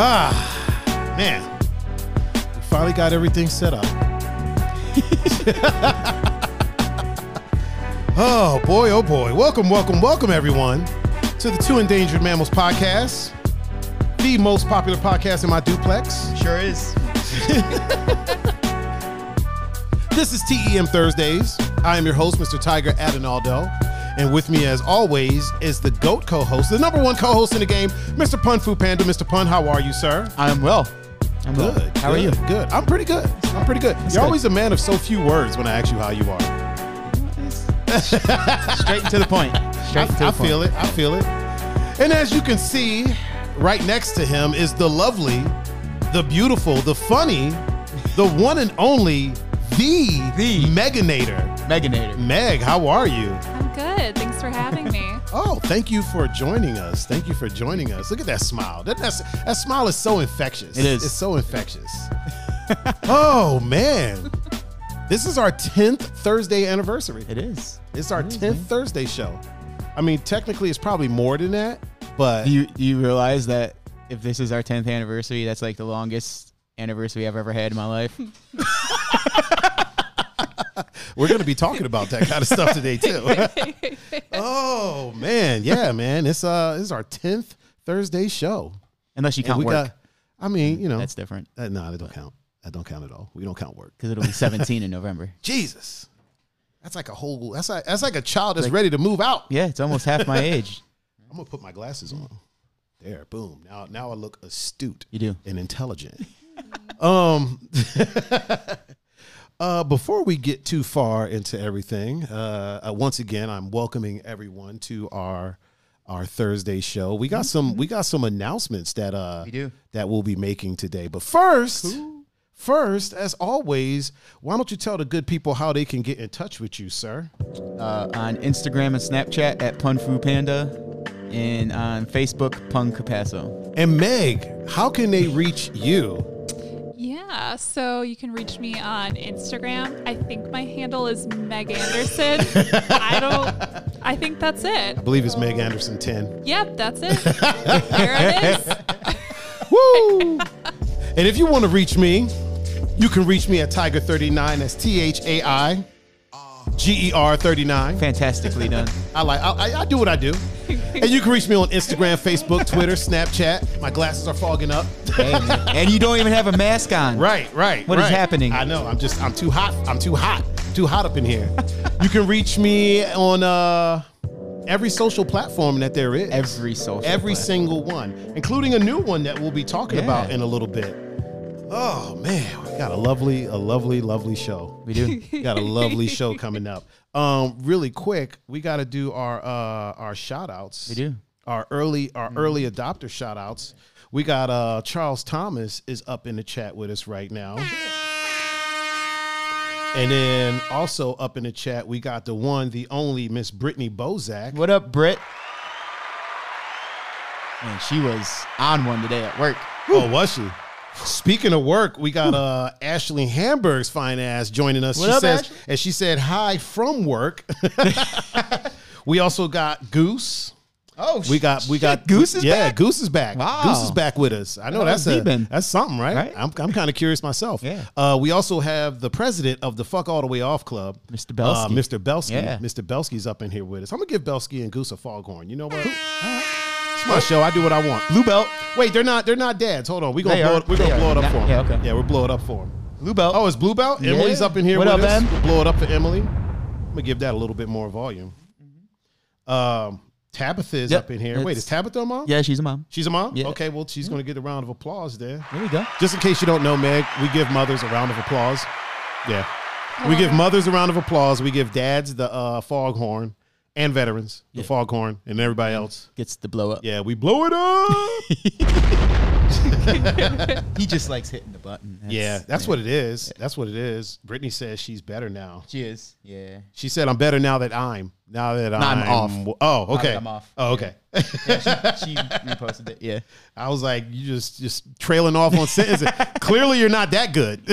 Ah, man. We finally got everything set up. oh, boy, oh, boy. Welcome, welcome, welcome, everyone, to the Two Endangered Mammals podcast, the most popular podcast in my duplex. Sure is. This is TEM Thursdays. I am your host, Mr. Tiger Adinaldo. And with me, as always, is the GOAT co host, the number one co host in the game, Mr. Pun Fu Panda. Mr. Pun, how are you, sir? I'm well. I'm well. Good. How are you? good, Good. I'm pretty good. I'm pretty good. You're good. always a man of so few words when I ask you how you are. Straight to the point. I, Straight to the I point. feel it. I feel it. And as you can see, right next to him is the lovely, the beautiful, the funny, the one and only, the, The. Meganator. Meganator. Meg, how are you? I'm good. Thanks for having me. Oh, thank you for joining us. Thank you for joining us. Look at that smile. That, that's, that smile is so infectious. It is. It's so infectious. oh, man. This is our 10th Thursday anniversary. It is. It's our It is, 10th man. Thursday show. I mean, technically, it's probably more than that, but Do you, do you realize that if this is our 10th anniversary, that's like the longest anniversary I've ever had in my life? we're going to be talking about that kind of stuff today, too. oh, man. Yeah, man. It's, uh, it's our 10th Thursday show. Unless you And count work. I mean, you know, that's different uh, no, that don't count. That don't count at all. We don't count work. because it'll be 17 in November. Jesus. That's like a whole that's like, that's like a child that's ready to move out. Yeah, it's almost half my age. I'm gonna put my glasses on. There, boom. Now now I look astute You do. and intelligent. um Uh, before we get too far into everything, uh, uh, once again, I'm welcoming everyone to our our Thursday show. We got some we got some announcements that uh We do. that we'll be making today. But first, first, as always, why don't you tell the good people how they can get in touch with you, sir? Uh, on Instagram and Snapchat at Punfu Panda. And on Facebook, Pung Capasso. And Meg, how can they reach you? yeah, so you can reach me on Instagram. I think my handle is Meg Anderson. I don't I think that's it. I believe it's Meg Anderson 10. Yep, that's it. There it is. Woo! and if you want to reach me, you can reach me at Tiger39. That's T H A I G E R 39. Fantastically done. I like I, I- I do what I do. And you can reach me on Instagram, Facebook, Twitter, Snapchat. My glasses are fogging up. Hey, man. and you don't even have a mask on. Right, right. What What is is happening? I know. I'm just. I'm too hot. I'm too hot. Too hot up in here. you can reach me on uh every social platform that there is. Every social. Every platform. single one, including a new one that we'll be talking Yeah. about in a little bit. Oh man, we got a lovely, a lovely, lovely show. We do. We got a lovely show coming up. Um, really quick, we got to do our uh our shout outs. We do. Mm-hmm. Our early our early adopter shout outs. We got uh Charles Thomas is up in the chat with us right now. And then also up in the chat, we got the one, the only Miss Brittany Bozak. What up, Britt? Man, she was on one today at work. Oh, was she? Speaking of work, we got uh Ashley Hamburg's fine ass joining us. What she up, says Ashley? and she said hi from work. we also got Goose. Oh, We got we got Goose is yeah, back? Goose is back. Wow. Goose is back with us. I know How that's has he a, been? that's something, right? Right? I'm I'm kind of curious myself. Yeah. Uh, we also have the president of the Fuck All the Way Off Club, Mr. Uh, Belsky. Mr. Belsky. Yeah. Mr. Belsky's up in here with us. I'm gonna give Belsky and Goose a foghorn. You know what? It's my show. I do what I want. blue belt, Wait, they're not. They're not dads. Hold on. We gonna They blow. are. It, we're gonna They are. blow it up Nah, for him. yeah, okay. Yeah, we'll blow it up for him. blue belt. Oh, it's Blue Belt. Yeah. Emily's up in here. What with up, us. Em? We'll blow it up for Emily. I'm gonna give that a little bit more volume. Um, Tabitha is Yep. up in here. Wait, It's- is Tabitha a mom? yeah, she's a mom. she's a mom. Yeah. Okay, well, she's gonna get a round of applause there. There we go. Just in case you don't know, Meg, we give mothers a round of applause. Yeah, we give mothers a round of applause. We give dads the uh, foghorn and veterans the foghorn and everybody else. Gets the blow up. Yeah, we blow it up. He just likes hitting the button. That's- Yeah, that's what it is. That's what it is. Brittany says she's better now. she is. Yeah. She said, I'm better now that I'm. Now that I'm off. Oh, that okay. I'm off. Oh, okay. she reposted it. Yeah. I was like, you just just trailing off on sentences. Clearly, you're not that good.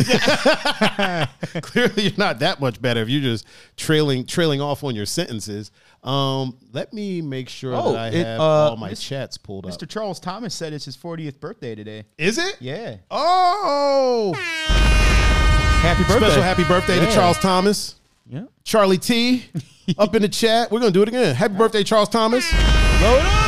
Clearly, you're not that much better if you're just trailing trailing off on your sentences. Um, let me make sure Oh, that I it, have uh, all my Mis- chats pulled up. Mr. Charles Thomas said it's his 40th birthday today. Is it? Yeah. Oh, Happy birthday. special happy birthday to Yeah. Charles Thomas, Yeah. Charlie T, up in the chat. We're gonna do it again. Happy birthday, Charles Thomas. Load up.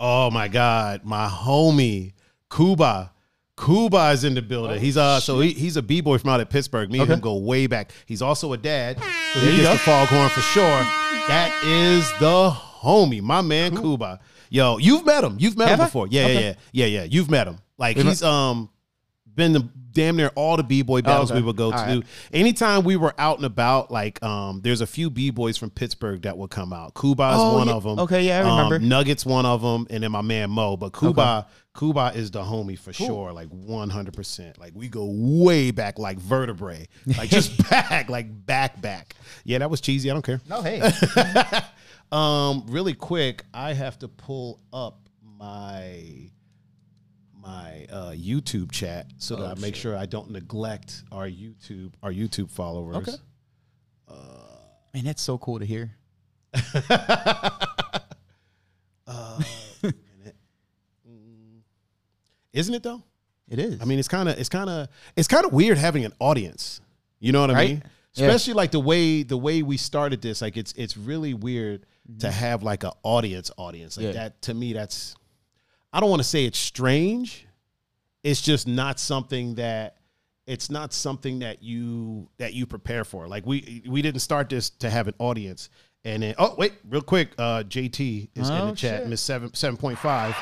Oh my God, my homie Kuba. Kuba is in the building. he's uh, so he, he's a b boy from out at Pittsburgh. Me and Oh, Okay. him go way back. He's also a dad. So There he you gets go. the foghorn for sure. That is the homie, my man Kuba. Yo, you've met him. You've met Have him I? before. Yeah, yeah, Okay. yeah, yeah, yeah. You've met him. Like We've- he's um been the damn near all the b-boy battles Oh, okay. we would go All to. right. Anytime we were out and about, like um, there's a few b-boys from Pittsburgh that would come out. Kuba is Oh, one yeah. of them. Okay, yeah, I remember. Nuggets, one of them, and then my man Mo. But Kuba, Kuba is the homie for sure, like one hundred percent. Like we go way back, like vertebrae, like just back, like back, back. Yeah, that was cheesy. I don't care. No, hey. Um, really quick, I have to pull up my my uh, YouTube chat so that I make sure I don't neglect our YouTube our YouTube followers. Okay. Man, that's so cool to hear. Isn't it though? It is. I mean, it's kind of it's kind of it's kind of weird having an audience. You know what I Right? mean? Yeah. Especially like the way the way we started this, like it's it's really weird to have like an audience audience like Mm-hmm. Yeah. that. To me, that's I don't want to say it's strange. It's just not something that it's not something that you that you prepare for. Like we we didn't start this to have an audience. And then oh wait, real quick, uh, JT is in Oh, the chat. shit. Miss seven seven point five.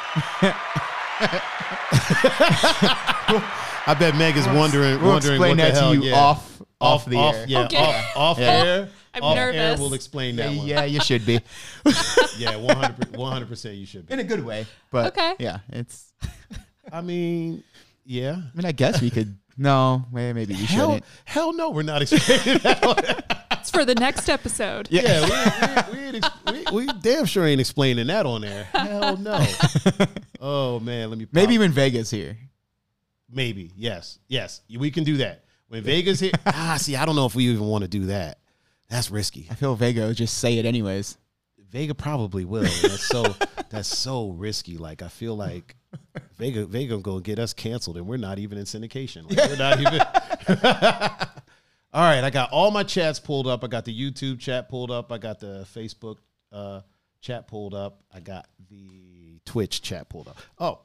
I bet Meg is wondering we'll wondering explain what that the hell. to you yeah. off, off the air. Yeah, Okay. off, off Yeah. air. I'm off air. nervous. We'll explain Yeah, that one. yeah, you should be yeah, one hundred, one hundred percent. You should. Be. in a good way. But Okay. yeah, it's. I I mean, yeah. mean, I guess we could. No, may- maybe we Hell, shouldn't. hell no, we're not explaining that one. It's for the next episode. Yeah, we, we, we, ain't ex- we, we damn sure ain't explaining that on there. Hell no. Oh man, let me. pop- Maybe when Vega's here. maybe, yes, yes, we can do that. When Vegas hit, ah, see, I don't know if we even want to do that. That's risky. I feel Vega would just say it anyways. Vega probably will. That's so that's so risky. Like I feel like Vega Vega gonna get us canceled, and we're not even in syndication. Like, we're not even. all right, I got all my chats pulled up. I got the YouTube chat pulled up. I got the Facebook uh, chat pulled up. I got the Twitch chat pulled up. Oh,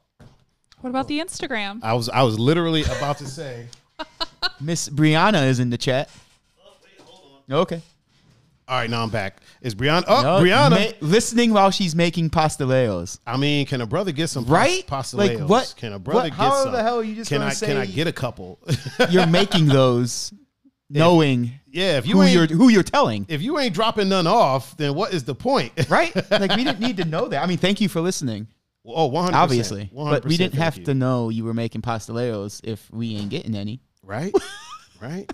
What about the Instagram? I was I was literally about to say. Miss Brianna is in the chat. Okay. All right, now I'm back. Is Brianna? Oh, No, Brianna. ma- listening while she's making pasteleos. I mean, can a brother get some Right? Pas- Like, pasteleos? what- Can a brother what- get how some? the hell are you just can I gonna can I say- get a couple? You're making those knowing yeah, if you who ain't you're who you're telling. if you ain't dropping none off, then what is the point? Right? Like we didn't need to know that. I mean, thank you for listening. oh, 100 Obviously. But we didn't have to know you were making pasteleos if we ain't getting any. Right? right?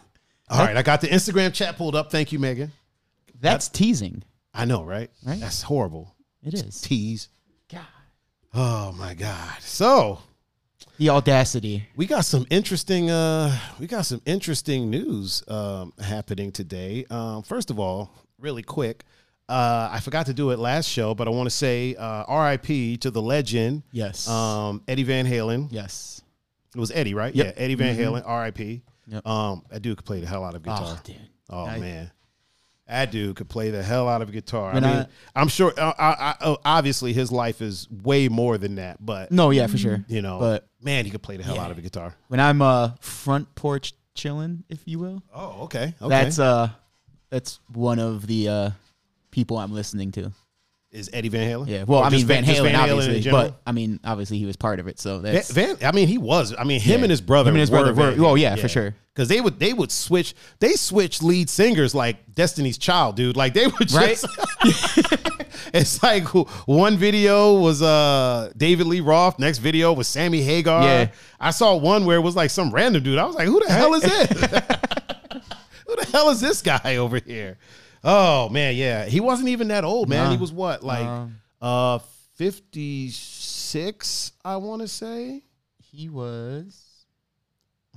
All right, I got the Instagram chat pulled up. Thank you, Megan. That's teasing. I know, right? Right. That's horrible. It is. Tease. Oh my god. So, The audacity. we got some interesting uh we got some interesting news um happening today um first of all really quick uh i forgot to do it last show but i want to say uh rip to the legend Yes. um eddie van halen Yes. it was eddie right Yep. Mm-hmm. yeah eddie van halen rip Yep. um that dude could play the hell out of guitar Oh, dude. Oh I- man, that dude could play the hell out of a guitar. When I mean, I- I, am sure. uh, I, I, I, obviously, his life is way more than that. But No, yeah, for sure. you know, but man, he could play the hell Yeah. out of a guitar. when I'm uh front porch chilling, if you will, Oh, okay, okay. that's uh that's one of the uh people I'm listening to. is Eddie Van Halen? Yeah. Well, Or I mean just Van, just Halen, in obviously, general? but I mean obviously he was part of it, so Va- that's Van, I mean, he was. I mean, him Yeah. and his brother. Him and his were brother were- Van Halen. oh, yeah, for sure. Because they would they would switch. They switched lead singers like Destiny's Child, dude. Like they would Right? just. it's like who- one video was uh David Lee Roth. Next video was Sammy Hagar. Yeah. I saw one where it was like some random dude. I was like, who the hell is this? who the hell is this guy over here? Oh man, yeah, he wasn't even that old, man. Nah. He was what, like, Nah. uh, fifty six? I want to say. He was.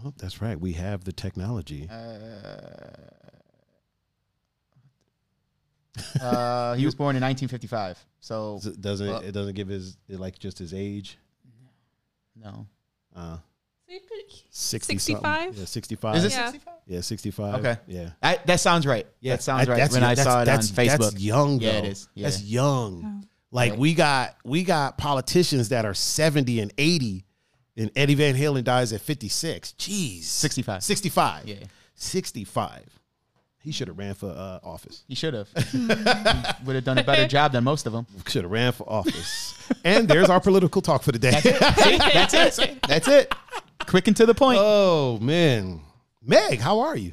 Oh, that's right. We have the technology. Uh, he was born in 1955. So Does it- Doesn't Uh, it, it doesn't give his like just his age? no. Uh, So you could- 60 65? Yeah, sixty five. Is it Yeah. 65? Yeah, sixty five. Okay. Yeah. I, that sounds right. Yeah, that sounds I- right. that's- when I that's- saw it on that's- Facebook, that's young. Though. Yeah, it is. Yeah. That's young. Oh. Like Right. we got we got politicians that are seventy and eighty, and Eddie Van Halen dies at fifty six. Jeez, 65. sixty five, Yeah. sixty five. He should have ran for uh, office. he should have. Would have done a better job than most of them. Should have ran for office. and there's our political talk for the day. See, that's it. That's it. Quick and to the point. oh man, Meg, how are you?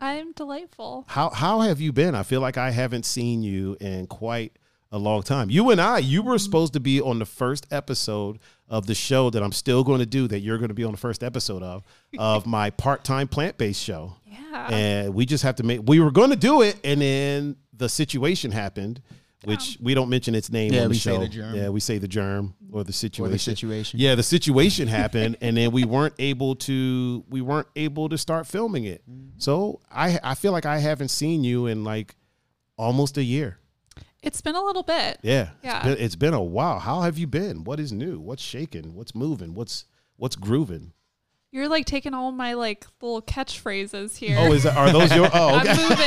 I'm delightful. How how have you been? I feel like I haven't seen you in quite a long time. You and I, you were supposed to be on the first episode of the show that I'm still going to do that you're going to be on the first episode of of my part-time plant-based show. Yeah. And we just have to make we were going to do it and then the situation happened which we don't mention its name Yeah, on the we say show. the germ. Yeah, we say the germ or the situation. situation. Yeah, the situation happened, and then we weren't able to we weren't able to start filming it. Mm-hmm. So I I feel like I haven't seen you in like almost a year. it's been a little bit. Yeah, Yeah. It's been, it's been a while. How have you been? What is new? What's shaking? What's moving? What's what's grooving? You're like taking all my like little catchphrases here. Oh, is that, are those your? Oh, I'm okay. moving,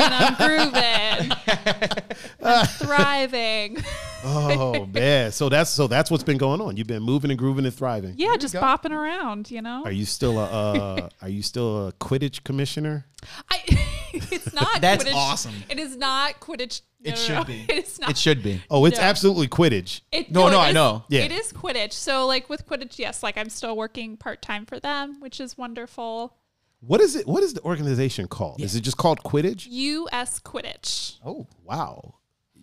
I'm grooving, I'm thriving. oh man. So that's so that's what's been going on. You've been moving and grooving and thriving. Yeah, just bopping around, you know? Are you still a uh, are you still a Quidditch commissioner? I, it's not That's Quidditch. awesome. It is not Quidditch. No, It no, should no. be. It is not. It should be. Oh, it's No. absolutely Quidditch. It, No, no, it I is- know. Yeah. It is Quidditch. So, like with Quidditch, yes, like I'm still working part time for them, which is wonderful. What is it? What is the organization called? Is it just called Quidditch? U.S. Quidditch. Oh, wow.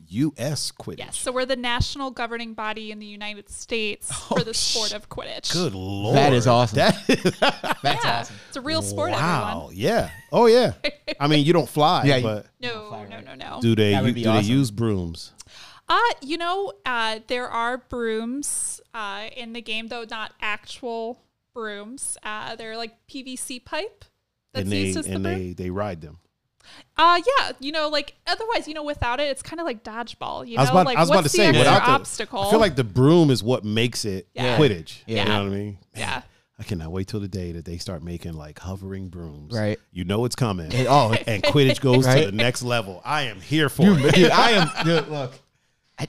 U.S. Quidditch. Yes. So we're the national governing body in the United States Oh, for the sport of Quidditch. Good lord. That is awesome. That is That's Yeah. awesome. It's a real sport, wow. everyone. Yeah. Oh yeah. I mean, you don't fly, Yeah, you- but No, no, no, no. do they That would you, be do awesome. they use brooms? Uh, you know, uh, there are brooms uh, in the game, though not actual brooms. Uh, they're like PVC pipe that's and they used as the and broom. they they ride them. Uh, yeah, you know, like otherwise, you know, without it, it's kind of like dodgeball. You I was know, about, like I was about what's to the say extra without the obstacle? I feel like the broom is what makes it Yeah. Quidditch. Yeah. You know what I mean? yeah, I cannot wait till the day that they start making like hovering brooms. Right. You know it's coming. It- oh, it- and Quidditch goes Right. to the next level. I am here for it. dude, dude, I am. Dude, look, I,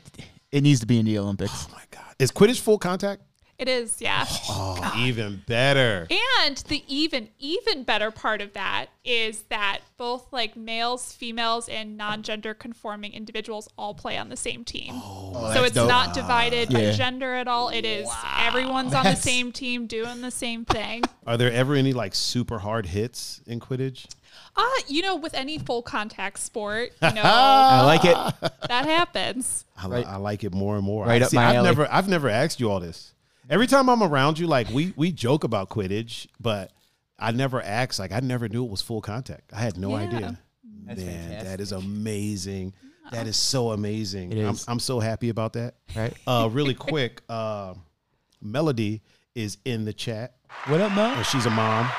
it needs to be in the Olympics. Oh my god. Is Quidditch full contact? it is. Yeah, Oh, even better. and the even even better part of that is that both like males, females, and non-gender conforming individuals all play on the same team. so Oh, that's it's dope. not divided Yeah. by gender at all. It is everyone's on the That's- same team doing the same thing. Are there ever any like super hard hits in Quidditch? Uh, you know, with any full contact sport, you know I like it. that happens. I, li- Right. I like it more and more. Right I, up my I've alley. never I've never asked you all this. Every time I'm around you, like we we joke about Quidditch, but I never asked. Like I never knew it was full contact. I had no Yeah. idea. That's Man, that fantastic. is amazing. That is so amazing. It I'm, is. I'm so happy about that. Right. Uh, really quick, uh, Melody is in the chat. What up, Mo? and she's a mom.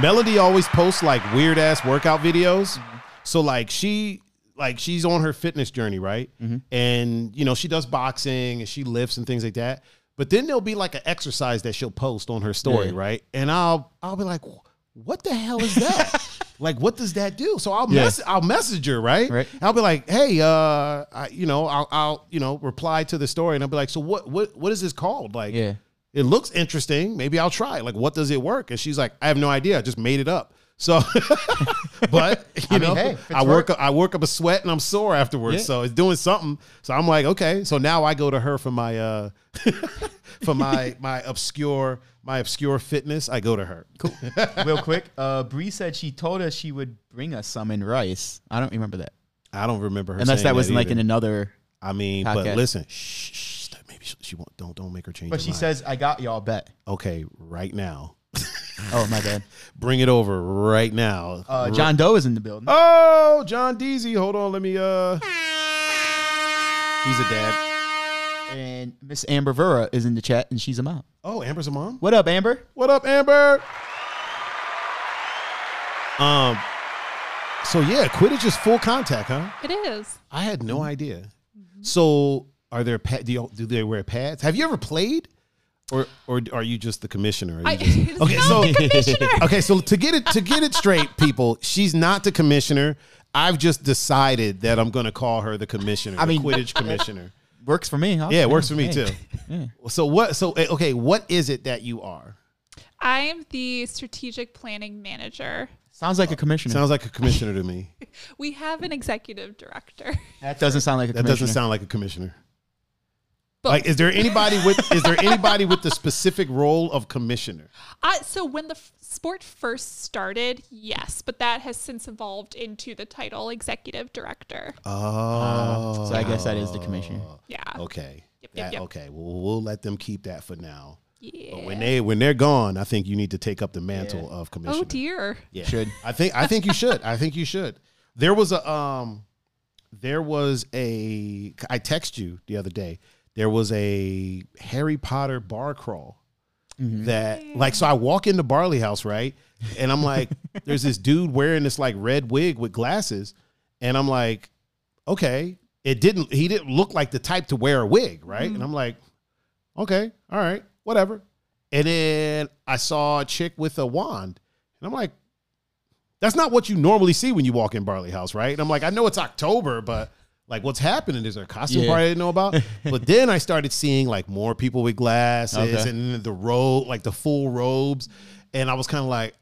Melody always posts like weird ass workout videos. Mm-hmm. So like she like she's on her fitness journey, right? Mm-hmm. And you know, she does boxing and she lifts and things like that. But then there'll be like an exercise that she'll post on her story, Yeah. right? And I'll I'll be like, "What the hell is that?" like, what does that do? So I'll Yeah. mess I'll message her, right? Right. And I'll be like, "Hey, uh, I, you know, I'll I'll, you know, reply to the story and I'll be like, "So what what what is this called?" Like Yeah. it looks interesting. Maybe I'll try. it. Like, what does it work? And she's like, I have no idea. I just made it up. So, but you I mean, know, hey, if it's I work, I work up a sweat and I'm sore afterwards. Yeah. So it's doing something. So I'm like, okay. So now I go to her for my, uh, for my, my obscure, my obscure fitness. I go to her. Cool. Real quick, uh, Bree said she told us she would bring us some in rice. I don't remember that, I don't remember her. unless saying that was in like either. in another. I mean, but podcast. listen, shh, shh, maybe she, she won't. Don't don't make her change. But her she mind. says, "I got y'all bet." okay, right now. Oh my bad. Bring it over right now. Uh, John Doe is in the building. oh, John Deasy. Hold on. Let me. uh He's a dad. And Miss Amber Vera is in the chat, and she's a mom. Oh, Amber's a mom. What up, Amber? What up, Amber? Um. So yeah, Quidditch is full contact, huh? It is. I had no idea. Mm-hmm. So, are there pa- do, you, do they wear pads? Have you ever played, or or are you just the commissioner? Are you I, just- okay, no, so commissioner. okay, so to get it to get it straight, people, she's not the commissioner. I've just decided that I'm going to call her the commissioner. I the mean- Quidditch commissioner. Works for me. Huh? Yeah, it works for me Hey. too. Yeah. So what? So eh, okay, what is it that you are? I'm the strategic planning manager. Sounds like a commissioner. Sounds like a commissioner to me. We have an executive director. that doesn't sound like a That commissioner. doesn't sound like a commissioner. But- Like, is there anybody with is there anybody with the specific role of commissioner? I, so when the f- sport first started, yes, but that has since evolved into the title executive director. Oh, so I guess that is the commissioner. Yeah. Okay. Yep, yep, That- yep. Okay. Well, we'll let them keep that for now. Yeah. But when they when they're gone, I think you need to take up the mantle of commissioner. oh dear. Yeah. Should. I think I think you should. I think you should. There was a um there was a I text you the other day. There was a Harry Potter bar crawl that like so I walk into Barley House, right? And I'm like there's this dude wearing this like red wig with glasses and I'm like okay, it didn't he didn't look like the type to wear a wig, right? Mm-hmm. And I'm like okay, all right, whatever. And then I saw a chick with a wand. And I'm like, that's not what you normally see when you walk in Barley House, right? And I'm like, I know it's October, but like what's happening? Is there a costume Yeah. party I didn't know about? but then I started seeing like more people with glasses Okay. and the robe, like the full robes. And I was kind of like,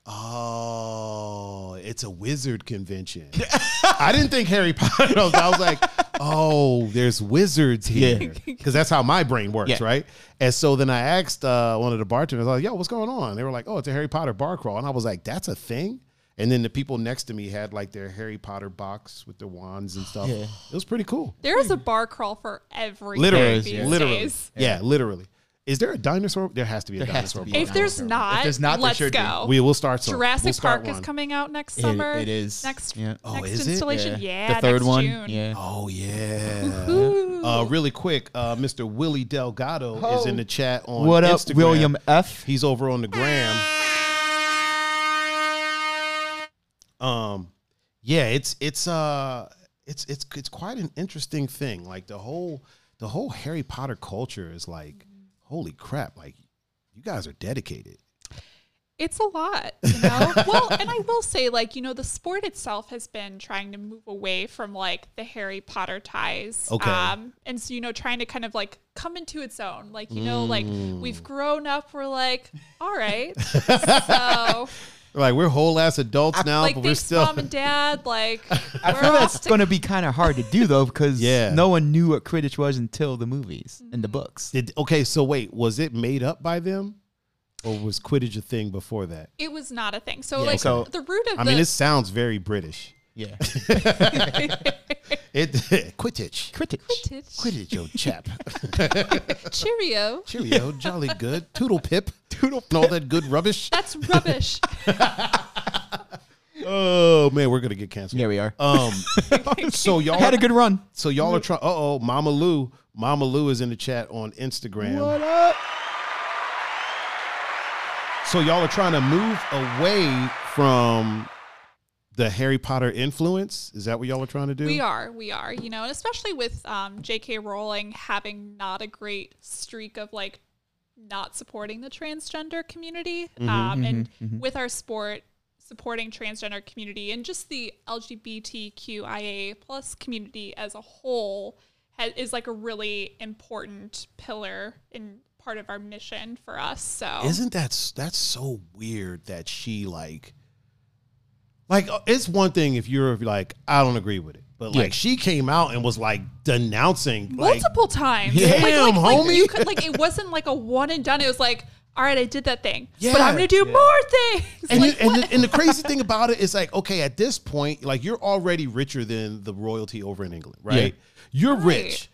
oh, it's a wizard convention. I didn't think Harry Potter. was- I was like, oh, there's wizards here. Because that's how my brain works, Yeah. right? And so then I asked uh, one of the bartenders, I was like, yo, what's going on? They were like, oh, it's a Harry Potter bar crawl. And I was like, that's a thing? And then the people next to me had like their Harry Potter box with their wands and stuff. Yeah. It was pretty cool. There is a bar crawl for every Literally. is, yeah. these Literally. days. Yeah. literally. Is there a dinosaur? There has to be a There has to dinosaur. be a bar If crawl. there's not, If there's not, there let's should be. go. we will start some. Jurassic We'll start Park is one. coming out next It- summer. it is. next Yeah. next Oh, is it? installation. Yeah, the third next one. June. Yeah. Oh yeah. Ooh. Uh, really quick, uh, Mr. Willie Delgado is in the chat on What up, Instagram. William F? He's over on the gram. Um, yeah, it's it's uh it's it's it's quite an interesting thing. Like the whole the whole Harry Potter culture is like, holy crap! Like you guys are dedicated. it's a lot, you know. well, and I will say, like, you know, the sport itself has been trying to move away from like the Harry Potter ties, um, Okay. and so you know, trying to kind of like come into its own. Like, you know, like Mm. we've grown up. We're like, all right, so Like we're whole ass adults now, like but we're thanks, still mom and dad. Like, I feel that's going to be kind of hard to do though, because Yeah. no one knew what Quidditch was until the movies and the Mm-hmm. books. Did okay? So wait, was it made up by them, or was Quidditch a thing before that? It was not a thing. So Yeah, like so- the root of I the mean, it sounds very British. Yeah, It Quidditch, Quidditch. Quidditch, yo chap, Cheerio. cheerio, jolly good, toodle pip, toodle, and all that good rubbish. That's rubbish. Oh man, we're gonna get canceled. Yeah, we are. Um, so y'all, Had a good run. so y'all are trying. Uh oh, Mama Lou, Mama Lou is in the chat on Instagram. What up? So y'all are trying to move away from the Harry Potter influence. Is that what y'all are trying to do? we are, we are, you know, and especially with um, J.K. Rowling having not a great streak of like not supporting the transgender community, um, and with our sport supporting transgender community and just the LGBTQIA plus community as a whole ha- is like a really important pillar and part of our mission for us. So Isn't that s- that's so weird that she like like uh, it's one thing if you're like I don't agree with it, but Yeah. like she came out and was like denouncing like multiple times. Damn, like, like, homie. Like, you could, like it wasn't like a one and done. It was like, all right, I did that thing, Yeah. but I'm gonna do more things. and, like, you, and, the, and the crazy thing about it is like okay at this point like you're already richer than the royalty over in England, right? You're Right. rich.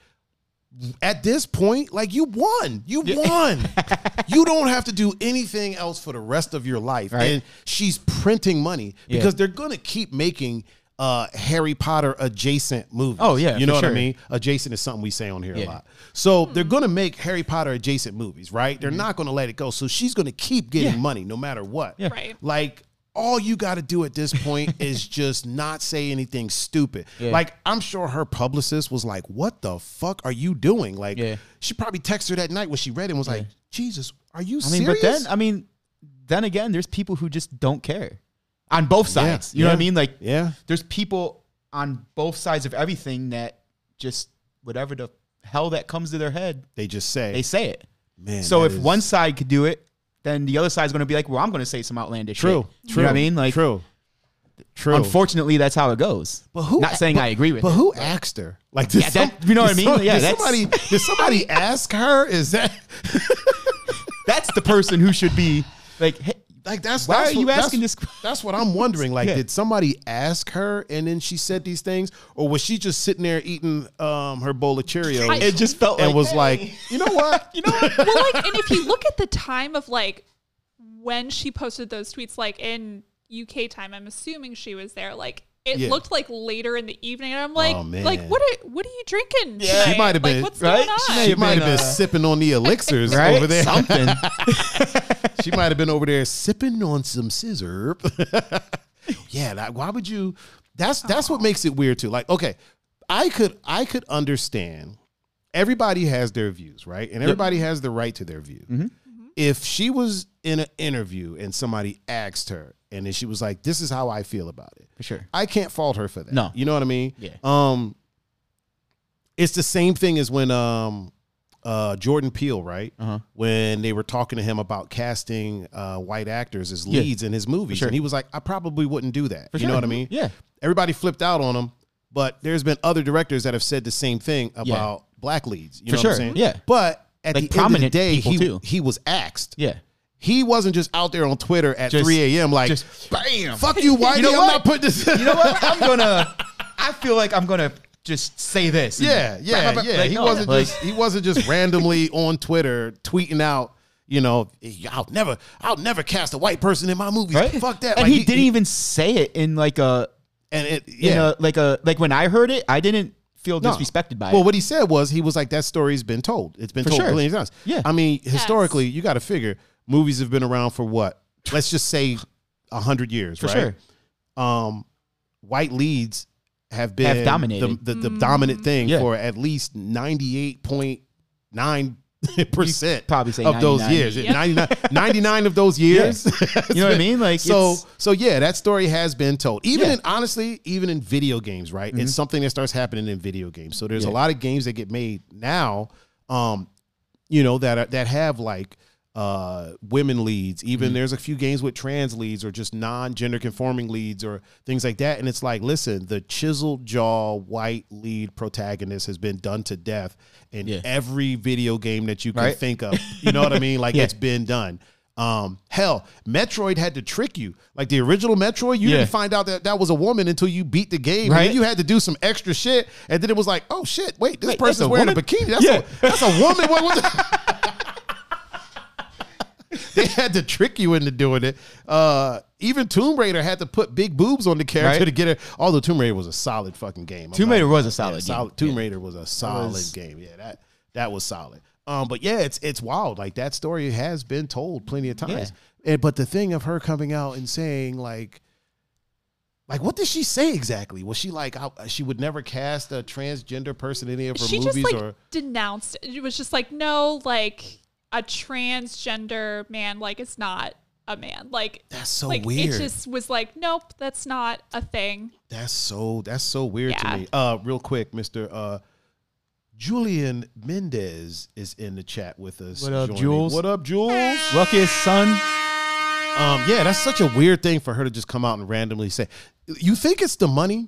at this point, like you won. You won. you don't have to do anything else for the rest of your life. Right. And she's printing money because they're going to keep making uh Harry Potter adjacent movies. Oh, yeah, You know for what I sure. mean? Adjacent is something we say on here a Yeah. lot. So they're going to make Harry Potter adjacent movies, right? They're not going to let it go. So she's going to keep getting Mm-hmm. Yeah. money no matter what. Yeah. Right. Like all you got to do at this point is just not say anything stupid. Yeah. Like I'm sure her publicist was like, "What the fuck are you doing?" Like Yeah. she probably texted her that night when she read it and was like, "Jesus, are you I mean, serious?" but then uh, I mean, then again, there's people who just don't care on both sides. you know what I yeah, mean? Like, yeah. there's people on both sides of everything that just whatever the hell that comes to their head, they just say, they say it. "Man." so that if is- one side could do it, then the other side's going to be like, well, I'm going to say some outlandish true, shit. true, You know what I mean? Like, true, true. unfortunately, that's how it goes. But who? Not saying but- I agree with But it, who asked her? Like, did Yeah, that- you know what I did mean? Yeah, did that's- somebody did somebody ask her? Is that That's the person who should be like, hey, like that's Why that's are you that's- asking this- That's what I'm wondering. Like, Yeah. did somebody ask her and then she said these things, or was she just sitting there eating um, her bowl of Cheerios? I- it just felt and like, was hey. like, you know what? you know what? well, like, and if you look at the time of like when she posted those tweets, like in UK time, I'm assuming she was there. Like, it Yeah. looked like later in the evening, and I'm like, Oh, man. like what are what are you drinking? Yeah. tonight? She might have like, been- what's right? going on? She She might have been uh, sipping on the elixirs right? over there. Something. She might have been over there sipping on some scissor. yeah, that, why would you? That's that's what makes it weird too. Like, okay, I could I could understand. Everybody has their views, right? And everybody has the right to their view. If she was in an interview and somebody asked her, and then she was like, "This is how I feel about it," For sure. I can't fault her for that. No. you know what I mean. Yeah. Um, it's the same thing as when um, uh, Jordan Peele, right? Uh-huh. When they were talking to him about casting uh, white actors as Yeah. leads in his movies, sure. and he was like, "I probably wouldn't do that." you know sure. what I mean? Yeah. Everybody flipped out on him, but there's been other directors that have said the same thing about black leads. You For know sure. what I'm saying? Yeah. But at Like the end of the prominent day, people, he too. he was axed. Yeah. He wasn't just out there on Twitter at Just- 3 a.m. like, just bam. "Fuck you, whitey! know I'm what? not putting this." you know what? I'm gonna. I feel like I'm gonna just say this. Yeah, And yeah, blah, blah, blah. yeah. Like, he no, wasn't like, just he wasn't just randomly on Twitter tweeting out, you know, I'll never I'll never cast a white person in my movies. right. Fuck that. And Like, he, didn't even say it in like a and it yeah. in a like a like when I heard it, I didn't feel No. disrespected by Well, it. what he said was he was like that story's been told. It's been For told sure. billions of times. Yeah. I mean, historically, you got to figure movies have been around for what? Let's just say a hundred years, For right? sure. um, white leads have been Have dominated. the, the, the dominant thing Yeah. for at least 98.9% probably say of those 99. years. Yep. 99, 99 of those years. You know what I mean? Like so it's- so yeah, that story has been told. Even Yeah. Mm-hmm. in honestly, even in video games, right? It's something that starts happening in video games. So there's a Yeah. lot of games that get made now um you know that are, that have like uh women leads Mm-hmm. even there's a few games with trans leads or just non-gender conforming leads or things like that and it's like listen the chiseled jaw white lead protagonist has been done to death in Yeah. every video game that you can Right. think of you know what i mean like Yeah. it's been done um hell metroid had to trick you like the original metroid you Yeah. didn't find out that that was a woman until you beat the game and Right. then you had to do some extra shit and then it was like oh shit wait this Wait, that's person's a wearing a woman? bikini that's, Yeah. a, that's a woman what, what the- they had to trick you into doing it. Uh, even Tomb Raider had to put big boobs on the character Right. to get it. Although Tomb Raider was a solid fucking game. I'm Tomb not- Raider was a solid yeah, game. solid- Tomb Raider was a solid game. Yeah, that that was solid. Um, but yeah, it's it's wild. Like that story has been told plenty of times. And but the thing of her coming out and saying like. Like what did she say exactly? Was she like I, she would never cast a transgender person in any of her she movies just like or denounced it. It was just like, no, like a transgender man, like it's not a man. Like That's so like, weird. It just was like, nope, that's not a thing. That's so that's so weird Yeah. to me. Uh real quick, Mr. Uh Julian Mendez is in the chat with us. What up, joining. Jules? What up, Jules? Luckiest son. Um, yeah, that's such a weird thing for her to just come out and randomly say. You think it's the money?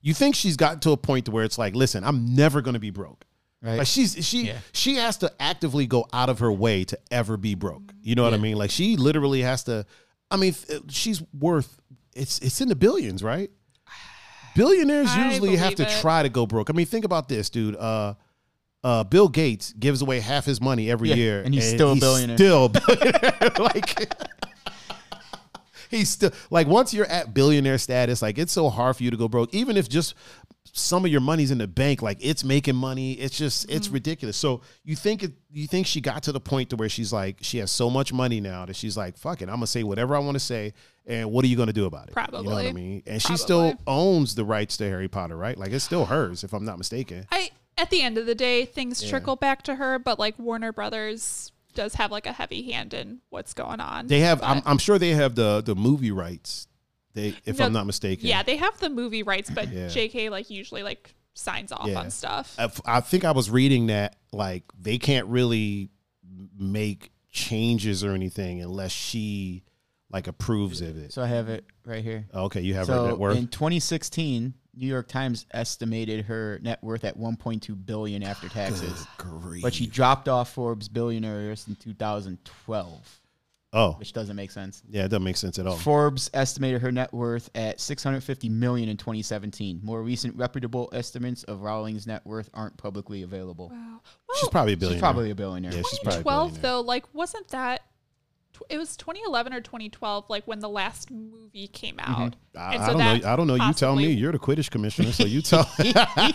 You think she's gotten to a point to where it's like, listen, I'm never gonna be broke. Right. Like she's she Yeah. she has to actively go out of her way to ever be broke. You know what I Yeah. mean? Like she literally has to. I mean, f- she's worth it's it's in the billions, right? Billionaires I usually have to believe it. try to go broke. I mean, think about this, dude. Uh, uh, Bill Gates gives away half his money every Yeah, year, and he's still a billionaire. Still, a billionaire. like he's still like once you're at billionaire status, like it's so hard for you to go broke, even if just some of your money's in the bank. Like it's making money. It's just it's Mm-hmm. ridiculous. So you think it, you think she got to the point to where she's like she has so much money now that she's like fuck it, I'm gonna say whatever I want to say, and what are you gonna do about it? you know what I Probably. mean. And she still Probably. owns the rights to Harry Potter, right? Like it's still hers, if I'm not mistaken. I at the end of the day, things trickle back to her, but like Warner Brothers does have like a heavy hand in what's going on. They have. But- I'm, I'm sure they have the the movie rights. They, if No, I'm not mistaken. yeah, they have the movie rights, but Yeah. J.K. like usually like signs off Yeah. on stuff. I, I think I was reading that like they can't really make changes or anything unless she like approves of it. So I have it right here. okay, you have her net So worth. in 2016, New York Times estimated her net worth at 1.2 billion after taxes, but she dropped off Forbes billionaire list in 2012, oh, which doesn't make sense. yeah, that doesn't make sense at all. Forbes estimated her net worth at 650 million in 2017. More recent reputable estimates of Rowling's net worth aren't publicly available. Wow. she's Well, probably a She's billionaire. probably a billionaire. Yeah, she's probably a 2012 billionaire. though, like wasn't that? tw- It was 2011 or 2012, like when the last movie came out. I, And Mm-hmm. I so don't that know. I don't know. You tell me. possibly- You're the Quidditch commissioner, so you tell.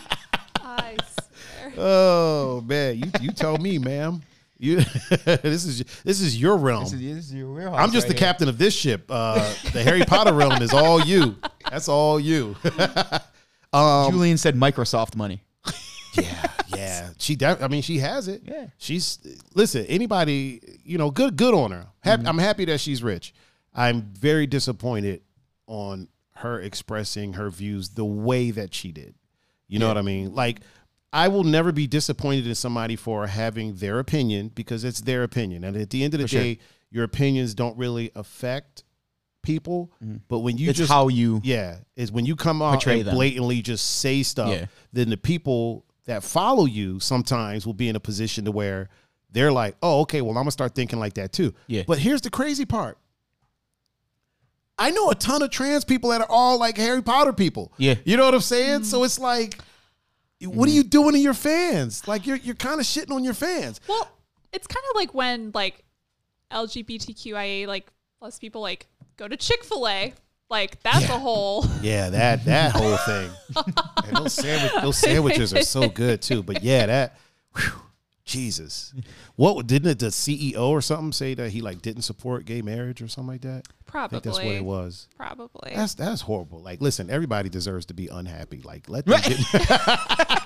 I swear. oh man, you you tell me, ma'am. You this is this is your realm. This is- this is your warehouse I'm just right the here. captain of this ship. Uh, the Harry Potter realm is all you. That's all you. Um, Julian said Microsoft money. yeah, yeah. She, def- I mean, she has it. Yeah. She's listen. Anybody, you know, good, good on her. Hap- Mm-hmm. I'm happy that she's rich. I'm very disappointed on her expressing her views the way that she did. You know what I mean? Like, I will never be disappointed in somebody for having their opinion because it's their opinion, and at the end of the sure. day, your opinions don't really affect people. But when you Mm-hmm. it's just how you yeah, is when you come out Portray and them. blatantly just say stuff, Yeah. then the people that follow you sometimes will be in a position to where they're like, "Oh, okay, well, I'm gonna start thinking like that too." Yeah. But here's the crazy part: I know a ton of trans people that are all like Harry Potter people. Yeah. Mm. you know what I'm saying? So it's like. What are you doing to your fans? Like you're you're kind of shitting on your fans. Well, it's kind of like when like LGBTQIA like plus people like go to Chick Fil A. Like that's a whole. Yeah, that that whole thing. and those, sandwich, those sandwiches are so good too. But yeah, that whew, Jesus, what didn't it, the CEO or something say that he like didn't support gay marriage or something like that? I Probably. think that's what it was. Probably. That's that's horrible. Like, listen, everybody deserves to be unhappy. Like, let them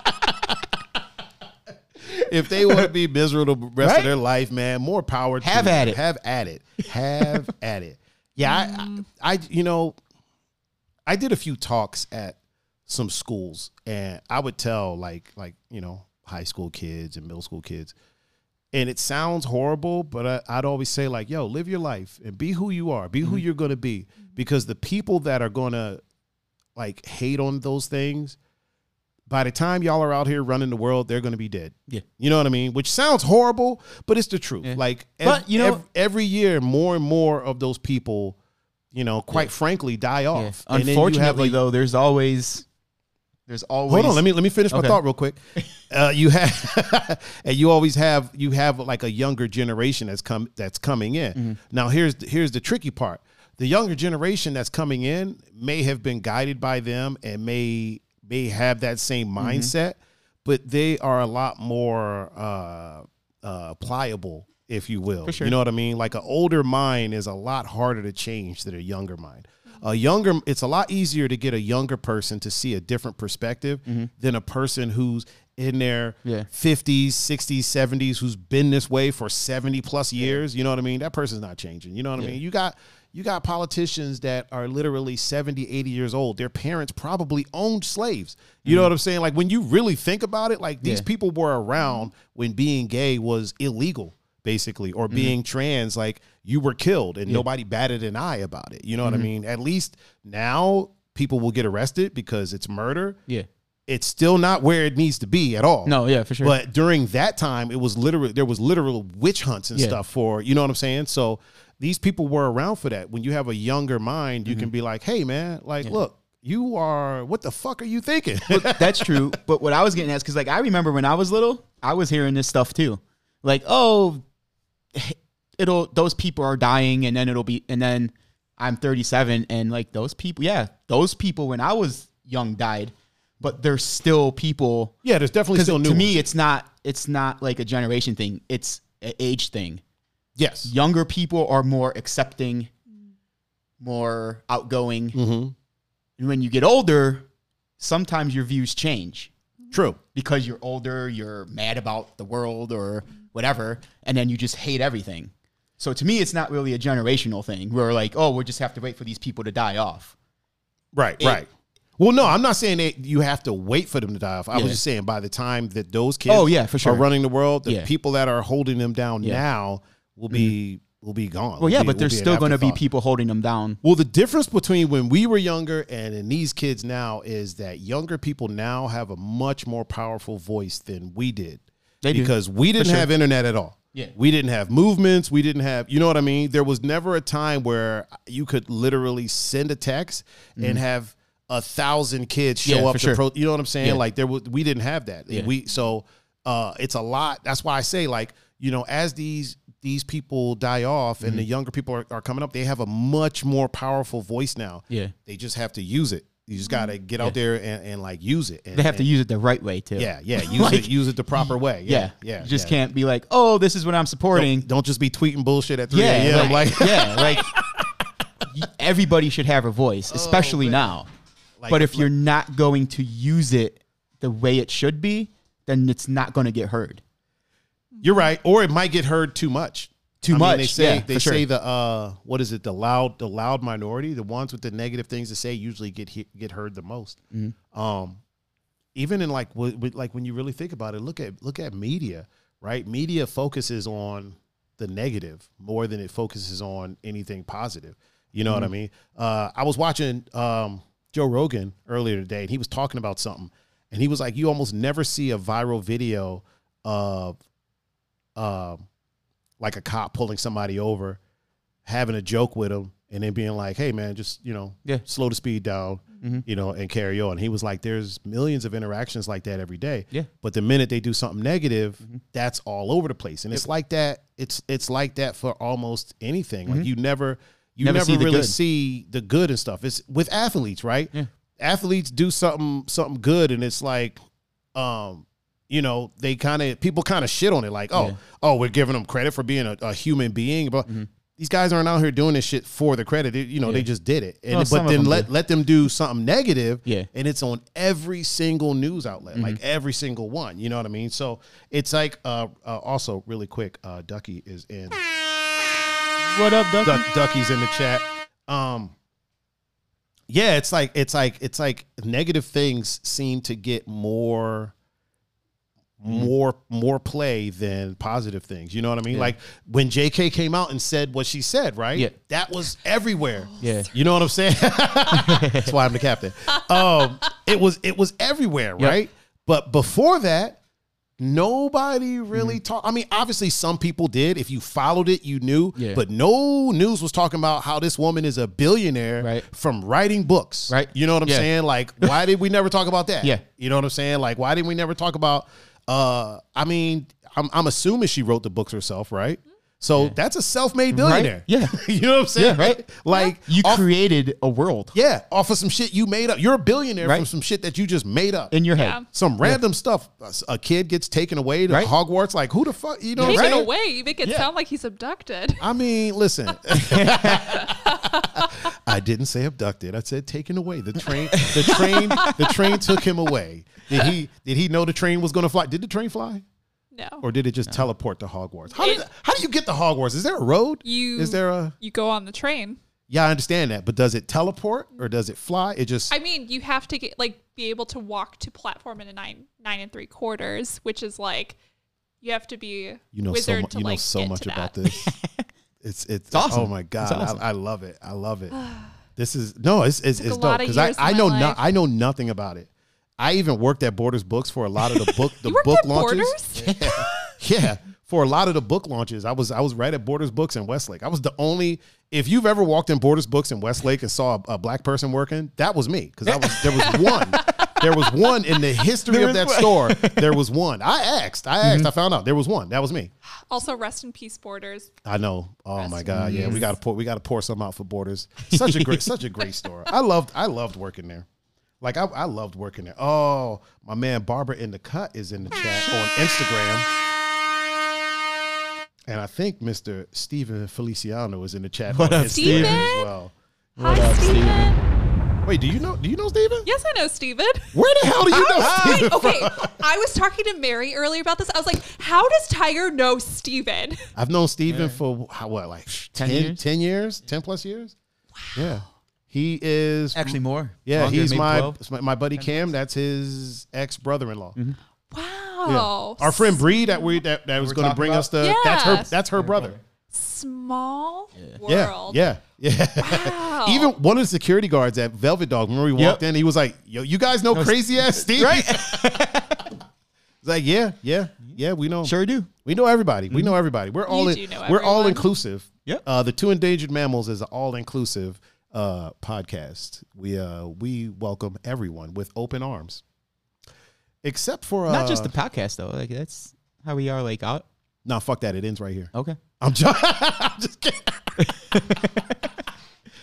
get- if they want to be miserable the rest of Right? their life, man, more power. to Have them. at it. Have at it. Have at it. Yeah, I, I, I, you know, I did a few talks at some schools, and I would tell like like you know high school kids and middle school kids. And it sounds horrible, but I, I'd always say like, "Yo, live your life and be who you are. Be Mm-hmm. who you're gonna be." Because the people that are gonna like hate on those things, by the time y'all are out here running the world, they're gonna be dead. Yeah. You know what I mean? Which sounds horrible, but it's the truth. Yeah. Like, But, you know- ev- every year, more and more of those people, you know, quite frankly, die Yeah. off. And then you have, Unfortunately, like- though, there's always there's always Hold on, let me let me finish my Okay. thought real quick. Uh, you have, and you always have you have like a younger generation that's come that's coming in. Mm-hmm. Now here's the, here's the tricky part: the younger generation that's coming in may have been guided by them and may may have that same Mm-hmm. mindset, but they are a lot more uh, uh, pliable, if you will. You know what I mean? Like an older mind is a lot harder to change than a younger mind a younger it's a lot easier to get a younger person to see a different perspective than a person who's in their Yeah. 50s 60s 70s who's been this way for 70 plus years you know what i mean that person's not changing you know what i mean you got you got politicians that are literally 70 80 years old their parents probably owned slaves you know what i'm saying like when you really think about it like these Yeah. people were around when being gay was illegal basically or being trans like you were killed and nobody batted an eye about it you know what i mean at least now people will get arrested because it's murder yeah it's still not where it needs to be at all no yeah for sure but during that time it was literally there was literal witch hunts and Yeah. stuff for you know what i'm saying Mm-hmm. so these people were around for that when you have a younger mind you can be like hey man like look you are what the fuck are you thinking? That's true. But what I was getting at is because, like, I remember when I was little, I was hearing this stuff too. Like, oh, it'll, those people are dying, and then it'll be, and then I'm 37, and like, those people, yeah, those people when I was young died, but there's still people. yeah, there's definitely Because still to new. me, ones. it's not, it's not like a generation thing, it's an age thing. yes. Younger people are more accepting, more outgoing. Mm-hmm. And when you get older, sometimes your views change. True. because you're older, you're mad about the world or whatever, and then you just hate everything. So to me, it's not really a generational thing. We're like, oh, we'll just have to wait for these people to die off. Right, It- right. Well, no, I'm not saying that you have to wait for them to die off. I Yeah. was just saying by the time that those kids Oh, yeah, for sure. are running the world, the Yeah. people that are holding them down Yeah. now will be will be gone. Well, yeah, Will be- but there's will an still going to be afterthought. people holding them down. Well, the difference between when we were younger and in these kids now is that younger people now have a much more powerful voice than we did. They do. because we didn't have internet at all. Yeah. We didn't have movements. We didn't have, you know what I mean? There was never a time where you could literally send a text and have a thousand kids show Mm-hmm. Yeah, up for to sure. pro, you know what I'm saying? Yeah. Like there was, we didn't have that. Yeah. We, so, uh, it's a lot. That's why I say like, you know, as these, these people die off and the Mm-hmm. younger people are, are coming up, they have a much more powerful voice now. Yeah. Mm-hmm. They just have to use it. You just got to get out there and, and like use it. And, They have to and- use it the right way too. yeah, yeah. Use it, Like- use it the proper way. yeah, Yeah, yeah. You just yeah. can't be like, oh, this is what I'm supporting. Don't, don't just be tweeting bullshit at 3 yeah, a.m. like, Like, yeah, like y- everybody should have a voice, especially now. Oh, Like- but if you're not going to use it the way it should be, then it's not going to get heard. you're right. Or it might get heard too much. Too They much, say yeah, they for sure. say the uh, what is it? The loud, the loud minority, the ones with the negative things to say, usually get he- get heard the most. Mm-hmm. Um, even in like w- with, like when you really think about it, look at look at media, right? Media focuses on the negative more than it focuses on anything positive. You know what Mm-hmm. I mean? Uh, I was watching um, Joe Rogan earlier today, and he was talking about something, and he was like, "You almost never see a viral video of um, like a cop pulling somebody over, having a joke with him, and then being like, "Hey, man, just you know, Yeah. Mm-hmm. slow the speed down, you know, and carry on." He was like, "There's millions of interactions like that every day." Yeah. Mm-hmm. But the minute they do something negative, that's all over the place, and it's like that. It's it's like that for almost anything. Like you never you never, Mm-hmm. Never see the really good. see the good and stuff. It's with athletes, right? Yeah. Athletes do something something good, and it's like, um, you know, they kind of people kind of shit on it, like, oh, Yeah. Mm-hmm. oh, we're giving them credit for being a, a human being, but these guys aren't out here doing this shit for the credit. It- you know, they just did it, and Well, some but of then them let do. let them do something negative, Yeah. Mm-hmm. and it's on every single news outlet, like every single one. You know what I mean? So it's like, uh, uh also really quick, uh, Ducky is in. What up, Duncan? Duck, Ducky's in the chat. Um, yeah, it's like it's like it's like negative things seem to get more, more more play than positive things. You know what I mean? Like when J.K. came out and said what she said, right? Yeah. that was everywhere. Yeah. you know what I'm saying? That's why I'm the captain. Um, it was it was everywhere, Yep. right? But before that, nobody really Mm. talked. I mean, obviously, some people did. If you followed it, you knew. Yeah. But no news was talking about how this woman is a billionaire Right. from writing books. Right. You know what I'm Yeah. saying? Like, why did we never talk about that? Yeah. You know what I'm saying? Like, why didn't we never talk about? Uh, I mean, I'm, I'm assuming she wrote the books herself, right? So that's a self-made billionaire. Yeah. you know what I'm saying? Yeah, right. Like You off- created a world yeah, off of some shit you made up. You're a billionaire Right. from some shit that you just made up in your Yeah. head. some random stuff. A kid gets taken away to Right. Hogwarts. Like, who the fuck? You know, Take right? it away. You make it Yeah. sound like he's abducted. I mean, listen. I didn't say abducted. I said taken away. The train, the train, the train took him away. Did he? Did he know the train was going to fly? Did the train fly, No. or did it just teleport to Hogwarts? How, It- did, how do you get to Hogwarts? Is there a road? You- is there a? you go on the train. Yeah, I understand that, but does it teleport or does it fly? It just I mean, you have to get like be able to walk to platform in a nine nine and three quarters, which is like you have to be you know so wizard much. to You know like so get much to about that. this. It's it's, Oh awesome. my It's god, awesome. I, I love it. I love it. this is no, it's it's, Took it's a dope lot of because I, years of I my know no, life. I know nothing about it. I even worked at Borders Books for a lot of the book the You worked book at launches. Borders? Yeah, yeah. for a lot of the book launches. I was I was right at Borders Books in Westlake. I was the only. If you've ever walked in Borders Books in Westlake and saw a, a black person working, that was me because I was there was one. There was one in the history There of was that one. Mm-hmm. store. There was one. I asked. I asked. I found out there was one. That was me. Also, rest in peace, Borders. I know. Oh my Rest God. in Yeah, we peace. gotta pour we gotta pour some out for Borders. Such a great such a great store. I loved I loved working there. Like I, I loved working there. Oh, my man Barbara in the cut is in the chat on Instagram. And I think Mr. Steven Feliciano is in the chat What on up, Instagram Steven? as well. What Hi, up, Steven. Steven? Wait, do you know do you know Steven? Yes, I know Steven. Where the hell do Oh, you know Steven? okay, I was talking to Mary earlier about this. I was like, how does Tiger know Steven? I've known Steven for how what like 10, 10 years? years? 10 plus years? Yeah. He is Actually, more. Yeah, Longer, he's maybe my 12. it's my, my buddy Cam. That's his ex brother in Mm-hmm. law. Wow. Our friend Bree that we that, that was We're going to talking bring about? us the that's her Yes. that's her brother. Small Yeah, world. yeah, yeah. Wow. Even one of the security guards at Velvet Dog when we walked in, he was like, "Yo, you guys know crazy ass Steve?" Right? He's like, "Yeah, yeah, yeah. We know. sure do. We know everybody. We know everybody. We're all You in, do know we're all everyone. inclusive. Yep. Uh, the two endangered mammals is an all inclusive uh, podcast. We uh, we welcome everyone with open arms, except for uh, Not just the podcast though. Like that's how we are. Like out. nah. Fuck that. It ends right here. Okay. I'm just, I'm just kidding.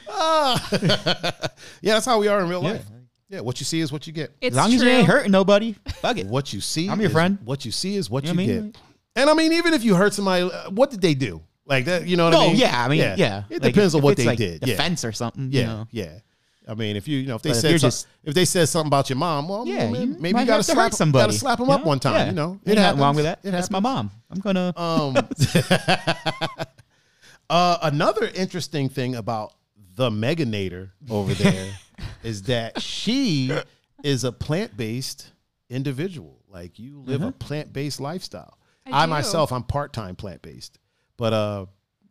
Ah. yeah, that's how we are in real life. Yeah, what you see is what you get. As It's long true. as you ain't hurting nobody, fuck it. What you see, I'm your is- friend. What you see is what you, You know what I mean? get. And I mean, even if you hurt somebody, uh, what did they do? Like that, you know what I no, mean? Oh, yeah. I mean, yeah. It Like, depends on if what it's, they like, did. Yeah, Defense or something. yeah, You know. yeah. I mean, if you you know if they But if said you're some- just- if they said something about your mom, well, Yeah, maybe, you maybe might you gotta have to slap hurt somebody. Gotta slap them you up know? one time. Yeah. You know, Ain't nothing happens. wrong with that. It That's my mom. I'm gonna. Um, uh, another interesting thing about the Meganator over there is that she is a plant based individual. Like you live a plant based lifestyle. I, Mm-hmm. I do. myself, I'm part time plant based, but uh,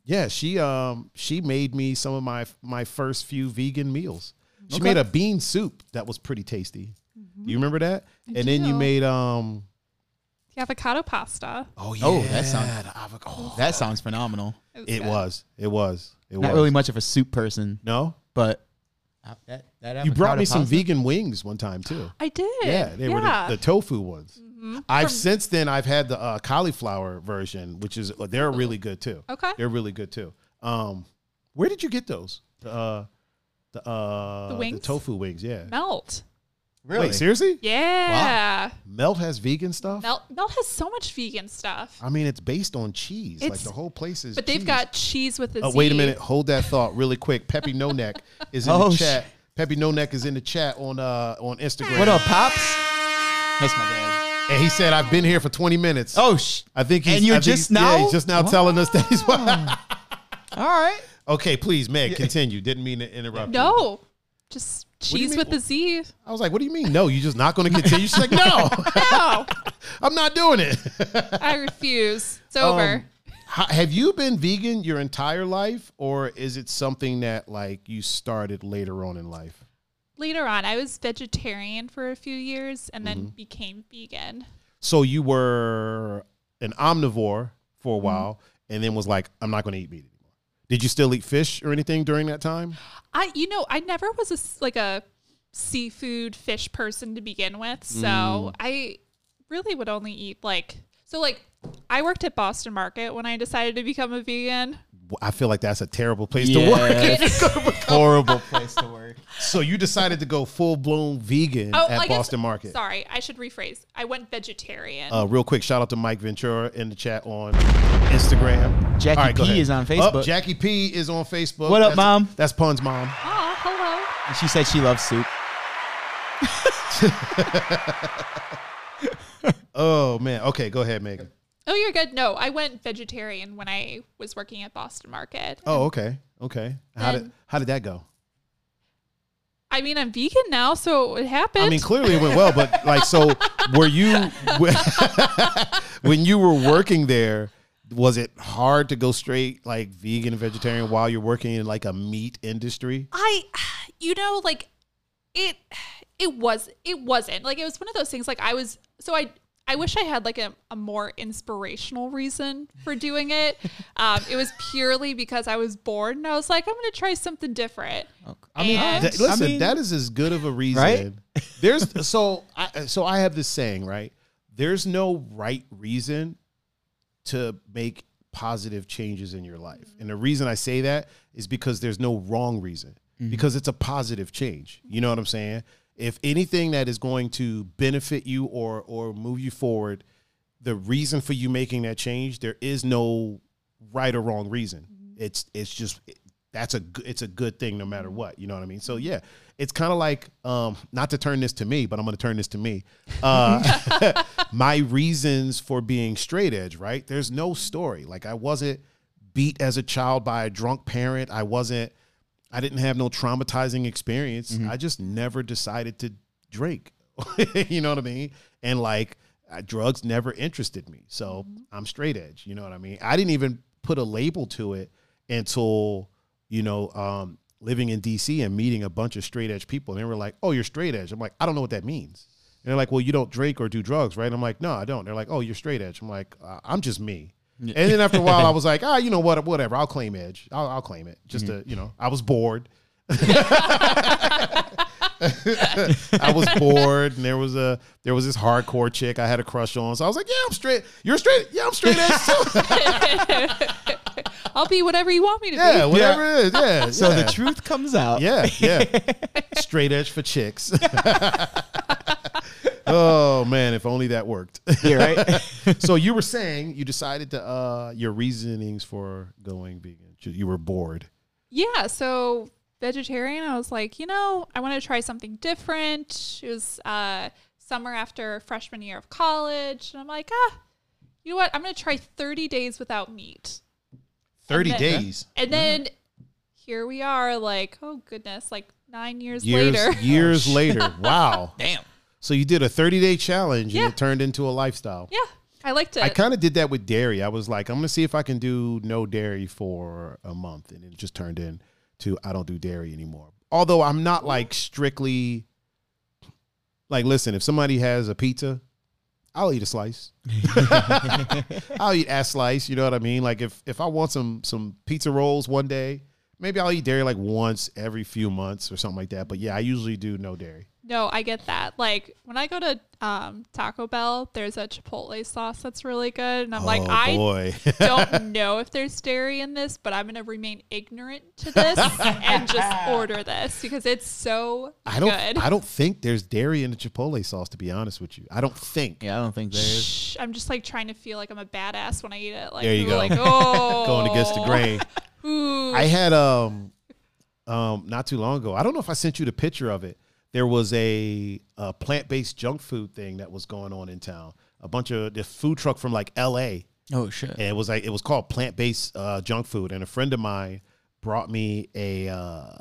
yeah, she um she made me some of my my first few vegan meals. She made a bean soup that was pretty tasty. Do you remember that? and then you Mm-hmm. do. made um The avocado pasta. oh yeah Oh, that sounds- the avocado. that sounds phenomenal. It good. was. It was. It Not was. really much of a soup person, No. but uh, that, that You brought avocado me some pasta? vegan wings one time too. I did. Yeah, they were the, the tofu ones. Mm-hmm. I've since then I've had the uh, cauliflower version, which is uh, they're really good too. Okay. They're really good too. Um, where did you get those? The uh, the, uh, The wings? tofu wings. Yeah. Melt. Wait, seriously? Yeah. Melt has vegan stuff. Melt Melt has so much vegan stuff. I mean, it's based on cheese. like It's- the whole place is. But they've cheese. got cheese with a Z. Oh, wait a minute. Hold that thought really quick. Peppy No Neck is in Oh, the sh- chat. Peppy No Neck is in the chat on uh on Instagram. What up, pops? That's my dad. And he said, "I've been here for 20 minutes." Oh sh. I think he's. And you're I think just he's- Yeah, now? he's just now telling us that he's. All right. okay, please, Meg, continue. Didn't mean to interrupt. you. No. Just do you cheese mean? with a Z. I was like, "What do you mean? No, you're just not going to continue?" She's like, "No, No. I'm not doing it." I refuse. It's over. Um, ha- have you been vegan your entire life, or is it something that like you started later on in life? Later on, I was vegetarian for a few years and then Mm-hmm. became vegan. So you were an omnivore for a Mm-hmm. while, and then was like, "I'm not going to eat meat anymore." Did you still eat fish or anything during that time? I, you know, I never was a s like a seafood fish person to begin with, so Mm. I really would only eat like so. Like, I worked at Boston Market when I decided to become a vegan. Well, I feel like that's a terrible place to work. Yes. Horrible place to work. So you decided to go full blown vegan Oh, at I guess- Boston Market. Sorry, I should rephrase. I went vegetarian. Uh, real quick, shout out to Mike Ventura in the chat on Instagram. Jackie All go P ahead. is on Oh, Facebook. Jackie P is on Facebook. What That's- up, Mom? That's Pun's mom. Aw, hello. And she said she loves soup. Oh man. Okay, go ahead, Megan. Oh, you're good. No, I went vegetarian when I was working at Boston Market. Oh, okay, okay. How did Then- how did that go? I mean, I'm vegan now, so it happened. I mean, clearly it went well, but like, so were you when you were working there? Was it hard to go straight like vegan vegetarian while you're working in like a meat industry? I, you know, like it, it was, it wasn't like it was one of those things. Like I was, so I, I wish I had like a, a more inspirational reason for doing it. um, it was purely because I was bored and I was like, I'm going to try something different. Uh, I mean, And- that- listen, I mean- that is as good of a reason. Right? There's so I so I have this saying, right? There's no right reason to make positive changes in your life. And the reason I say that is because there's no wrong reason. Because it's a positive change. You know what I'm saying? If anything that is going to benefit you or or move you forward, the reason for you making that change, there is no right or wrong reason. It's it's just that's a g- it's a good thing no matter what. You know what I mean? So yeah, it's kind of like um, not to turn this to me, but I'm going to turn this to me. Uh, my reasons for being straight edge, right? There's no story. Like I wasn't beat as a child by a drunk parent. I wasn't. I didn't have no traumatizing experience. I just never decided to drink. you know what I mean? And like uh, drugs never interested me. So I'm straight edge. You know what I mean? I didn't even put a label to it until, you know, um, living in DC and meeting a bunch of straight edge people. And they were like, oh, you're straight edge. I'm like, I don't know what that means. And they're like, well, you don't drink or do drugs, right? I'm like, no, I don't. They're like, oh, you're straight edge. I'm like, uh, I'm just me. And then after a while, I was like, ah, you know what? Whatever. I'll claim edge. I'll, I'll claim it. Just to, Mm-hmm. you know, I was bored. I was bored, and there was a there was this hardcore chick I had a crush on. So I was like, yeah, I'm straight. You're straight. Yeah, I'm straight edge too. I'll be whatever you want me to yeah, be. whatever it is. Yeah. So yeah. the truth comes out. Yeah, yeah. Straight edge for chicks. oh man, if only that worked. Yeah, right. so you were saying you decided to uh your reasonings for going vegan. You were bored. Yeah. So vegetarian, I was like, you know, I want to try something different. It was uh, summer after freshman year of college. And I'm like, ah, you know what? I'm going to try 30 days without meat. 30 And then- days. And then here we are, like, oh goodness, like nine years, Years later. Oh, years later. Wow. Damn. So you did a 30 day challenge Yeah. and it turned into a lifestyle. yeah. I liked it. I kind of did that with dairy. I was like, I'm going to see if I can do no dairy for a month. And it just turned into I don't do dairy anymore. Although I'm not like strictly, like, listen, if somebody has a pizza, I'll eat a slice. I'll eat a slice. You know what I mean? Like if if I want some some pizza rolls one day, maybe I'll eat dairy like once every few months or something like that. But yeah, I usually do no dairy. No, I get that. Like when I go to um, Taco Bell, there's a Chipotle sauce that's really good, and I'm like, oh I boy, don't know if there's dairy in this, but I'm gonna remain ignorant to this and just order this because it's so I don't good. I don't think there's dairy in the Chipotle sauce. To be honest with you, I don't think. Yeah, I don't think there is. Shh, I'm just like trying to feel like I'm a badass when I eat it. Like, There you go. like oh, Going against the grain. Ooh. I had um um not too long ago. I don't know if I sent you the picture of it. There was a, a plant based junk food thing that was going on in town. A bunch of the food truck from like L.A. Oh shit. and it was like it was called plant based uh, junk food. And a friend of mine brought me a uh,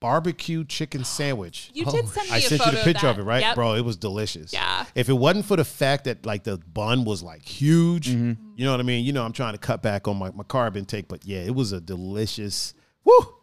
barbecue chicken sandwich. you did send me a Oh, I sent you photo the picture that. of it, right, Yep. bro? It was delicious. Yeah. If it wasn't for the fact that like the bun was like huge, you know what I mean. You know, I'm trying to cut back on my, my carb intake, but yeah, it was a delicious. Woo.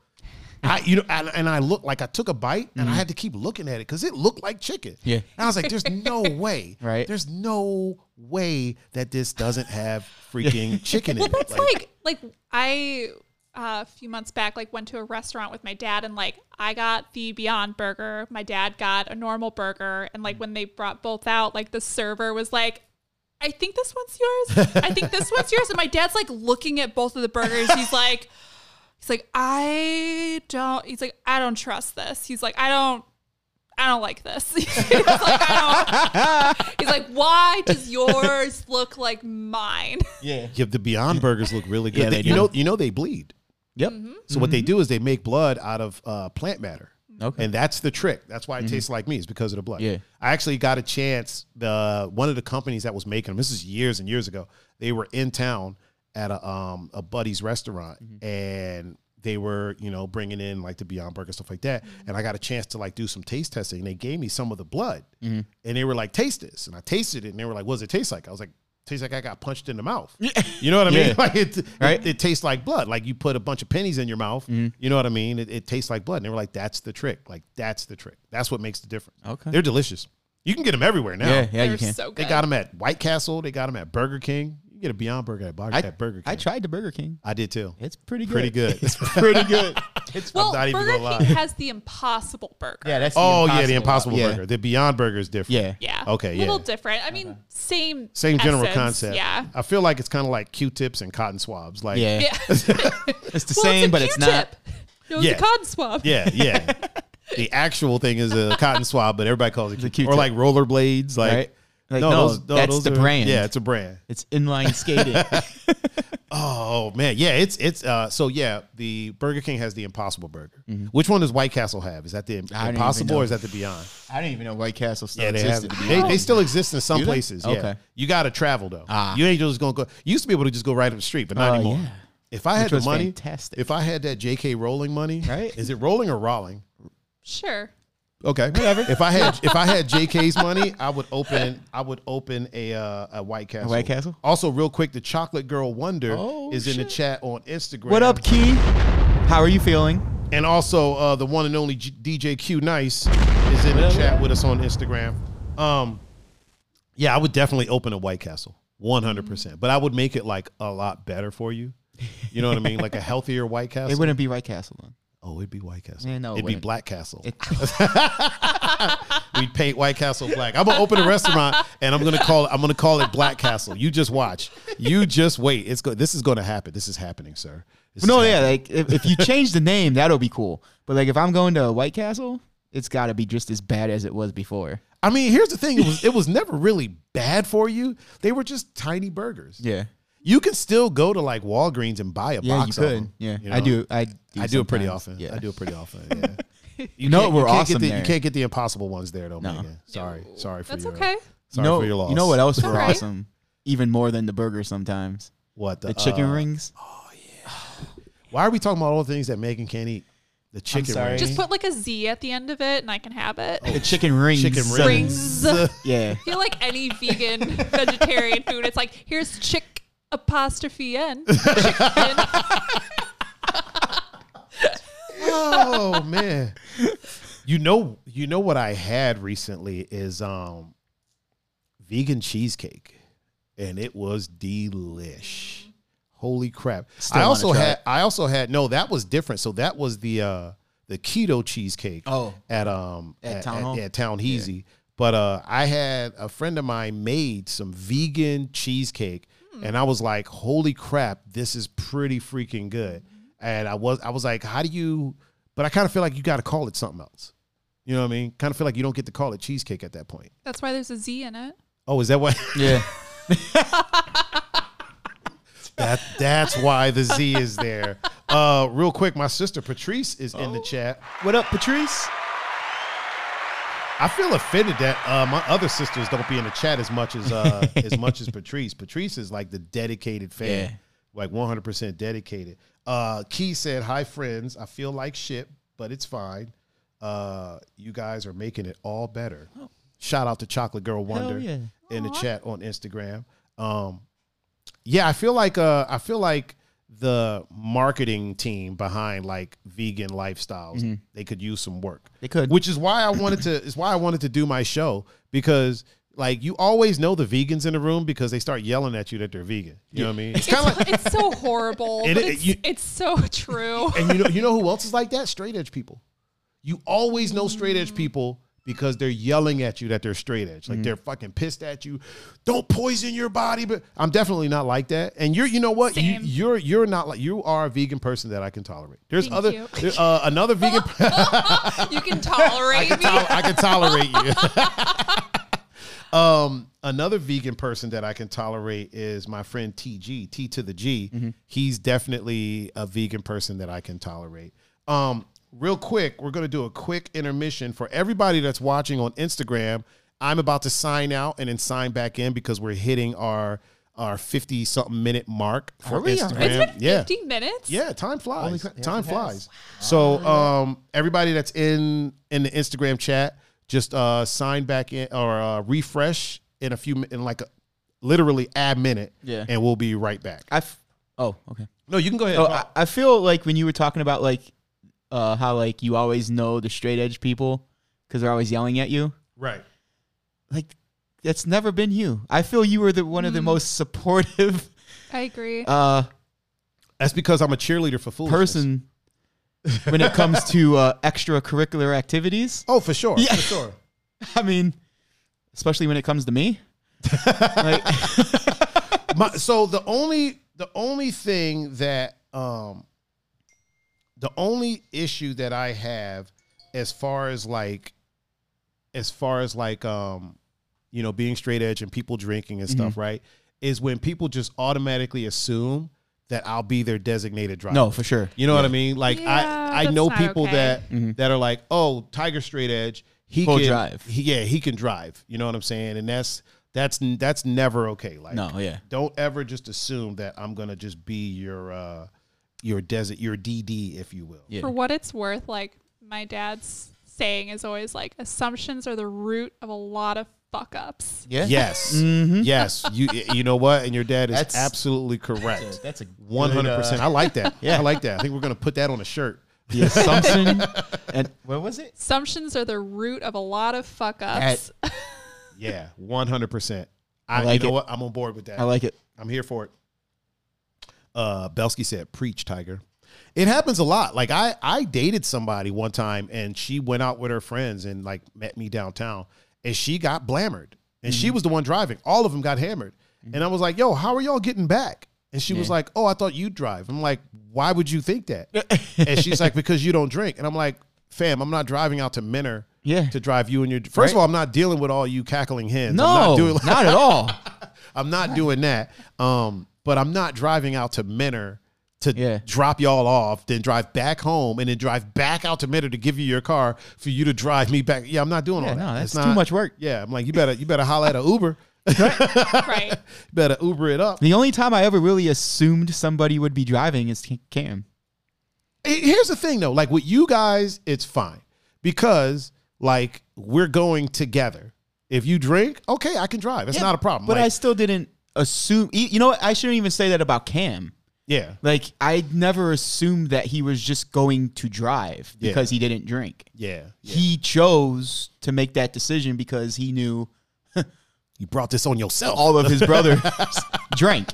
I you know and, and I looked like I took a bite and I had to keep looking at it because it looked like chicken. Yeah. And I was like, there's no way. Right. There's no way that this doesn't have freaking chicken in it. It's like like I uh, a few months back like went to a restaurant with my dad and like I got the Beyond Burger, my dad got a normal burger, and like when they brought both out, like the server was like. I think this one's yours. I think this one's yours. And my dad's like looking at both of the burgers. He's like, he's like, I don't. He's like, I don't trust this. He's like, I don't, I don't like this. he's like, I don't. He's like, why does yours look like mine? Yeah. Yeah, the Beyond Burgers look really good. Yeah, They- they you do. know, you know they bleed. Yep. So what they do is they make blood out of uh, plant matter. Mm-hmm. Okay. Mm-hmm. And that's the trick. That's why it tastes like me. It's because of the blood. Yeah. I actually got a chance. The one of the companies that was making them. This is years and years ago. They were in town at a um a buddy's restaurant, Mm-hmm. and they were you know bringing in like the Beyond Burger stuff like that. Mm-hmm. And I got a chance to like do some taste testing. And they gave me some of the blood, Mm-hmm. and they were like, "Taste this." And I tasted it, and they were like, "What does it taste like?" I was like. Tastes like I got punched in the mouth. You know what I mean? Yeah. Like it, Right. it, Mm-hmm. it tastes like blood. Like you put a bunch of pennies in your mouth. You know what I mean? It, it tastes like blood. And they were like, that's the trick. Like that's the trick. That's what makes the difference. Okay. They're delicious. You can get them everywhere now. Yeah, yeah, They're you can. so good. They got them at White Castle. They got them at Burger King. You can get a Beyond Burger at, Bar- I, at Burger King. I tried the Burger King. I did too. It's pretty good. Pretty good. it's pretty good. It's well, not even Burger gonna lie. King has the Impossible Burger. yeah, that's oh yeah, the Impossible Yeah. Burger. The Beyond Burger is different. Yeah. yeah. Okay, A little yeah. different. I mean, same. Same general essence, concept. Yeah. I feel like it's kind of like Q-tips and cotton swabs. Like Yeah. Yeah. It's the Well, same, a but it's not. Q-tip. No, it's Yeah. a cotton swab. Yeah, yeah. the actual thing is a cotton swab, but everybody calls it a Q-tip. or Q-tip. like rollerblades. Like, Right? Like, no, that's the brand. Yeah, it's a brand. It's inline skating. Oh man, yeah. It's it's uh. So yeah, the Burger King has the Impossible Burger. Which one does White Castle have? Is that the Mm-hmm. even Impossible know. or is that the Beyond? I didn't even know White Castle still Yeah, they have. existed. to be They, honest. they still exist in some Do they? places. Yeah. Okay. You got to travel though. Ah. You ain't just gonna go. You used to be able to just go right up the street, but not Uh, anymore. yeah. If I had the was money, fantastic. if I had that J.K. Rowling money, Right. Is it rolling or rolling? Sure. Okay, whatever. if I had if I had JK's money, I would open I would open a uh, a White Castle. White Castle? Also, real quick, the Chocolate Girl Wonder Oh, is in the shit. chat on Instagram. What up, Key? How are you feeling? And also, uh, the one and only G- DJ Q Nice is in the chat with us on Instagram. Um, yeah, I would definitely open a White Castle, one hundred percent. But I would make it like a lot better for you. You know what I mean? Like a healthier White Castle. It wouldn't be White Castle then. Oh, it'd be White Castle. Yeah, no, it it'd be wouldn't. Black Castle. It- We'd paint White Castle black. I'm gonna open a restaurant and I'm gonna call it. I'm gonna call it Black Castle. You just watch. You just wait. It's go. This is gonna happen. This is happening, sir. This no, is yeah, happening. like if, if you change the name, that'll be cool. But like if I'm going to White Castle, it's got to be just as bad as it was before. I mean, here's the thing. It was. It was never really bad for you. They were just tiny burgers. Yeah, You can still go to like Walgreens and buy a yeah, box. you of could. them, yeah, you I know? do. I do. I do it pretty sometimes. often. Yeah, I do it pretty often. Yeah. You know can't- we're can't awesome Get the, there. You can't get the impossible ones there though, No. Megan. Sorry, sorry for That's your. okay. Sorry you know, for your loss. You know what else were alright. awesome? Even more than the burger sometimes. What The oh, chicken uh, rings. Why are we talking about all the things that Megan can't eat? The chicken sorry. rings. Just Just put like a Z at the end of it and I can have it. Oh. The chicken rings. chicken son. rings. Rings. Yeah. I feel like any vegan vegetarian food, it's like here's chick apostrophe n. Chicken. oh man. You know, you know what I had recently is um vegan cheesecake. And it was delish. Holy crap. Still I wanna also try had it. I also had no, that was different. So that was the uh the keto cheesecake Oh. at um At Town Hall? yeah, Town Heasy. But uh I had a friend of mine made some vegan cheesecake Hmm. and I was like, holy crap, this is pretty freaking good. Mm-hmm. And I was I was like, how do you but I kind of feel like you gotta call it something else. You know what I mean? Kind of feel like you don't get to call it cheesecake at that point. That's why there's a Z in it. Oh, is that why Yeah. that that's why the Z is there. Uh real quick, my sister Patrice is Oh. in the chat. What up, Patrice? I feel offended that uh, my other sisters don't be in the chat as much as uh, as much as Patrice. Patrice is like the dedicated fan, Yeah. like 100% dedicated. Uh, Key said, "Hi friends, I feel like shit, but it's fine. Uh, you guys are making it all better." Shout out to Chocolate Girl Wonder Oh. yeah. in the chat on Instagram. Um, yeah, I feel like uh, I feel like the marketing team behind like vegan lifestyles they could use some work. Mm-hmm. They could. which is why I wanted to is why I wanted to do my show because like you always know the vegans in the room because they start yelling at you that they're vegan. You know what I mean? It's kind of like It's, it's so horrible, It- but it- it's, you- it's so true. and you know you know who else is like that? Straight edge people. You always know straight edge Mm. people because they're yelling at you that they're straight edge. Like they're fucking pissed at you. Don't poison your body, but I'm definitely not like that. And you're you know what? You, Same. you're you're not like you are a vegan person that I can tolerate. There's Thank other you. there- uh, another vegan You can tolerate me. tol- I can tolerate you. um, another vegan person that I can tolerate is my friend TG, T to the G. Mm-hmm. He's definitely a vegan person that I can tolerate. Um, real quick, we're going to do a quick intermission for everybody that's watching on Instagram. I'm about to sign out and then sign back in because we're hitting our our 50 something minute mark for Are we? Instagram. It's been yeah. 15 minutes. Yeah, time flies. cra- yeah, time it has. flies. So, um, everybody that's in in the Instagram chat, just uh, sign back in or uh, refresh in a few mi- in like a, literally a minute. Yeah. and we'll be right back. I. F- oh, okay. No, you can go ahead. Oh, I, I feel like when you were talking about like uh, how like you always know the straight edge people because they're always yelling at you. right. like that's never been you. I feel you were the one of the most supportive I agree. uh That's because I'm a cheerleader for foolishness. person when it comes to uh extracurricular activities. Oh, for sure. Yeah. For sure. I mean, especially when it comes to me. like, My, so the only the only thing that um the only issue that I have as far as like as far as like um you know being straight edge and people drinking and Mm-hmm. stuff, right? Is when people just automatically assume that I'll be their designated driver. no, for sure. You know what I mean? Like Yeah, I I that's know not people okay. that that are like, oh, Tiger Straight Edge, he He'll can Mm-hmm. drive. He, yeah, he can drive. You know what I'm saying? And that's that's that's never okay. Like, No, yeah. don't ever just assume that I'm gonna just be your uh your desert your DD, if you will. Yeah. For what it's worth, like my dad's saying is always like assumptions are the root of a lot of fuck ups. Yeah. Yes, Mhm. yes. You you know what? And your dad is That's- uh, absolutely correct. That's a One hundred percent. I like that. Yeah, I like that. I think we're gonna put that on a shirt. The assumption and what was it? Assumptions are the root of a lot of fuck ups. Yeah, one hundred percent. I, like you know it. what? I'm on board with that. I like it. I'm here for it. Uh, Belsky said, "Preach, Tiger." It happens a lot. Like I, I dated somebody one time, and she went out with her friends and like met me downtown, and she got blamered, and Mm-hmm. she was the one driving. All of them got hammered, and I was like, "Yo, how are y'all getting back?" And she was Yeah. like, "Oh, I thought you drive." I'm like, "Why would you think that?" and she's like, "Because you don't drink." And I'm like, "Fam, I'm not driving out to Minner." Yeah. To drive you and your first of all, I'm not dealing with all you cackling hens. No, I'm not, not doing like, at all. I'm not doing that. Um, but I'm not driving out to Menor to Yeah. drop y'all off, then drive back home, and then drive back out to Menor to give you your car for you to drive me back. Yeah, I'm not doing all that. no, that's It's too not- much work. Yeah, I'm like, you better, you better holler at a Uber. right. better Uber it up. The only time I ever really assumed somebody would be driving is Cam. Hey, Here's the thing though, like with you guys, it's fine because like we're going together. If you drink, okay, I can drive. It's not a problem. But Like, I still didn't assume. e- You know what? I shouldn't even say that about Cam. yeah, Like I never assumed that he was just going to drive Yeah. because he didn't drink. yeah, yeah. He chose to make that decision because he knew you brought this on yourself. all of his brothers drank,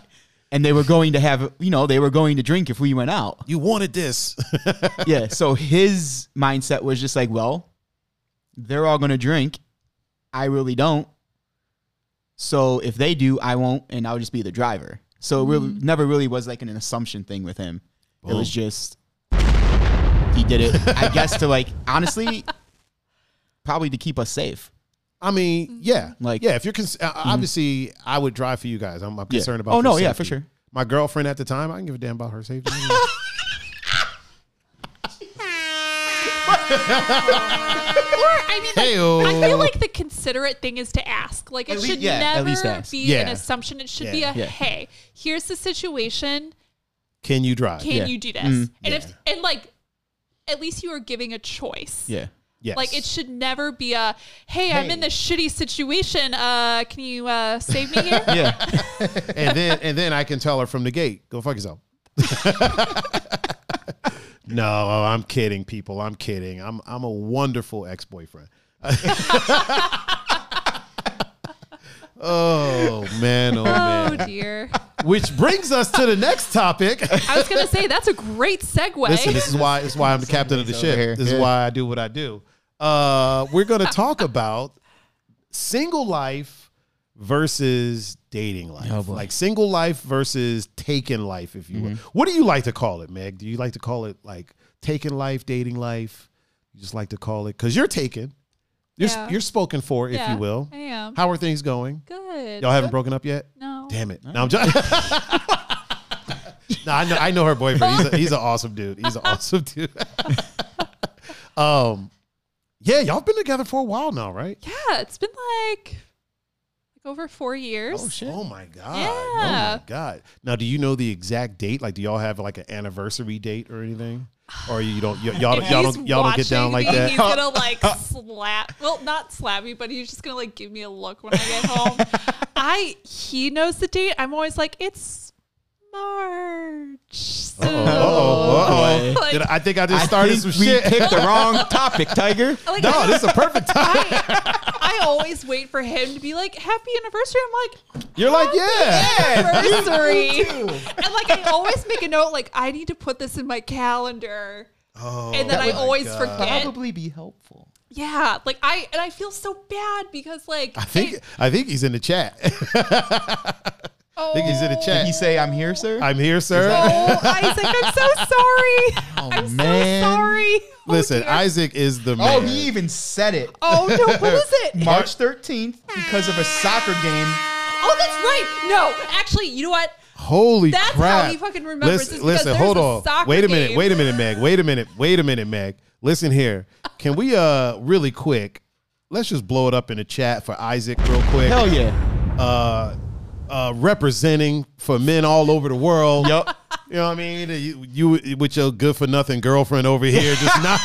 and they were going to have you know they were going to drink if we went out. you wanted this. yeah. So his mindset was just like, well, they're all going to drink. I really don't. So if they do, I won't, and I'll just be the driver. So it really, never really was like an assumption thing with him. It was just he did it, I guess, to like honestly, probably to keep us safe. I Mm-hmm. mean, yeah, like Like- Mm-hmm. yeah. If you're cons- uh, obviously, I would drive for you guys. I'm, I'm Yeah. concerned about. Oh, your no, yeah, for safety. sure. My girlfriend at the time, I didn't give a damn about her safety. Or I mean, like, Heyo. I feel like the considerate thing is to ask. Like it At lea- should yeah, at never least ask. be Yeah. an assumption. It should be Yeah. a Yeah. hey, here's the situation. Can you drive? Can Yeah. you do this? Mm. and if and like, at least you are giving a choice. Yeah. Yes. Like it should never be a hey, I'm in Hey. this shitty situation. Uh, can you uh save me here? Yeah. and then and then I can tell her from the gate, go fuck yourself. no, I'm kidding, people. I'm kidding. I'm I'm a wonderful ex boyfriend. oh man, oh Oh man. dear. Which brings us to the next topic. I was gonna say that's a great segue. Listen, this is why this is why I'm the captain of the Somebody's over here. ship. This is Yeah. why I do what I do. Uh, we're gonna talk about single life versus dating life. Oh, boy. Mm-hmm. Like single life versus taken life, if you will. What do you like to call it, Meg? Do you like to call it like taken life, dating life? You just like to call it because you're taken. You're Yeah. you're spoken for, if Yeah, you will. I am. How are things going? Good. Y'all haven't broken up yet? no. Damn it! No, I'm just. no, I know. I know her boyfriend. He's a, he's an awesome dude. He's an awesome dude. um, yeah, y'all been together for a while now, right? Yeah, it's been like like over four years. Oh my god! Oh Yeah. my god! Now, do you know the exact date? Like, do y'all have like an anniversary date or anything? Or you don't? Y- y'all If don't? Y'all he's don't? Y'all don't get down like watching me, that? He's gonna like slap. Well, not slap me, but he's just gonna like give me a look when I get home. I he knows the date. I'm always like it's March. So, Uh-oh, uh-oh. like, Did I I think I just I started think some we shit. picked the wrong topic, Tiger. like, No, this is a perfect time. I, I always wait for him to be like, "Happy anniversary!" I'm like, You're like, yeah. anniversary. and like I always make a note, like I need to put this in my calendar. Oh, and then I always forget. be helpful. Yeah, like I and I feel so bad because like I think I think he's in the chat. I think he's in the Did chat. he say, "I'm here, sir"? I'm here, sir. Oh, Isaac, I'm so sorry. I'm man. so sorry. Oh, Oh, Listen, dear. Isaac is the man. oh, he even said it. Oh no, what is it? March 13th, because of a soccer game. Oh, that's right. No, actually, you know what? Holy That's how crap! he fucking remembers Listen, is because listen there's hold a on. soccer Wait a minute. game. Wait a minute, Meg. Wait a minute. Wait a minute, Meg. Listen here. Can we uh really quick? Let's just blow it up in the chat for Isaac real quick. Hell yeah! uh, uh, representing for men all over the world. Yup. You know what I mean? You, you with your good for nothing girlfriend over here, just not,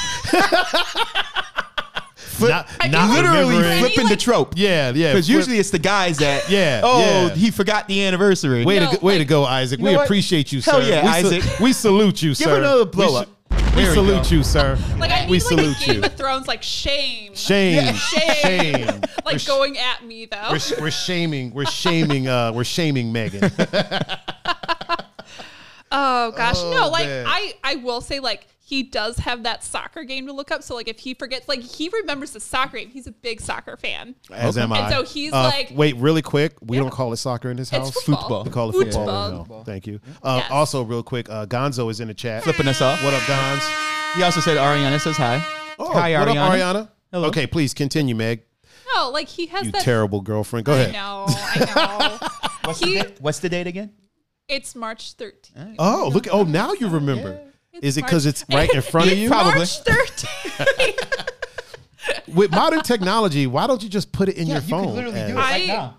not, I not can Literally remembering. flip- flipping the like- trope. Yeah, yeah. because flip- usually it's the guys that. Yeah, Oh, yeah. he forgot the anniversary. way No, to go, way to like- go, Isaac. know we what? appreciate you, Hell sir. yeah, we Isaac. we salute you, sir. her another We blow sa- up. We, There we salute go. you, sir. Like I need we like salute a Game you. of Thrones, like shame, Shame, shame, shame. like going at me though. We're, sh- we're shaming. We're shaming. Uh, we're shaming Megan. Oh gosh, Oh, no! Like man. I, I will say like he does have that soccer game to look up. So like if he forgets, like he remembers the soccer game. He's a big soccer fan. As am I. And so he's Uh, like- wait, really quick. We Yeah. don't call it soccer in this house. football. Football. We call it Football. football. No, Thank you. Uh, Yes. Also, real quick, uh, Gonzo is in the chat. Flipping us off. What up, Gonz? He also said Ariana says hi. Oh, hi, what Ariana. up, Ariana? Hello. Okay, please continue, Meg. No, like he has You that. terrible girlfriend. Go I ahead. know, I know. What's, he, the date? What's the date again? it's March thirteenth. Oh, look. Oh, now you remember. It's Is it March- because it's right in front of you? Probably. March thirteenth. With modern technology, why don't you just put it in your phone? as- it. right I- now.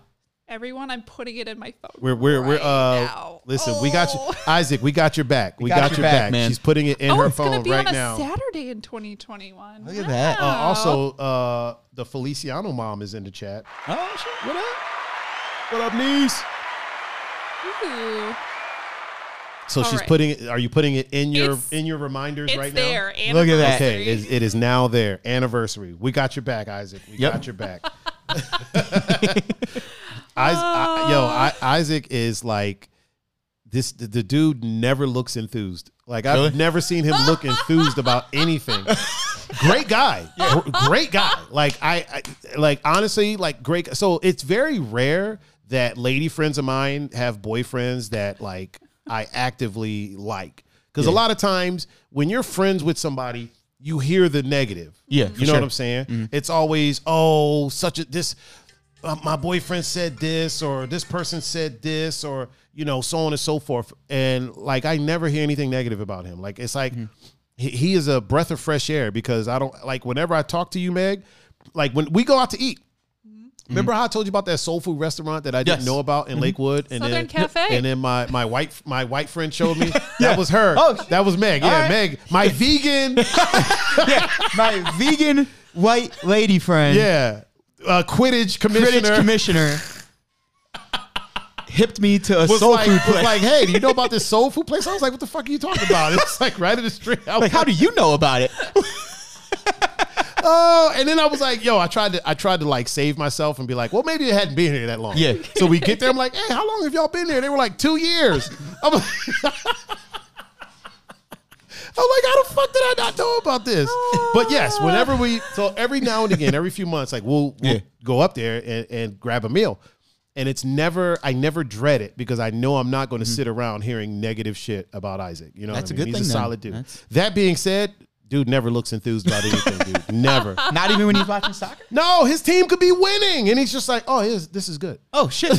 Everyone, I'm putting it in my phone. We're we're we're right uh. now. Listen, we got you, Oh. Isaac. We got your back. We, got, your back. man. She's putting it in Oh, her it's phone gonna be right on a now. Saturday in 2021. Look at that. Uh, also, uh, the Feliciano mom is in the chat. Oh, shit. What up? What up, niece? Ooh. So All she's right. putting it. Are you putting it in your It's- in your reminders it's right there. now? Look at that. Okay, anniversary. it, it is now there. Anniversary. We got your back, Isaac. We Yep. got your back. Is- I- yo, I, Isaac is like this. The, the dude never looks enthused. Like I've Really? never seen him look enthused about anything. Great guy, Gr- great guy. Like I, I, like honestly, like great. So it's very rare that lady friends of mine have boyfriends that like I actively like. Because a lot of times when you're friends with somebody, you hear the negative. Yeah, you for know what sure. I'm saying. Mm-hmm. It's always oh such a this. Uh, my boyfriend said this, or this person said this, or you know so on and so forth. And like I never hear anything negative about him. Like it's Mm-hmm. like he, he is a breath of fresh air because I don't like whenever I talk to you, Meg. Like when we go out to eat. Mm-hmm. Remember how I told you about that soul food restaurant that I didn't Yes. Mm-hmm. know about in Lakewood, and Southern then Cafe. and then my my white my white friend showed me Yeah. that was her. Oh, shit. that was Meg. Yeah, right. Meg, my vegan. yeah, my vegan white lady friend, Yeah, uh, Quidditch commissioner. British commissioner, hipped me to a was soul like, food was place. like, hey, do you know about this soul food place? I was like, what the fuck are you talking about? It's like right in the street. I was Like, how do you know about it? oh, and then I was like, yo, I tried to, I tried to like save myself and be like, well, maybe it hadn't been here that long. Yeah. So we get there. I'm like, hey, how long have y'all been there? They were like two years. I'm like, I'm like, how the fuck did I not know about this? But yes, whenever we, so every now and again, every few months, like we'll, we'll Yeah. go up there and, and grab a meal. And it's never, I never dread it because I know I'm not Mm-hmm. going to sit around hearing negative shit about Isaac. You know, That's a what I mean? good He's thing, a then. solid dude. That's- That being said, dude never looks enthused about anything, dude. Never. Not even when he's watching soccer. No, his team could be winning, and he's just like, "Oh, here's, this is good. Oh shit!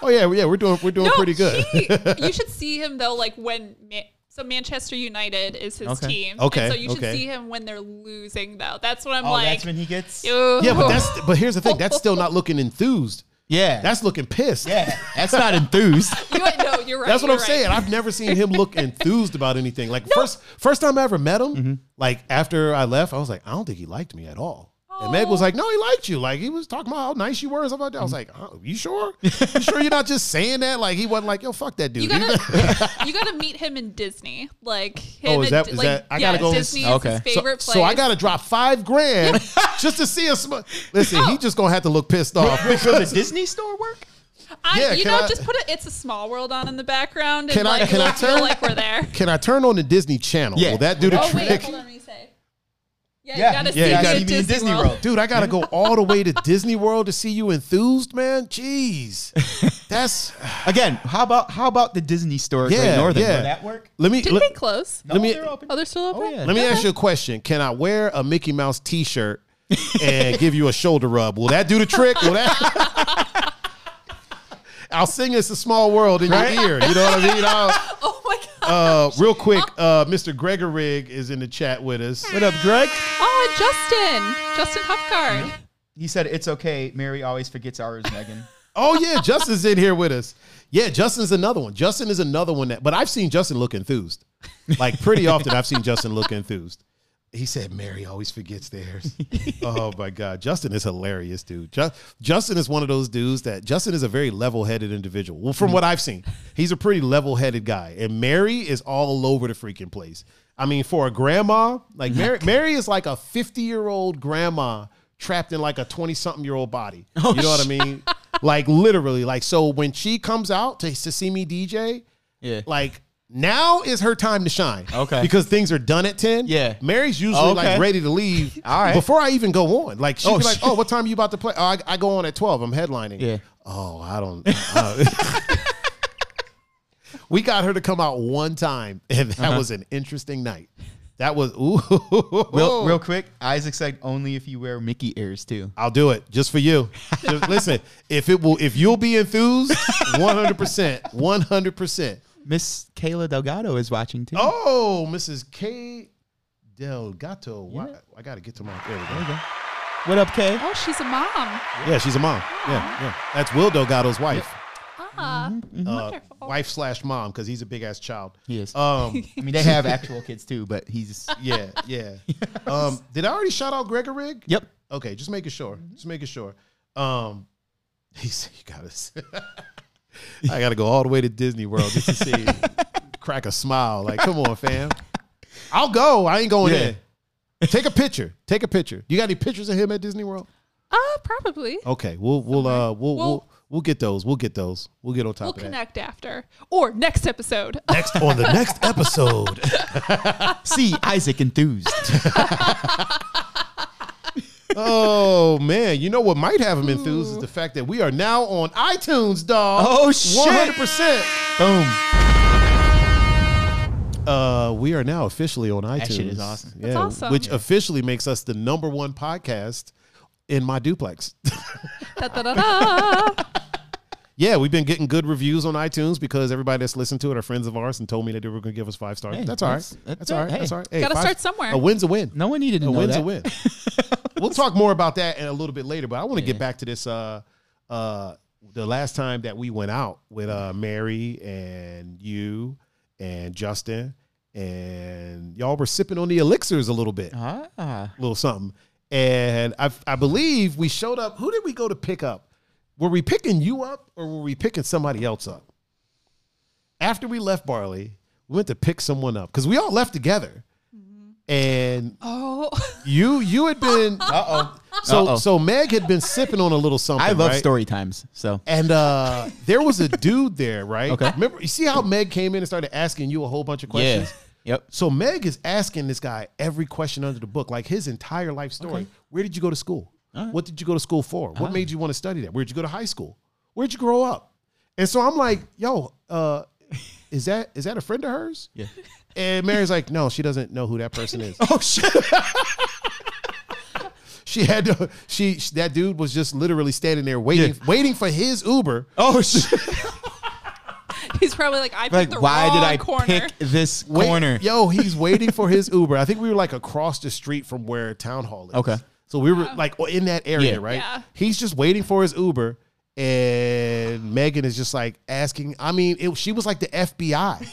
Oh yeah, yeah, we're doing we're doing No, pretty good." he- you should see him though, like when Ma- so Manchester United is his Okay. team. and Okay, so you should okay. see him when they're losing though. That's what I'm oh, like. that's when he gets. "Ew." yeah, but that's but here's the thing. That's still not looking enthused. Yeah, That's looking pissed. yeah. That's not enthused. You- no, you're right. That's what you're I'm right. saying. I've never seen him look enthused about anything. Like first first time I ever met him, like after I left, I was like, I don't think he liked me at all. And Meg Oh. was like, "No, he liked you. Like he was talking about how nice you were and stuff like that." I was like, "Oh, you sure? You sure you're not just saying that? Like he wasn't like, yo, fuck that dude." You gotta, you gotta meet him in Disney. Like, him Oh, is that- at Di- is like, that- I yeah, gotta go- Disney Okay. is So- his so, favorite place. so I gotta drop five grand just to see a sm- listen. Oh. He just gonna have to look pissed off. because- Disney store work? I, yeah, you can know, I- just put a "It's a Small World" on in the background, and Can I- like, can I we'll feel turn- like we're there. Can I turn on the Disney Channel? Yeah. Will that do the oh wait, trick? hold on, what do you say? Yeah, Yeah, you gotta yeah, you see gotta me at be in Disney, Disney World. World. Dude, I gotta go all the way to Disney World to see you enthused, man. Jeez, that's Again, how about how about the Disney store yeah, Yeah, in Northern? yeah. Will that work? let me Did let, they close? let me they're open. Oh, they're still open. yeah. let me ask you a question. Can I wear a Mickey Mouse T-shirt and give you a shoulder rub? Will that do the trick? Will that? I'll sing "It's a Small World" in your ear. You know what I mean? I'll- Oh my god! uh, real quick, uh, Mr. Gregor Rig is in the chat with us. What up, Greg? oh, and Justin, Justin Hupgard. He said it's okay. Mary always forgets ours, Megan. Oh yeah, Justin's in here with us. Yeah, Justin's another one. Justin is another one that, but I've seen Justin look enthused. Like pretty often, I've seen Justin look enthused. He said, "Mary always forgets theirs." oh my God, Justin is hilarious, dude. Ju- Justin is one of those dudes that Justin is a very level-headed individual. Well, from what I've seen, he's a pretty level-headed guy, and Mary is all over the freaking place. I mean, for a grandma, like Mary, Mary is like a fifty-year-old grandma trapped in like a twenty-something-year-old body. Oh, you know what I mean? like literally, like so when she comes out to, to see me DJ, Yeah. like now is her time to shine. Okay. Because things are done at 10. Yeah. Mary's usually Okay. like ready to leave All right. before I even go on. Like she'll Oh, be like, shit. oh, what time are you about to play? Oh, I, I go on at 12. I'm headlining. Yeah. Oh, I don't. uh, we got her to come out one time, and that Uh-huh. was an interesting night. That was ooh. Real, real quick, Isaac said only if you wear Mickey ears too. I'll do it just for you. Just listen, if it will, if you'll be enthused, one hundred percent, one hundred percent. Miss Kayla Delgado is watching too. Oh, Mrs. K. Delgato. Why- I got to get to my. There we go. Okay. What up, Kay? Oh, she's a mom. Yeah, she's a mom. Yeah, yeah. That's Will Delgado's wife. Ah, Mm-hmm. wonderful. Uh, Wife slash mom, because he's a big ass child. He is. Um, Uh, I mean, they have actual kids too, but he's. yeah, yeah. Um, did I already shout out Gregor Rig? Yep. Okay, just making sure. Just making sure. Um, he said, "You got to." I got to go all the way to Disney World just to see, crack a smile. Like, come on, fam. I'll go. I ain't going Yeah. in. Take a picture. Take a picture. You got any pictures of him at Disney World? Uh, probably. Oh, Okay, we'll we'll uh we'll Well- we'll we'll get those. We'll get those. We'll get on top We'll of that. connect after or next episode. Next on the next episode. See Isaac enthused. oh man, you know what might have him enthused is the fact that we are now on iTunes, dog. Oh, shit. One hundred percent. Boom. Uh, we are now officially on iTunes. That shit is awesome. Yeah, That's awesome. Which officially makes us the number one podcast in my duplex. da, da, da, da. yeah, we've been getting good reviews on iTunes because everybody that's listened to it are friends of ours and told me that they were going to give us five stars. Hey, that's all right. that's- That's, that's all it. right. Hey. That's all right. Hey, Gotta five- start somewhere. A win's a win. No one needed to a know win's that. a win. we'll talk more about that in a little bit later, but I want to get back to this. Uh, uh, the last time that we went out with uh, Mary and you and Justin, and y'all were sipping on the elixirs a little bit, a Ah. little something. And I, I believe we showed up. Who did we go to pick up? Were we picking you up or were we picking somebody else up? After we left Barley, we went to pick someone up because we all left together. And oh, you you had been Uh oh. so Uh-oh. so Meg had been sipping on a little something. I love right? story times. So And uh, there was a dude there, right? Okay. Remember, you see how Meg came in and started asking you a whole bunch of questions. Yep. So Meg is asking this guy every question under the book, like his entire life story. Where did you go to school? What did you go to school for? What made you want to study that? Where did you go to high school? Where'd you grow up? And so I'm like, yo, uh, is that is that a friend of hers? Yeah. And Mary's like, no, she doesn't know who that person is. Oh shit. She had to, she that dude was just literally standing there waiting waiting for his Uber. Oh shit. he's probably like I picked like the why wrong did I corner. pick this Wait- corner? Yo, he's waiting for his Uber. I think we were like across the street from where town hall is. Okay. So we were like in that area, Yeah. right? Yeah. He's just waiting for his Uber and Megan is just like asking, I mean, it, she was like the FBI.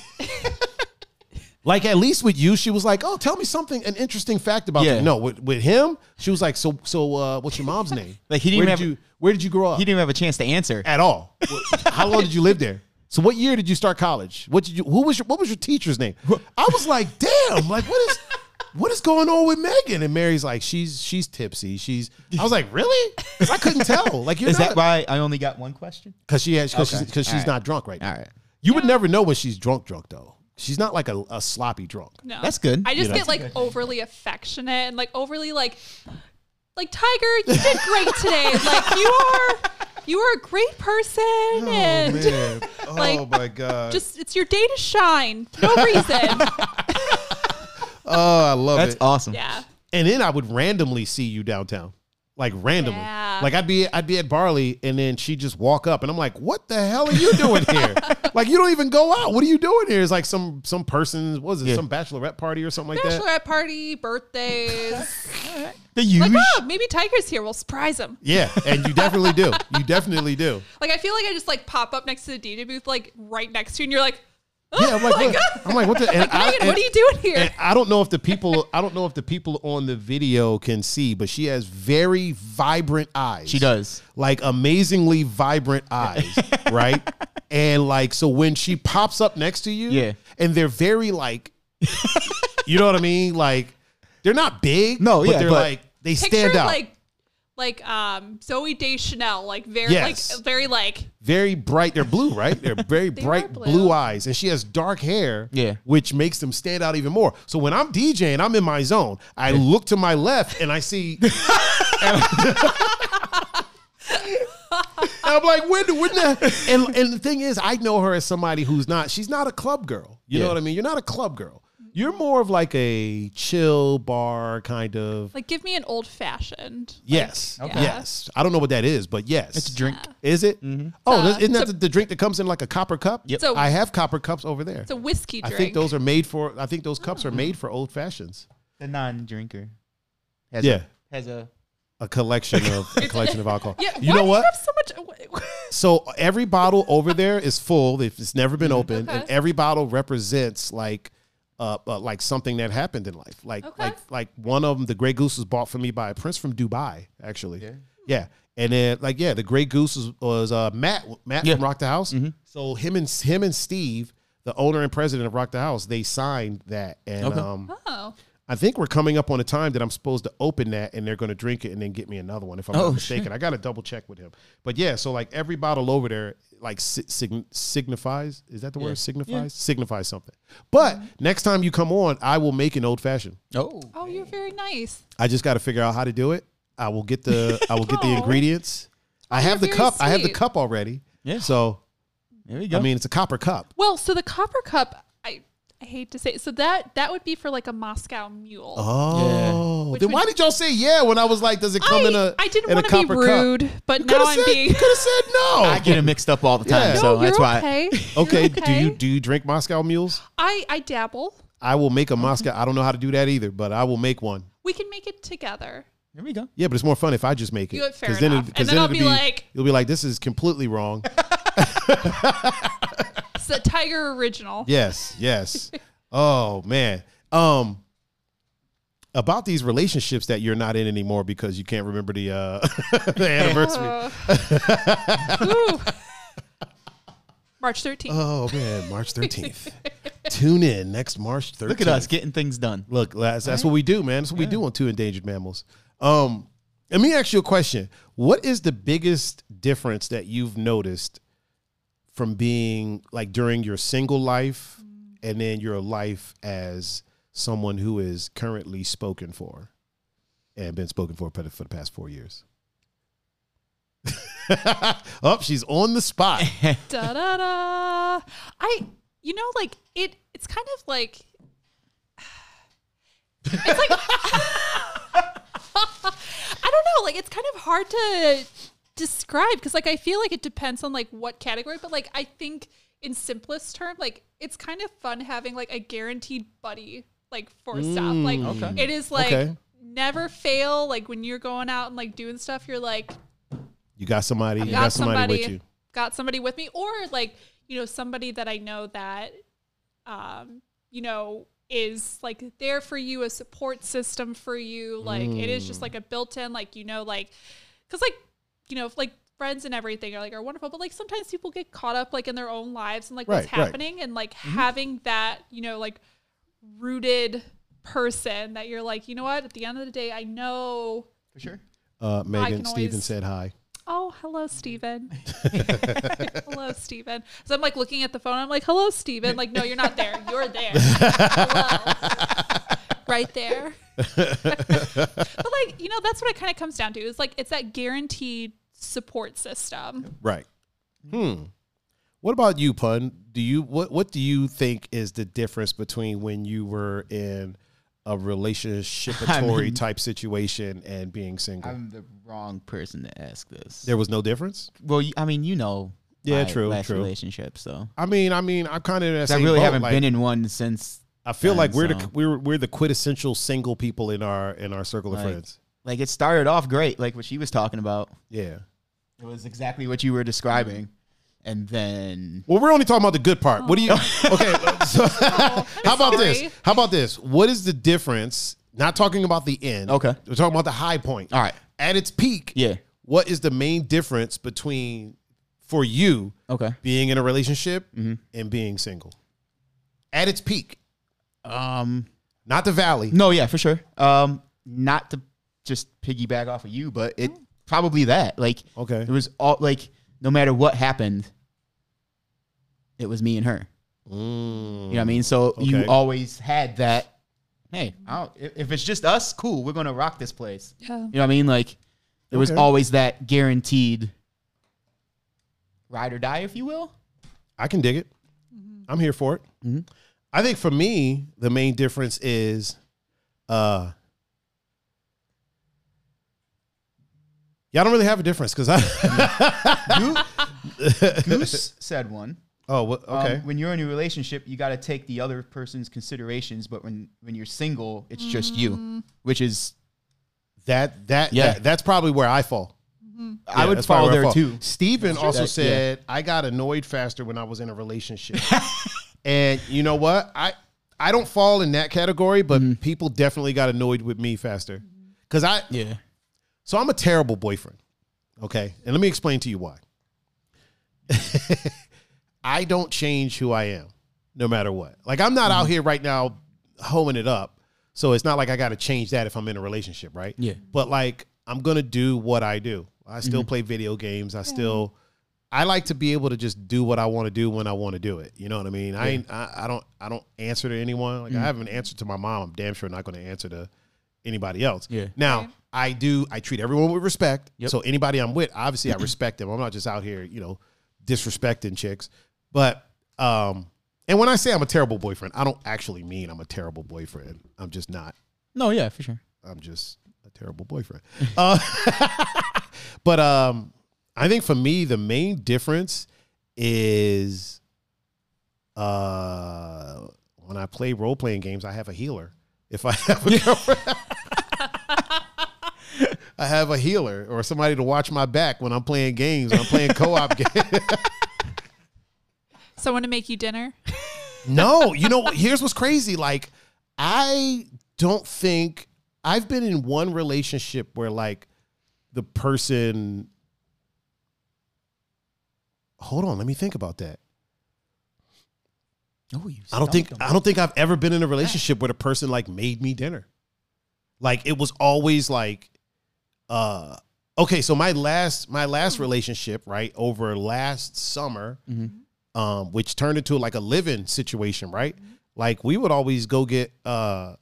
Like at least with you, she was like, "Oh, tell me something, an interesting fact about Yeah. you." No, with, with him, she was like, "So, so, uh, what's your mom's name? Like, he didn't where have- did you where did you grow up He didn't have a chance to answer. at all? How long did you live there? So, what year did you start college? What did you? Who was your what was your teacher's name? I was like, damn, like what is what is going on with Megan? And Mary's like, she's she's tipsy. She's I was like, really? 'Cause I couldn't tell. Like you're Is that not why I only got one question? because she has because she's Okay. because she's Alright. not drunk right now. All right. You would never know when she's drunk, drunk though. She's not like a, a sloppy drunk. No. That's good. I just get like overly affectionate and like overly like like Tiger, you did great today. like you are you are a great person Oh, and like Oh, my god! just it's your day to shine. No reason. oh, I love That's awesome. yeah. and then I would randomly see you downtown, like randomly. Yeah. Like I'd be I'd be at Barley, and then she'd just walk up, and I'm like, "What the hell are you doing here? like you don't even go out. What are you doing here?" It's like some some person's what is it Yeah. some bachelorette party or something like that. Bachelorette party, birthdays. The huge. like, oh, maybe Tiger's here. We'll surprise him. Yeah, and you definitely do. You definitely do. Like I feel like I just like pop up next to the DJ booth, like right next to you, and you're like, oh, Yeah, I'm like, my what? God. I'm like, what the? And I- Megan, what and- are you doing here? And I don't know if the people I don't know if the people on the video can see, but she has very vibrant eyes. She does. Like amazingly vibrant eyes, right? And like so when she pops up next to you, Yeah. and they're very like you know what I mean? Like they're not big, No, but yeah, they're but- like they Picture stand out. like like um Zoe Deschanel, like very Yes. like very like very bright. They're blue, right? They're very They are bright blue. blue. eyes, and she has dark hair, Yeah. which makes them stand out even more. So when I'm DJing, I'm in my zone. I look to my left and I see. and I'm like, when, when the, and, and the thing is, I know her as somebody who's not, she's not a club girl. You know Yeah. what I mean? You're not a club girl. You're more of like a chill bar kind of. like give me an old fashioned. yes. Okay. Yes. I don't know what that is, but yes. Ah. It's a drink. Is it? Oh, It's a- isn't that it's the, a- the drink that comes in like a copper cup? Yep. So- I have copper cups over there. It's a whiskey I drink. think those are made for. I think those cups are made for old fashions. The non-drinker. Has Yeah. A, has a. A collection of a collection of alcohol. yeah, you why know do what? Have so much. So every bottle over there is full. If it's never been opened, and Mm-hmm. Okay. every bottle represents like. Uh, uh, like something that happened in life, like Okay. like like one of them, the Grey Goose was bought for me by a prince from Dubai, actually. Yeah, and then like yeah, the Grey Goose was, was uh, Matt Matt Yeah. Mm-hmm. from Rock the House. So him and him and Steve, the owner and president of Rock the House, they signed that, and Okay. um, Oh, I think we're coming up on a time that I'm supposed to open that and they're going to drink it and then get me another one if I'm Oh, not mistaken. I got to double check with him. But yeah, so like every bottle over there like si- sign- signifies, is that the word signifies? Signifies something. But next time you come on, I will make an old fashioned. Oh. oh, you're very nice. I just got to figure out how to do it. I will get the I will get the Aw. ingredients. I have the Oh. very cup. I have the sweet. cup already. Yeah. So, There you go. I mean, it's a copper cup. Well, so the copper cup, I, I hate to say, it, so that that would be for like a Moscow Mule. Oh. Which Then why would- did y'all say yeah when I was like does it I, come in a I didn't in a want to be copper cup? rude, but now I'm said, being. could have said no. I get it mixed up all the time, Yeah. No, so you're that's why. okay. You're Okay, do okay. you do you drink Moscow mules? I I dabble. I will Mm-hmm. make a Moscow. I don't know how to do that either, but I will make one. We can make it together. There we go. Yeah, but it's more fun if I just make it. You know, fair 'Cause enough. And then I'll it'll be like- you'll be like, this is completely wrong. It's a Tiger original. yes, yes. Oh man. Um, about these relationships that you're not in anymore because you can't remember the uh the anniversary. Uh, ooh. March 13th. Oh man, March thirteenth. Tune in next March thirteenth. Look at us getting things done. Look, that's, that's what we do, man. That's what we do on Two Endangered Mammals. Um, let me ask you a question. What is the biggest difference that you've noticed from being like during your single life Mm. and then your life as someone who is currently spoken for and been spoken for for the- for the past four years? oh, she's on the spot. da da da. I, you know, like it. It's kind of like. It's like I don't know. Like it's kind of hard to describe because, like, I feel like it depends on like what category. But like, I think in simplest term, like it's kind of fun having like a guaranteed buddy like for stuff. Like Okay. it is like Okay. never fail. Like when you're going out and like doing stuff, you're like You got somebody. you got, got somebody, somebody, with you. got somebody with me or like you know somebody that i know that um you know is like there for you, a support system for you. Like it is Mm. just like a built-in, like you know, like because like you know, if, like friends and everything are like are wonderful, but like sometimes people get caught up like in their own lives and like what's Right, Mm-hmm. right. happening and like having that you know like rooted person that you're like you know what at the end of the day I know. For sure. Uh, Megan, can Steven always- said hi. Oh, hello, Steven. hello, Steven. So I'm like looking at the phone. I'm like, hello, Steven. Like, no, you're not there. You're there. hello. Right there. but like, you know, that's what it kind of comes down to is like, it's that guaranteed support system. Right. Mm-hmm. Hmm. What about you, pun? Do you what what do you think is the difference between when you were in a relationshipatory I mean- type situation and being single? I'm the wrong person to ask this. there was no difference. well, you- I mean, you know, Yeah, my true, last true. relationship, so I mean, I mean, I'm kind of in that 'Cause I same really boat, haven't like, been in one since. I feel like then, we're so- the we're we're the quintessential single people in our in our circle of Like- friends. Like it started off great, like what she was talking about. Yeah. It was exactly what you were describing, and then Well, we're only talking about the good part. What do you? Oh. Okay, so how about sorry. this? How about this? What is the difference? Not talking about the end. Okay. we're talking about the high point. All right. at its peak. Yeah. what is the main difference between for you okay, being in a relationship Mm-hmm. and being single? At its peak, um, not the valley. no, yeah, for sure. Um, not to just piggyback off of you, but it probably that like Okay. it was all like no matter what happened, it was me and her. Mm. You know what I mean? So you Okay. always had that. Hey, I don't, if if it's just us, cool. We're gonna rock this place. You Yeah. know what I mean? Like there was Okay. always that guaranteed ride or die, if you will. I can dig it. I'm here for it. Mm-hmm. I think for me, the main difference is, uh, yeah, I don't really have a difference because I. Goo- Goose said one. oh, what, Um, okay. when you're in a relationship, you got to take the other person's considerations, but when when you're single, it's just you, which is that that Yeah. that- that's probably where I fall. I Yeah, would that's probably fall where I there too. Steven also That- said I got annoyed faster when I was in a relationship, and you know what? I I don't fall in that category, but people definitely got annoyed with me faster because I Yeah. So I'm a terrible boyfriend. Okay. And let me explain to you why. I don't change who I am no matter what. Like I'm not out here right now hoeing it up. So it's not like I got to change that if I'm in a relationship, right? Yeah. But like I'm going to do what I do. I still play video games. I still I like to be able to just do what I want to do when I want to do it. You know what I mean? I ain't I, I don't I don't answer to anyone. Like I haven't answered to my mom. I'm damn sure not going to answer to anybody else. Yeah. Now, Right. I do I treat everyone with respect. So anybody I'm with, obviously I respect them. I'm not just out here, you know, disrespecting chicks. But um and when I say I'm a terrible boyfriend, I don't actually mean I'm a terrible boyfriend. I'm just not. No, yeah, for sure. I'm just a terrible boyfriend. uh, but um, I think for me, the main difference is uh, when I play role playing games, I have a healer. If I have a girlfriend, I have a healer or somebody to watch my back when I'm playing games. When I'm playing co op games. Someone to make you dinner. No, you know, here's what's crazy. Like, I don't think I've been in one relationship where like the person. Hold on, let me think about that. Oh, you. I don't think I don't think I've ever been in a relationship where the person like made me dinner. Like it was always like uh okay, so my last my last relationship, right, over last summer, Mm-hmm. um, which turned into like a living situation, right? Like we would always go get uh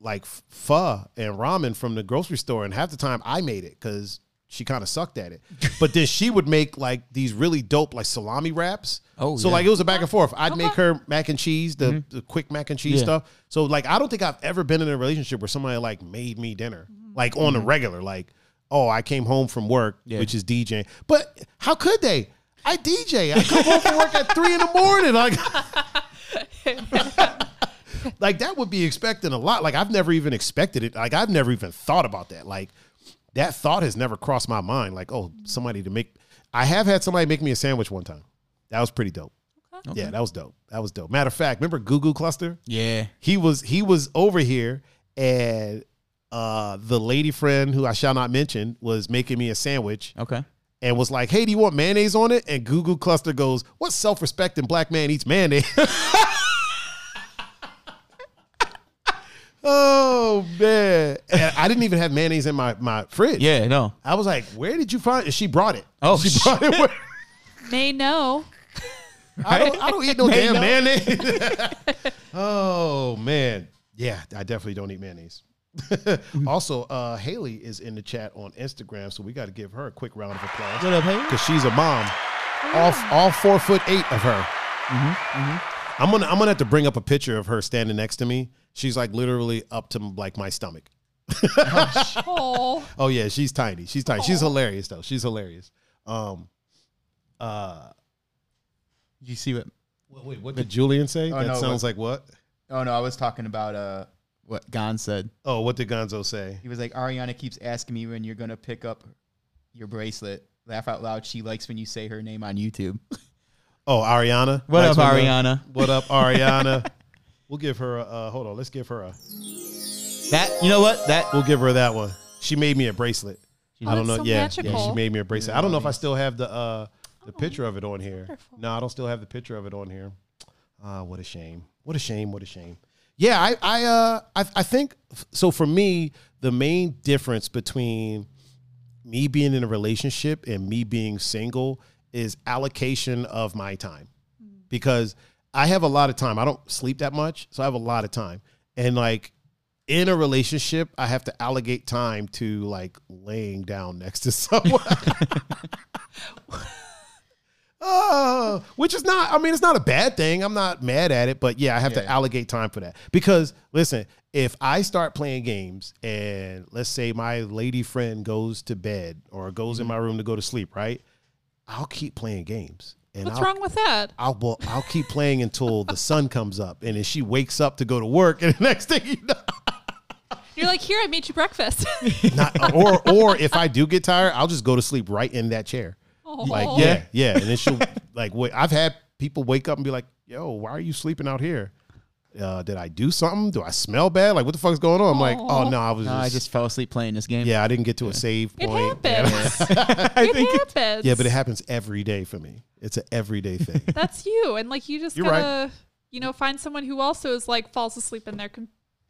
like f- pho and ramen from the grocery store, and half the time I made it because she kind of sucked at it. But then she would make like these really dope like salami wraps. Oh, so yeah. Mm-hmm. like it was a back and forth. I'd Okay. make her mac and cheese, the, the quick mac and cheese Yeah. stuff. So like I don't think I've ever been in a relationship where somebody like made me dinner like on the regular. Like oh I came home from work, Mm-hmm. Yeah. which is DJing. But how could they? I DJ. I come home from work at three in the morning. Like like that would be expecting a lot. Like I've never even expected it. Like I've never even thought about that. Like that thought has never crossed my mind. Like oh, somebody to make. I have had somebody make me a sandwich one time. That was pretty dope. Okay. Yeah, that was dope. That was dope. Matter of fact, remember Goo Goo Cluster? Yeah. He was he was over here and uh the lady friend who I shall not mention was making me a sandwich Okay. and was like, Hey, do you want mayonnaise on it? And Goo Goo Cluster goes, What self respecting black man eats mayonnaise? oh man. And I didn't even have mayonnaise in my, my fridge. Yeah. No. I was like, Where did you find it? She brought it. Oh, she brought it. with- May know. I don't, I don't eat no damn no. mayonnaise. oh man, yeah, I definitely don't eat mayonnaise. also, uh, Haley is in the chat on Instagram, so we got to give her a quick round of applause up, hey? because she's a mom. All all four foot eight of her. Mm-hmm, I'm gonna I'm gonna have to bring up a picture of her standing next to me. She's like literally up to like my stomach. Oh, Oh yeah, she's tiny. She's tiny. She's hilarious though. She's hilarious. Um, uh, You see what? wait, what did Julian say? Oh, that no, sounds like what? Oh no, I was talking about uh what Gon said. Oh, what did Gonzo say? He was like, Ariana keeps asking me when you're gonna pick up your bracelet. Laugh out loud. She likes when you say her name on YouTube. Oh, Ariana. What Likes up, when the- Ariana? What up, Ariana? we'll give her a uh, hold on. Let's give her a. That you know what? That We'll give her that one. She made me a bracelet. I don't that's know. so yeah, yeah. She magical. made me a bracelet. I don't know if I still have the uh, the picture of it on here. wonderful. No, I don't still have the picture of it on here. Ah, what a shame. What a shame. What a shame. Yeah, I I uh I, I think so. For me, the main difference between me being in a relationship and me being single is allocation of my time because I have a lot of time. I don't sleep that much, so I have a lot of time. And like in a relationship, I have to allocate time to like laying down next to someone. Oh, which is not, I mean, it's not a bad thing. I'm not mad at it, but yeah, I have to Yeah. allocate time for that. Because listen, if I start playing games and let's say my lady friend goes to bed or goes Mm-hmm. in my room to go to sleep, right? I'll keep playing games. And what's I'll, wrong with that? I'll well, I'll keep playing until the sun comes up, and then she wakes up to go to work, and the next thing you know, You're like, here, I made you breakfast. not, or or if I do get tired, I'll just go to sleep right in that chair. oh. Like yeah, yeah, and then she'll like wait. I've had people wake up and be like, "Yo, why are you sleeping out here? Uh, did I do something? Do I smell bad? Like what the fuck's going on?" I'm like, "Oh no, I was no, just, I just fell asleep playing this game. yeah, I didn't get to a save It point." happens. it happens. Yeah, but it happens every day for me. It's an everyday thing. That's you. And like, you just You're right. gotta, you know, find someone who also is like falls asleep in their com-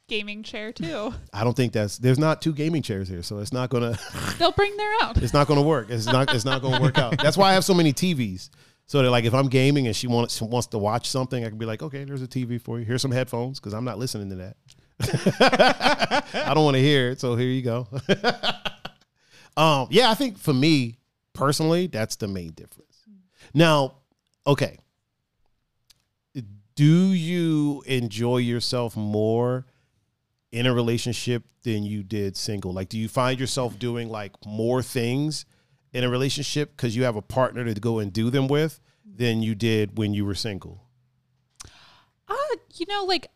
gaming chair too. I don't think that's there's not two gaming chairs here, so it's not gonna. They'll bring their own. It's not going to work. It's not. It's not going to work out. That's why I have so many TVs. So that like if I'm gaming and she wants she wants to watch something, I can be like, okay, there's a TV for you. Here's some headphones because I'm not listening to that. I don't want to hear it. So here you go. um, yeah, I think for me personally, that's the main difference. Now, okay, do you enjoy yourself more in a relationship than you did single? Like, do you find yourself doing like more things in a relationship because you have a partner to go and do them with than you did when you were single? Uh, you know, like,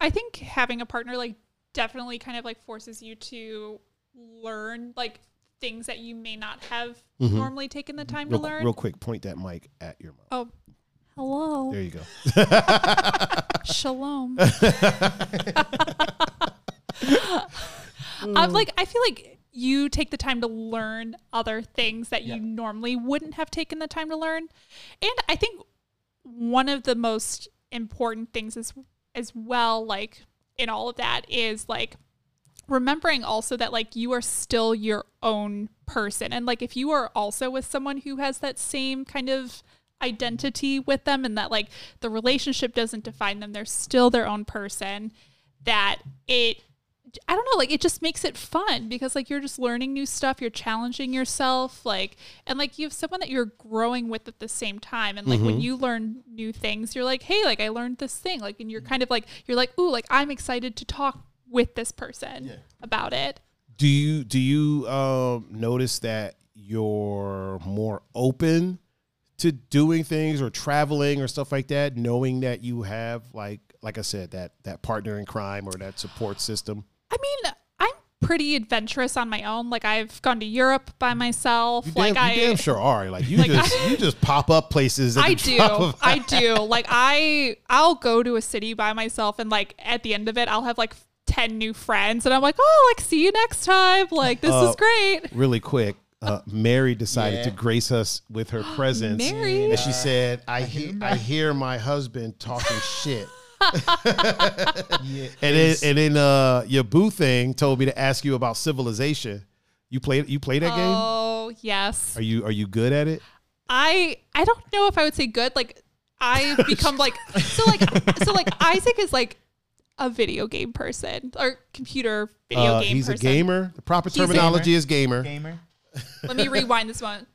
I think having a partner, like, definitely kind of like forces you to learn, like, things that you may not have Mhm. normally taken the time Real, to learn. real quick, point that mic at your mouth. Oh, hello. There you go. Shalom. I'm like, I feel like you take the time to learn other things that you normally wouldn't have taken the time to learn. And I think one of the most important things is as well, like in all of that is like remembering also that like you are still your own person and like if you are also with someone who has that same kind of identity with them and that like the relationship doesn't define them they're still their own person that it I don't know like it just makes it fun because like you're just learning new stuff you're challenging yourself like and like you have someone that you're growing with at the same time and like Mm-hmm. when you learn new things you're like hey like I learned this thing like and you're Mm. kind of like you're like ooh like I'm excited to talk with this person about it Do you do you um, notice that you're more open to doing things or traveling or stuff like that, knowing that you have like like I said that that partner in crime or that support system? I mean, I'm pretty adventurous on my own. Like I've gone to Europe by myself. You like damn, I you damn sure are. Like you Like, just you just pop up places. At I the do. drop of- I do. Like I I'll go to a city by myself and like at the end of it I'll have like 10 new friends and I'm like, "Oh, like see you next time. Like this Uh, is great." really quick. Uh, Mary decided to grace us with her presence, Mary. and she said, "I hear I hear my husband talking shit." Yeah, And then and then uh, your boo thing told me to ask you about civilization. You play you play that game? Oh, yes. Are you are you good at it? I I don't know if I would say good. Like I've become like so like so like Isaac is like a video game person or computer video Uh, game he's person. a gamer. The proper a terminology is gamer. gamer. Let me rewind this one.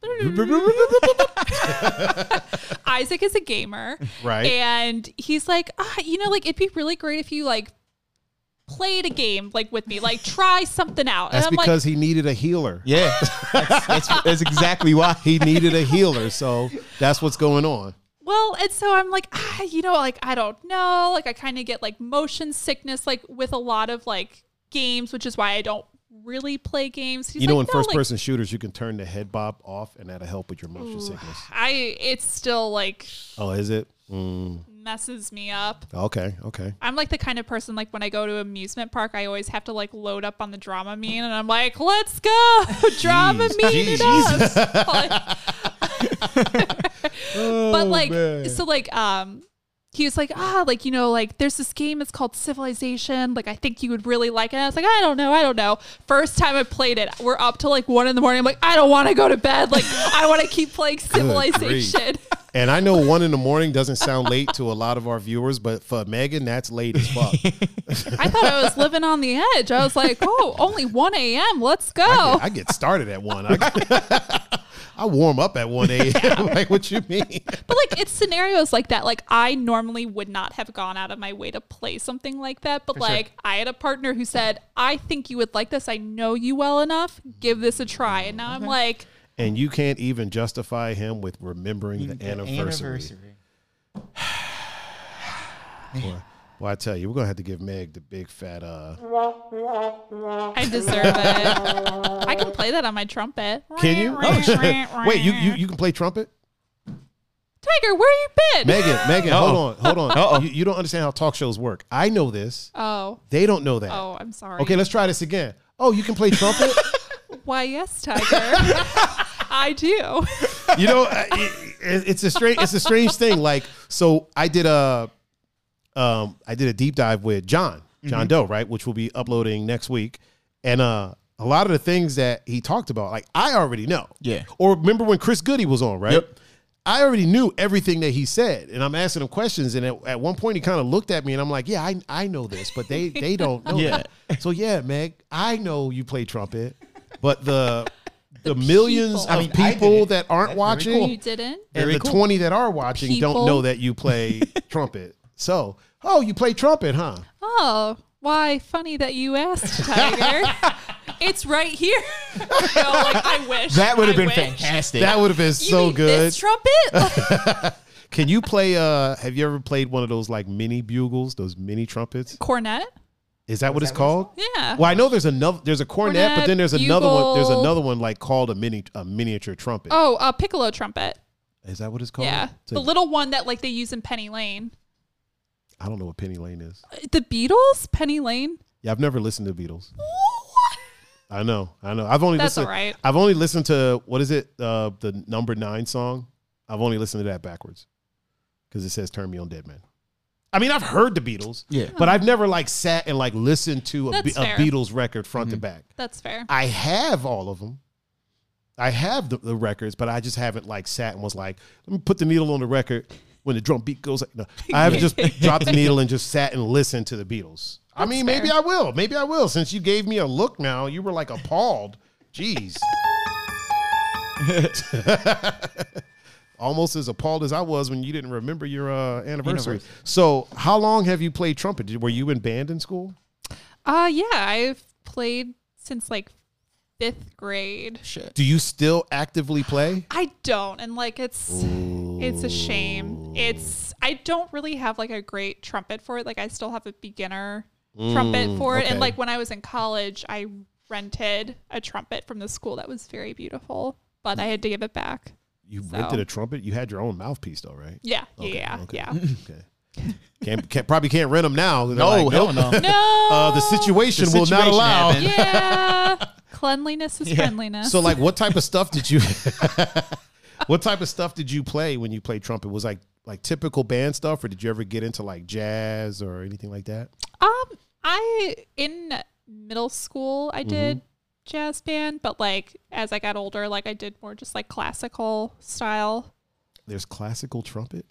Isaac is a gamer. Right. And he's like, ah, you know, like it'd be really great if you like played a game like with me, like try something out. That's and I'm because he needed a healer. Yeah, that's, that's, that's exactly why. He needed a healer, so that's what's going on. like, well, and so I'm like, ah, you know, like I don't know. Like I kind of get like motion sickness, like with a lot of like games, which is why I don't really play games. He's you know, in like, "No, first like, person shooters, you can turn the head bob off, and that'll help with your motion sickness. I it's still like Oh, is it? Mm, messes me up. okay, okay. I'm like the kind of person like when I go to amusement park, I always have to like load up on the Dramamine, and I'm like, let's go, Dramamine it up. Like- Oh, but like, so like, um, he was like, ah, like you know, like there's this game. It's called Civilization. Like I think you would really like it. And I was like, I don't know, I don't know. First time I played it, we're up till like one in the morning. I'm like, I don't want to go to bed. Like I want to keep playing grief. Civilization. And I know one in the morning doesn't sound late to a lot of our viewers, but for Megan, that's late as fuck. I thought I was living on the edge. I was like, oh, only 1 a.m. Let's go. I get started at one. I, I warm up at one a.m. like what you mean? But like it's scenarios like that. Like I normally would not have gone out of my way to play something like that. But like I had a partner who said, I think you would like this. I know you well enough. Give this a try. And now I'm like, And you can't even justify him with remembering the, anniversary. Boy, well, I tell you, we're gonna have to give Meg the big fat uh. I deserve it. I can play that on my trumpet. Can you? Oh, shit. Wait, you, you you can play trumpet? Tiger, where you been? Megan, Megan, hold Uh-oh. on, hold Uh-oh. on. You, you don't understand how talk shows work. I know this. Oh. They don't know that. Oh, I'm sorry. Okay, let's try this again. Oh, you can play trumpet? Why yes, Tiger. I do. you know, I- it, it- it's a strange, it's a strange thing. Like, so I did a, um, I did a deep dive with John, John Mm-hmm. Doe, right, which we'll be uploading next week, and uh, a lot of the things that he talked about, like I already know. Yeah. Or remember when Chris Goody was on, right? Yep. I already knew everything that he said, and I'm asking him questions. And at, at one point, he kind of looked at me, and I'm like, "Yeah, I, I know this, but they they don't know." Yeah. that. So yeah, Meg, I know you play trumpet, but the the, millions of people. I mean, I did people it. that aren't That's very watching cool. You didn't? and Very the cool. 20 that are watching don't People. know that you play trumpet. So, oh, you play trumpet, huh? Oh, why? Funny that you asked, Tiger. it's right here. no, like I wish. That would have I been wish. fantastic. That would have been You so mean good. This trumpet. Can you play uh have you ever played one of those like mini bugles, those mini trumpets? Cornet. Is that what it's called? Yeah. Well, I know there's another there's a cornet, but Cornet, then there's another one there's bugle. another one like called a mini a miniature trumpet. Oh, a piccolo trumpet. Is that what it's called? Yeah, Oh, It's a- the little one that like they use in Penny Lane. I don't know what Penny Lane is. The Beatles, Penny Lane. Yeah, I've never listened to Beatles. I know, I know. I've only That's listened. all right. I've only listened to what is it? Uh, the number nine song. I've only listened to that backwards because it says "Turn Me On, Dead Man." I mean, I've heard the Beatles, Yeah. but I've never like sat and like listened to a, That's Be- a fair. Beatles record front to back. That's fair. I have all of them. I have the, the records, but I just haven't like sat and was like, let me put the needle on the record when the drum beat goes. Like, no, I haven't just dropped the needle and just sat and listened to the Beatles. I mean, maybe fair. I will. Maybe I will. Since you gave me a look now, you were like appalled. Jeez. Almost as appalled as I was when you didn't remember your uh, anniversary. Anniversary. So, how long have you played trumpet? Did- Were you in band in school? Uh, yeah, I've played since like fifth grade. Shit. Do you still actively play? I don't, and like it's it's a shame. It's I don't really have like a great trumpet for it. Like I still have a beginner trumpet for it, Mm, okay. and like when I was in college, I rented a trumpet from the school that was very beautiful, but I had to give it back. You So- rented a trumpet. You had your own mouthpiece though, right? Yeah, Okay, yeah, okay. yeah. Okay. Can't, can't probably can't rent them now. They're like, hell nope. no. No. Uh, the situation The will not situation allow. happened. Yeah. Cleanliness is friendliness. So, like, what type of stuff did you? what type of stuff did you play when you played trumpet? Was like like typical band stuff, or did you ever get into like jazz or anything like that? Um, I in middle school Mm-hmm. I did jazz band, but like as I got older, like I did more just like classical style. There's classical trumpet.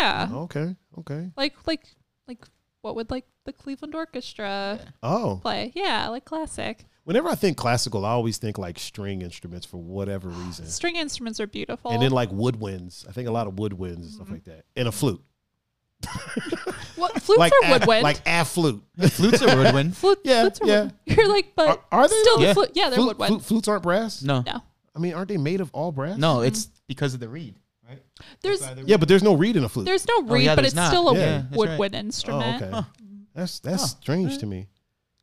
Yeah, Okay, okay. like like like what would like the Cleveland Orchestra Oh, play? Yeah, like classic whenever I think classical, I always think like string instruments for whatever reason, string instruments are beautiful. and then like woodwinds. I think a lot of woodwinds and Mm-hmm. stuff like that, and a flute. what flutes like are a- woodwind? like a flute. Flutes are woodwind. flute, yeah, flutes are yeah. woodwind. You're like, but Are- are they still though? the Yeah. flute? Yeah, they're Flute- woodwind. flute- flutes aren't brass. No, No, I mean, aren't they made of all brass? no, it's because of the reed. Right? there's Yeah, but there's no reed in a flute. there's no reed, yeah, but there's it's not. still a Oh, Yeah, that's right. woodwind Oh, instrument. okay. Huh. That's that's Huh. strange to me.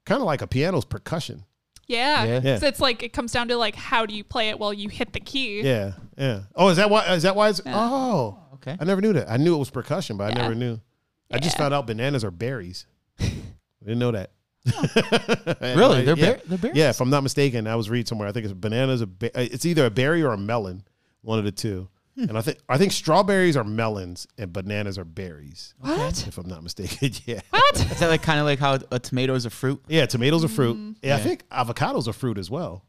Kind of like a piano's percussion. Yeah. Yeah. Yeah. So it's like it comes down to like how do you play it while you hit the key. Yeah, yeah. Oh, is that why? Is that why? It's, Yeah. Oh, Okay. I never knew that. I knew it was percussion, but I Yeah. never knew. I just Yeah. found out bananas are berries. I didn't know that. Really? They're yeah. bear- they're berries? Yeah, if I'm not mistaken, I was reading somewhere. I think it's bananas. A ba- uh, it's either a berry or a melon, one of the two. Hmm. And I think I think strawberries are melons and bananas are berries, What? if I'm not mistaken. yeah. What? Is that like kind of like how a tomato is a fruit? Yeah, tomatoes are fruit. Mm. yeah, I Yeah. think avocados are fruit as well.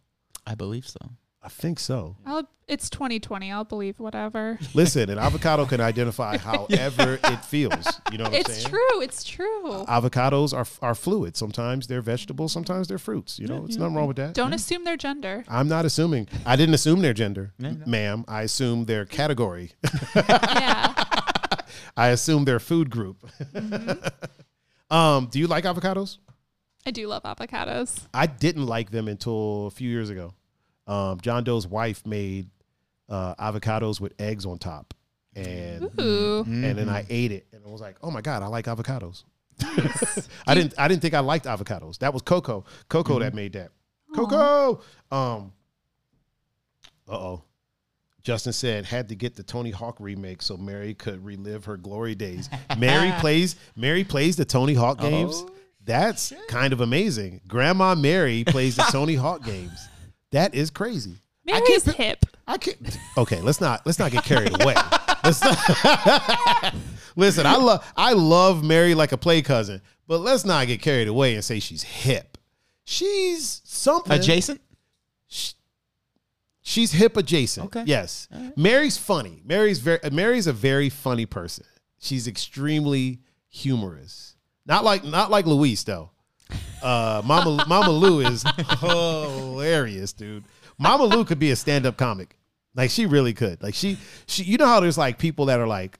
I believe so. I think so. I'll, it's 2020. I'll believe whatever. Listen, an avocado can identify however it feels. You know what I'm It's saying? Uh, true. It's true. Avocados are are fluid. Sometimes they're vegetables, sometimes they're fruits. You know, it's nothing wrong with that. Don't assume their gender. I'm not assuming. I didn't assume their gender, ma'am. I assume their category. yeah. I assume their food group. Mm-hmm. um, do you like avocados? I do love avocados. I didn't like them until a few years ago. Um, John Doe's wife made uh, avocados with eggs on top, and Ooh. and then I ate it, and I was like, "Oh my god, I like avocados." I didn't I didn't think I liked avocados. That was Coco. Coco that made that. Coco. Um. Uh oh. Justin said had to get the Tony Hawk remake so Mary could relive her glory days. Mary plays Mary plays the Tony Hawk games. That's kind of amazing. Grandma Mary plays the Tony Hawk games. That is crazy. I can't Mary's pi- hip. I can't. Okay, let's not let's not get carried away. Let's not- Listen, I love I love Mary like a play cousin, but let's not get carried away and say she's hip. She's something. Adjacent? she's hip adjacent. Okay. Yes, Mary's funny. Mary's very Mary's a very funny person. She's extremely humorous. Not like not like Luis though. Uh, Mama Mama Lou is hilarious, dude. Mama Lou could be a stand up comic. Like she really could. Like she she you know how there's like people that are like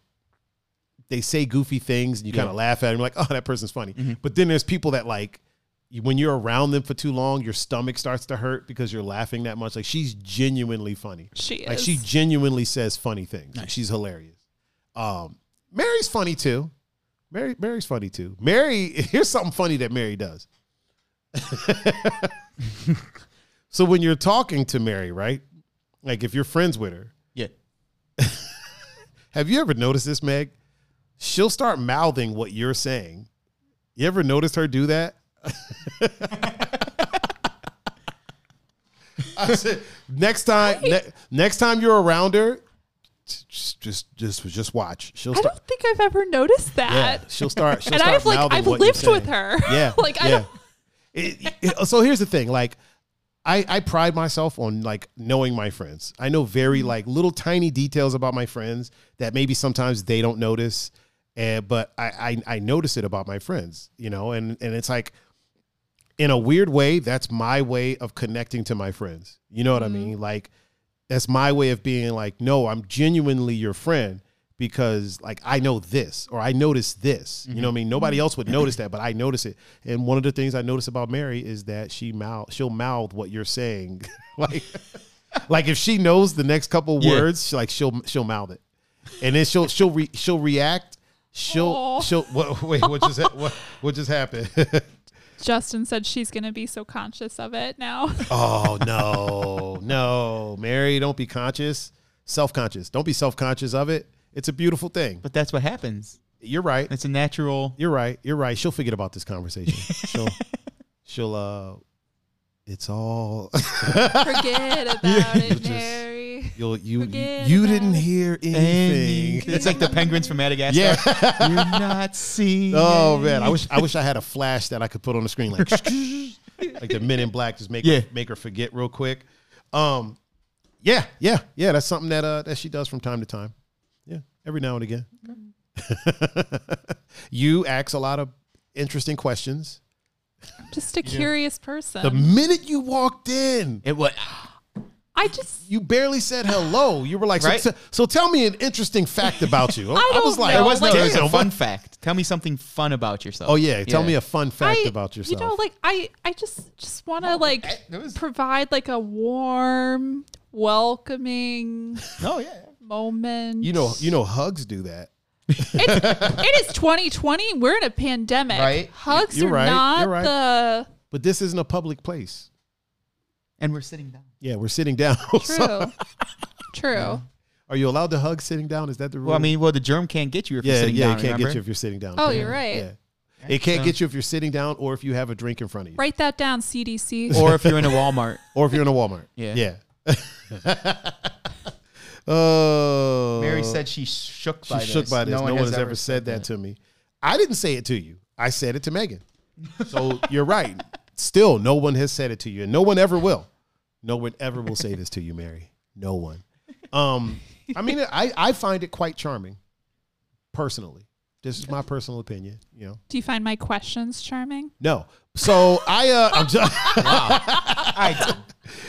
they say goofy things and you kind of laugh at them like, "Oh, that person's funny." But then there's people that like you- when you're around them for too long, your stomach starts to hurt because you're laughing that much. Like she's genuinely funny. She Like is. she genuinely says funny things. Like, She's hilarious. Um, Mary's funny too. Mary Mary's funny too. Mary, here's something funny that Mary does. so when you're talking to Mary, right? Like if you're friends with her, Yeah. have you ever noticed this, Meg? She'll start mouthing what you're saying. You ever noticed her do that? I said, next time, ne- next time you're around her, just just just just watch. She'll I start. don't think I've ever noticed Yeah, that. she'll start. She'll and start I've like mouthing I've what you're lived with saying. her. Yeah, like I yeah. don't, It- it- so here's the thing, like. I, I pride myself on like knowing my friends. I know Mm. very like little tiny details about my friends that maybe sometimes they don't notice, and but I, I I notice it about my friends, you know, and and it's like in a weird way that's my way of connecting to my friends. You know what Mm-hmm. I mean? Like that's my way of being like, no, I'm genuinely your friend because like I know this or I notice this. You know what I mean? Nobody else would notice that, but I notice it. And one of the things I notice about Mary is that she mouth she'll mouth what you're saying. like like if she knows the next couple Yeah. words, she, like she'll she'll mouth it. And then she'll she'll re, she'll react. She'll Aw. she'll what, wait, what just ha- what what just happened? Justin said she's going to be so conscious of it now. Oh no, no, Mary, don't be conscious, self-conscious. Don't be self-conscious of it. It's a beautiful thing. But that's what happens. You're right. It's a natural. You're right. You're right. She'll forget about this conversation. She'll, she'll. uh It's all. Forget about You'll it, just- Mary. You'll you you, Forget you about didn't it. hear anything. It's like the penguins from Madagascar. Yeah. You're not seeing. Oh man, I wish I wish I had a flash that I could put on the screen like like the Men in Black just make Yeah. her, make her forget real quick. Um, yeah, yeah, yeah. That's something that uh that she does from time to time. Yeah, every now and again. you ask a lot of interesting questions. Just a curious person. The minute you walked in, It was. I just you barely said hello. You were like, so- Right? so, so tell me an interesting fact about you. I, don't was like, know. It was no. like- It was damn, a what- fun fact. Tell me something fun about yourself. Oh yeah, tell me a fun fact I, about yourself. You know, like I, I just just want to like that was- provide like a warm, welcoming Oh yeah. moment. you know, you know, hugs do that. it is 2020. We're in a pandemic. Right. Hugs You're are right. not You're right. the But this isn't a public place. And we're sitting down. Yeah, we're sitting down. So, true. true. are you allowed to hug sitting down? Is that the rule? Well, I mean, well, the germ can't get you if you're yeah, sitting yeah, down. it can't remember? get you if you're sitting down. Oh, you're right. Yeah. It can't So- get you if you're sitting down or if you have a drink in front of you Write that down, CDC. or if you're in a Walmart. or if you're in a Walmart. Yeah. Yeah. Oh. Mary said she shook she by this. shook by this. No, one has, ever said that to me. I didn't say it to you. I said it to Megan. So you're right. Still, no one has said it to you, and no one ever will. No one ever will say this to you, Mary. No one. Um, I mean, I, I find it quite charming, personally. This is my personal opinion. You know, Do you find my questions charming? no. So I, uh, I'm just. I did.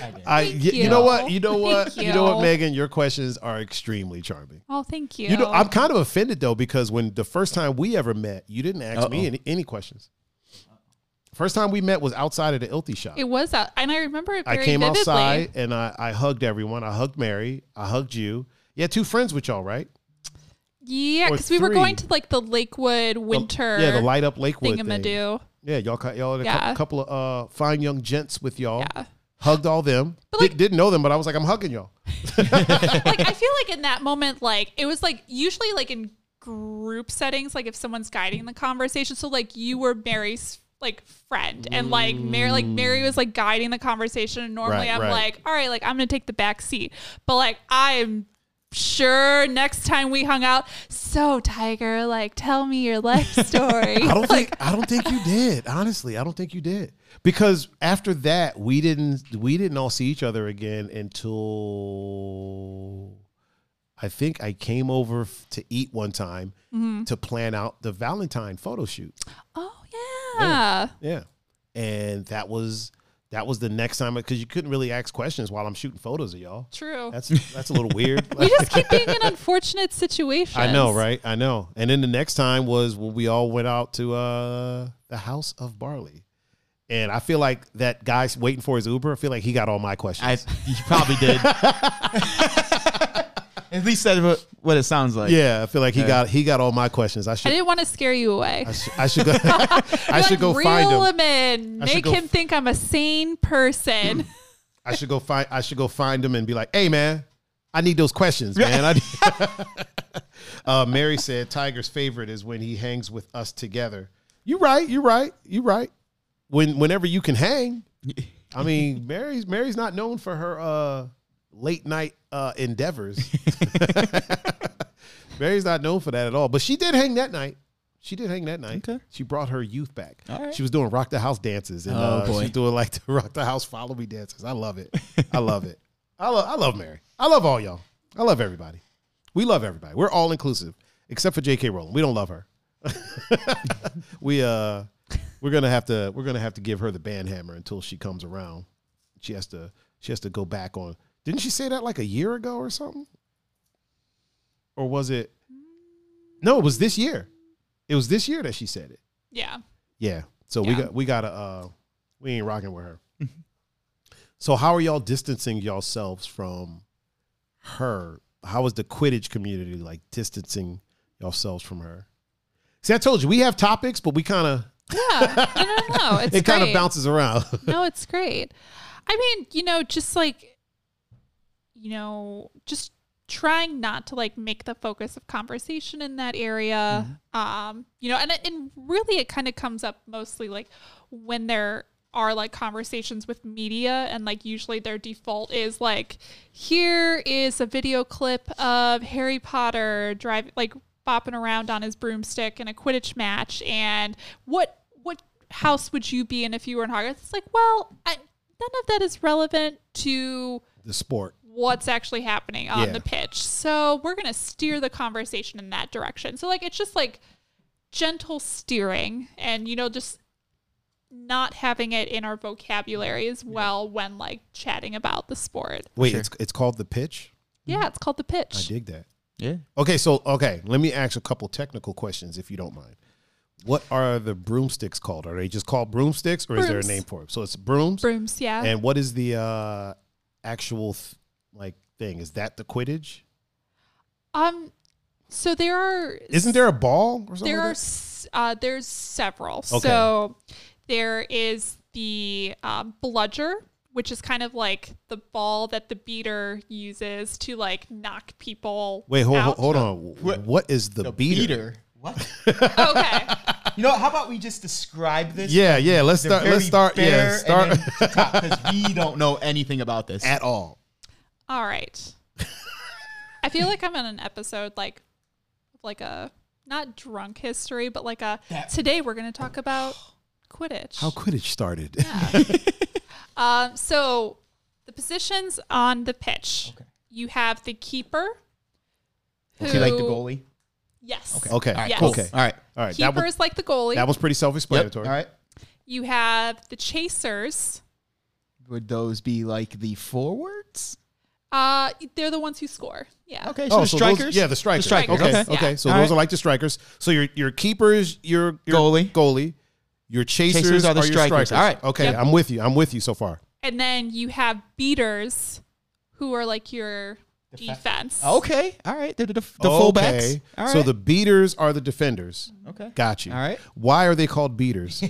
I did. I, Thank you. you. know what? You know what? Thank You. know what, you. Megan? Your questions are extremely charming. Oh, thank you. You know, I'm kind of offended though because when the first time we ever met, you didn't ask me Uh-oh. any, any questions. First time we met was outside of the Ilty shop. It was out, and I remember it I very came vividly. outside and I, I hugged everyone. I hugged Mary. I hugged you. You had two friends with y'all, right? Yeah, Or because we were going three. to like the Lakewood The- winter yeah, the light up Lakewood thing. thingamadoo. Yeah, y'all, ca- y'all had a cou- Yeah. couple of uh, fine young gents with y'all. Yeah. Hugged all them. But, Di- like- didn't know them, but I was like, I'm hugging y'all. like I feel like in that moment, like it was like usually like in group settings, like if someone's guiding the conversation. So like you were Mary's like friend and like Mary like Mary was like guiding the conversation and normally Right, I'm right. like, all right, like I'm gonna take the back seat. But like I'm sure next time we hung out, so Tiger, like tell me your life story. I don't think I don't think you did. Honestly, I don't think you did because after that we didn't we didn't all see each other again until I think I came over f- to eat one time to plan out the Valentine photo shoot. oh yeah. Yeah, and that was that was the next time because you couldn't really ask questions while I'm shooting photos of y'all. True. That's that's a little weird. we just keep being in unfortunate situations. I know, right? I know. And then the next time was when we all went out to uh, the House of Barley. And I feel like that guy's waiting for his Uber. I feel like he got all my I, questions. you probably did. At least that's what, what it sounds like. yeah, I feel like he got he got all my questions. I I should didn't want to scare you away. I, sh- I should go I should go reel find him. him. in. I should Make go him f- think I'm a sane person. I should go find I should go find him and be like, "Hey man, I need those questions, man." I need- uh, Mary said Tiger's favorite is when he hangs with us together. You right, you right, you right. When whenever you can hang, I mean, Mary's Mary's not known for her uh, late night uh, endeavors. Mary's not known for that at all, but she did hang that night. She did hang that night. Okay. She brought her youth back. All right. She was doing rock the house dances and Oh, uh, boy. she's doing like the rock the house follow me dances. I love it. I love it. I love I love Mary. I love all y'all. I love everybody. We love everybody. We're all inclusive except for J.K. Rowling. We don't love her. we uh we're gonna have to we're gonna have to give her the band hammer until she comes around. She has to she has to go back on. Didn't she say that like a year ago or something? Or was it? No, it was this year. It was this year that she said it. yeah. Yeah. So we Yeah. Mm-hmm. got we gotta uh we ain't rocking with her. so how are y'all distancing yourselves from her? How is the Quidditch community like distancing yourselves from her? See, I told you we have topics, but we kind of Yeah. No, no, no. It's it kind of great. bounces around. no, it's great. I mean, you know, just like, you know, just trying not to like make the focus of conversation in that area. Um, you know, and it, and really, it kind of comes up mostly like when there are like conversations with media, and like usually their default is like, here is a video clip of Harry Potter driving like bopping around on his broomstick in a Quidditch match, and what what house would you be in if you were in Hogwarts? It's like, well, I, none of that is relevant to the sport. what's actually happening on Yeah. the pitch. So we're going to steer the conversation in that direction. So, like, it's just like gentle steering and, you know, just not having it in our vocabulary as well when like chatting about the sport. Wait, Sure. it's it's called the pitch. Yeah, it's called the Mm-hmm. I pitch. dig that. Yeah. Okay, so okay, let me ask a couple technical questions if you don't mind. What are the broomsticks called? Are they just called broomsticks, or is there a Brooms. name for them? So it's brooms, Brooms, yeah. and what is the uh, actual th- like thing? Is that the Quidditch? um so there are Isn't there a ball or something? there are like that? s- uh, there's several. Okay. So there is the um, bludger, which is kind of like the ball that the beater uses to like knock people. Wait, hold, out. hold on. what is the, beater? What? Okay, you know, how about we just describe this? Yeah, yeah. Let's The start. very Let's start. Yeah, bare start and then to top, 'cause we don't know anything about this. at all. all right. I feel like I'm on an episode like like a not drunk history, but like a That- today we're going to talk about Quidditch. How Quidditch started. Um, so the positions on the pitch. You have the keeper. Who, Do you like the goalie? Yes. Okay. All right. Yes. Cool. Okay. All right. All right. Keeper That was is like the goalie. that was pretty Yep. self-explanatory. All right. you have the chasers. Would those be like the forwards? Uh, they're the ones who score. Yeah. Okay. So Oh, the so strikers. Those, yeah, the strikers. strikers, Okay, okay. okay. Yeah. So All those right. are like the strikers. So your your keepers, your, your Goalie. goalie, your chasers, Chasers are the strikers. All right. Okay, Yep. I'm with you. I'm with you so far. And then you have beaters, who are like your defense. Okay. All right. They're the, the, the okay. fullbacks. All right. So the beaters are the defenders. okay. Got you. All right. Why are they called beaters?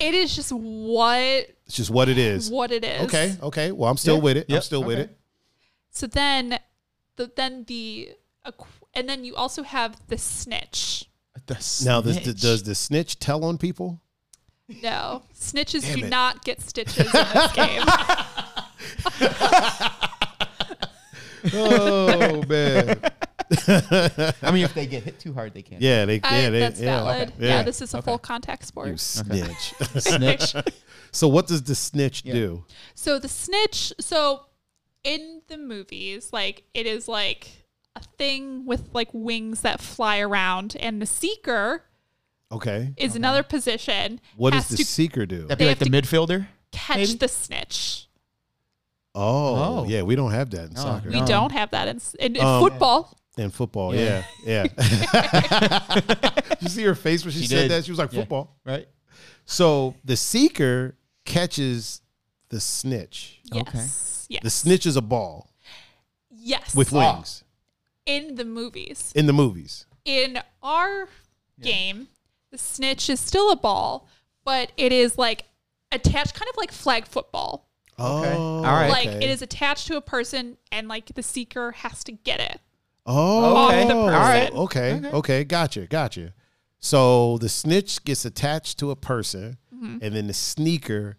It is just what it's just what it is. what it is. Okay. Okay. Well, I'm still Yeah. with it. I'm Yep. still with Okay. it. So then, the then the equ- and then you also have the snitch. The Now, does, snitch. does the snitch tell on people? No, snitches Damn do it. not get stitches in this game. Oh man. I mean, if they get hit too hard, they can't. Yeah. They. Yeah. I, they, that's yeah, valid. okay. Yeah, this is a full contact sport. you snitch. Snitch. so what does the snitch do? So the snitch, so in the movies, like it is like a thing with like wings that fly around, and the seeker Okay. is another position. What has does the to seeker do? That'd be They like the have midfielder. catch maybe? the snitch? Oh, Oh. yeah, we don't have that in No, soccer We No. don't have that in, in, in Um, football. and football. Yeah, Yeah. yeah. Did you see her face when she, She said did. that? She was like Yeah. football. Right. So the seeker catches the snitch. Okay. Yes. Yes. The snitch is a ball yes. with Ah. wings in the movies. in the movies. in our game, the snitch is still a ball, but it is like attached, kind of like flag football. Okay. Oh, All right. Like okay. it is attached to a person, and like the seeker has to get it. Oh, Off the all person. right. Okay. okay, Okay. Gotcha, gotcha. So the snitch gets attached to a person, and then the sneaker,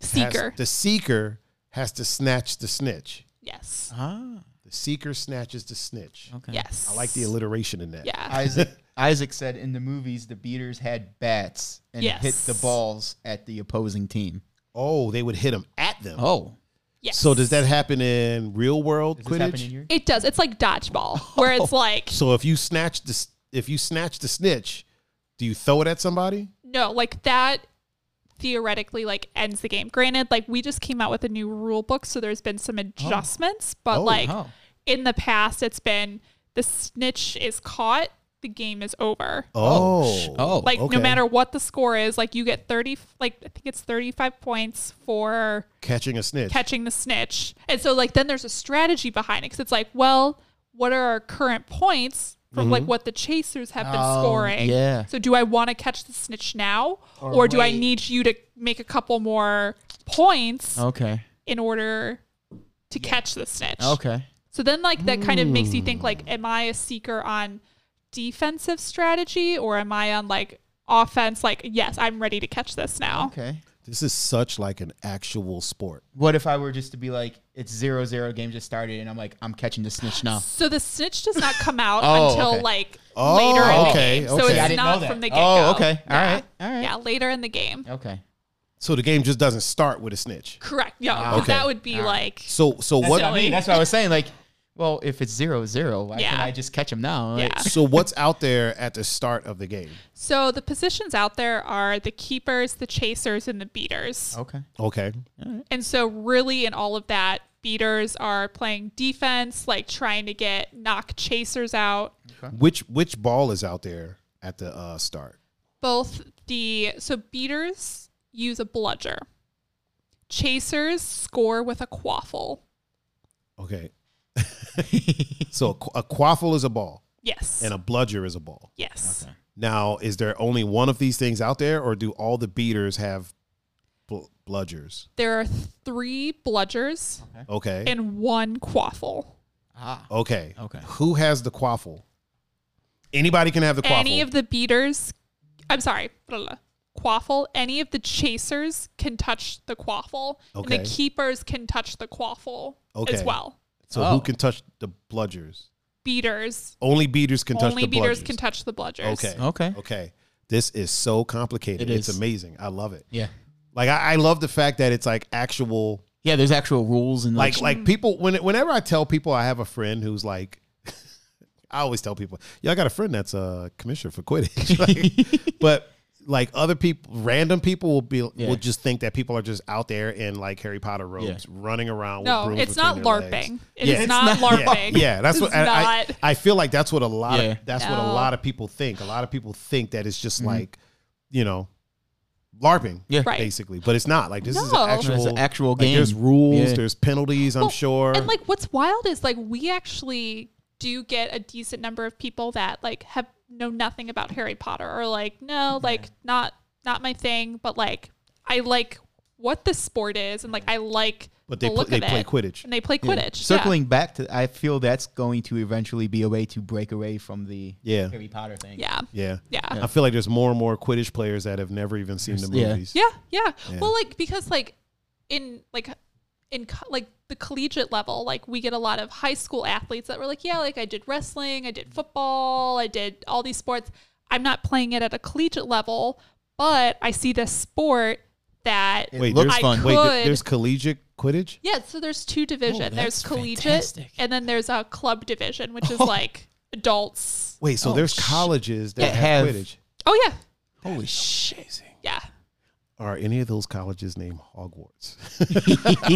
has- Mm-hmm. Seeker. the seeker has to snatch the snitch. yes. Ah. The seeker snatches the snitch. Okay. Yes. I like the alliteration in that. Yeah. Isaac Isaac said in the movies the beaters had bats and Yes. hit the balls at the opposing team. Oh, they would hit them at them. Oh, yes. So does that happen in real world Quidditch? It does. It's like dodgeball, where Oh. it's like so if you snatch the s- if you snatch the snitch, do you throw it at somebody? no, like that theoretically like ends the game. Granted, like we just came out with a new rule book, so there's been some adjustments, but Oh, like oh. in the past it's been the snitch is caught, the game is over. Oh, oh, like okay. no matter what the score is, like you get 30 like I think it's 35 points for catching a snitch. catching the snitch. And so like then there's a strategy behind it cuz it's like, well, what are our current points? from like what the chasers have been scoring. yeah. So do I want to catch the snitch now, or, do I wait. need you to make a couple more points Okay. in order to catch the snitch? Okay. So then, like that kind of makes you think like, am I a seeker on defensive strategy, or am I on like offense? Like, yes, I'm ready to catch this now. Okay. This is such like an actual sport. What if I were just to be like, it's zero zero game just started, and I'm like, I'm catching the snitch now. So the snitch does not come out Oh, until okay. like Oh, later in the okay, okay. game. So See, I it's didn't know not that. from the Oh, get go. okay. All right, all right. Yeah, later in the game. Okay. So the game just doesn't start with a snitch. Correct. Yeah, 'cause Ah, Okay. that would be like So so what silly. That's what I was saying. Like, well, if it's zero zero, why Yeah. can't I just catch him now? Like, yeah. so what's out there at the start of the game? So the positions out there are the keepers, the chasers, and the beaters. Oh. Okay. Okay. And so, really, in all of that, beaters are playing defense, like trying to get knock chasers out. Which which ball is out there at the uh, start? Both the so beaters use a bludger, chasers score with a quaffle. Okay. so a, qu- a quaffle is a ball Yes. and a bludger is a ball. yes. Now, is there only one of these things out there, or do all the beaters have bl- bludgers? There are three bludgers Okay. and one quaffle. Ah. okay. Okay. Who has the quaffle? Anybody can have the quaffle. Any of the beaters, I'm sorry, blah, blah, blah. quaffle. Any of the chasers can touch the quaffle, and Okay. the keepers can touch the quaffle Okay. as well. so Oh. who can touch the bludgers? Beaters Only beaters can touch only the beaters bludgers. can touch the bludgers. Okay. Okay. Okay. This is so complicated. It it's is. amazing. I love it. Yeah. Like I, I love the fact that it's like actual Yeah. There's actual rules and like like people when whenever I tell people I have a friend who's like I always tell people, yeah, I got a friend that's a commissioner for Quidditch. Like, but like other people, random people will be Yeah. will just think that people are just out there in like Harry Potter robes, Yeah. running around. No, with brooms it's not between their legs. LARPing. It is Yeah, it's not, Yeah, LARPing. yeah, that's what It's I, I- not. I feel like. That's what a lot Yeah. of that's what a No. lot of people think. A lot of people think that it's just like, you know, LARPing, Yeah. Right. basically. But it's not like this is No. an It's actual, an actual like, game. there's rules, Yeah. there's penalties. I'm Well, sure. And like what's wild is like we actually do get a decent number of people that like have know nothing about Harry Potter or like no, like not not my thing, but like I like what the sport is and like I like but they the pl- look they of play it. Quidditch. And they play Quidditch. yeah. Circling back to, I feel that's going to eventually be a way to break away from the Yeah. Harry Potter thing. Yeah. Yeah. Yeah. I feel like there's more and more Quidditch players that have never even seen the Yeah. movies. Yeah, yeah. Well, like because like in like in co- like the collegiate level, like we get a lot of high school athletes that were like, yeah, like I did wrestling, I did football, I did all these sports. I'm not playing it at a collegiate level, but I see this sport that Wait, looks there's I fun. Wait, there- could- there's collegiate Quidditch. yeah, so there's two division. there's Oh, that's collegiate fantastic. and then there's a club division, which is like adults. Wait, so Oh, there's shit. colleges that That have, have- Quidditch. Oh yeah. Holy shit. Yeah. Are any of those colleges named Hogwarts?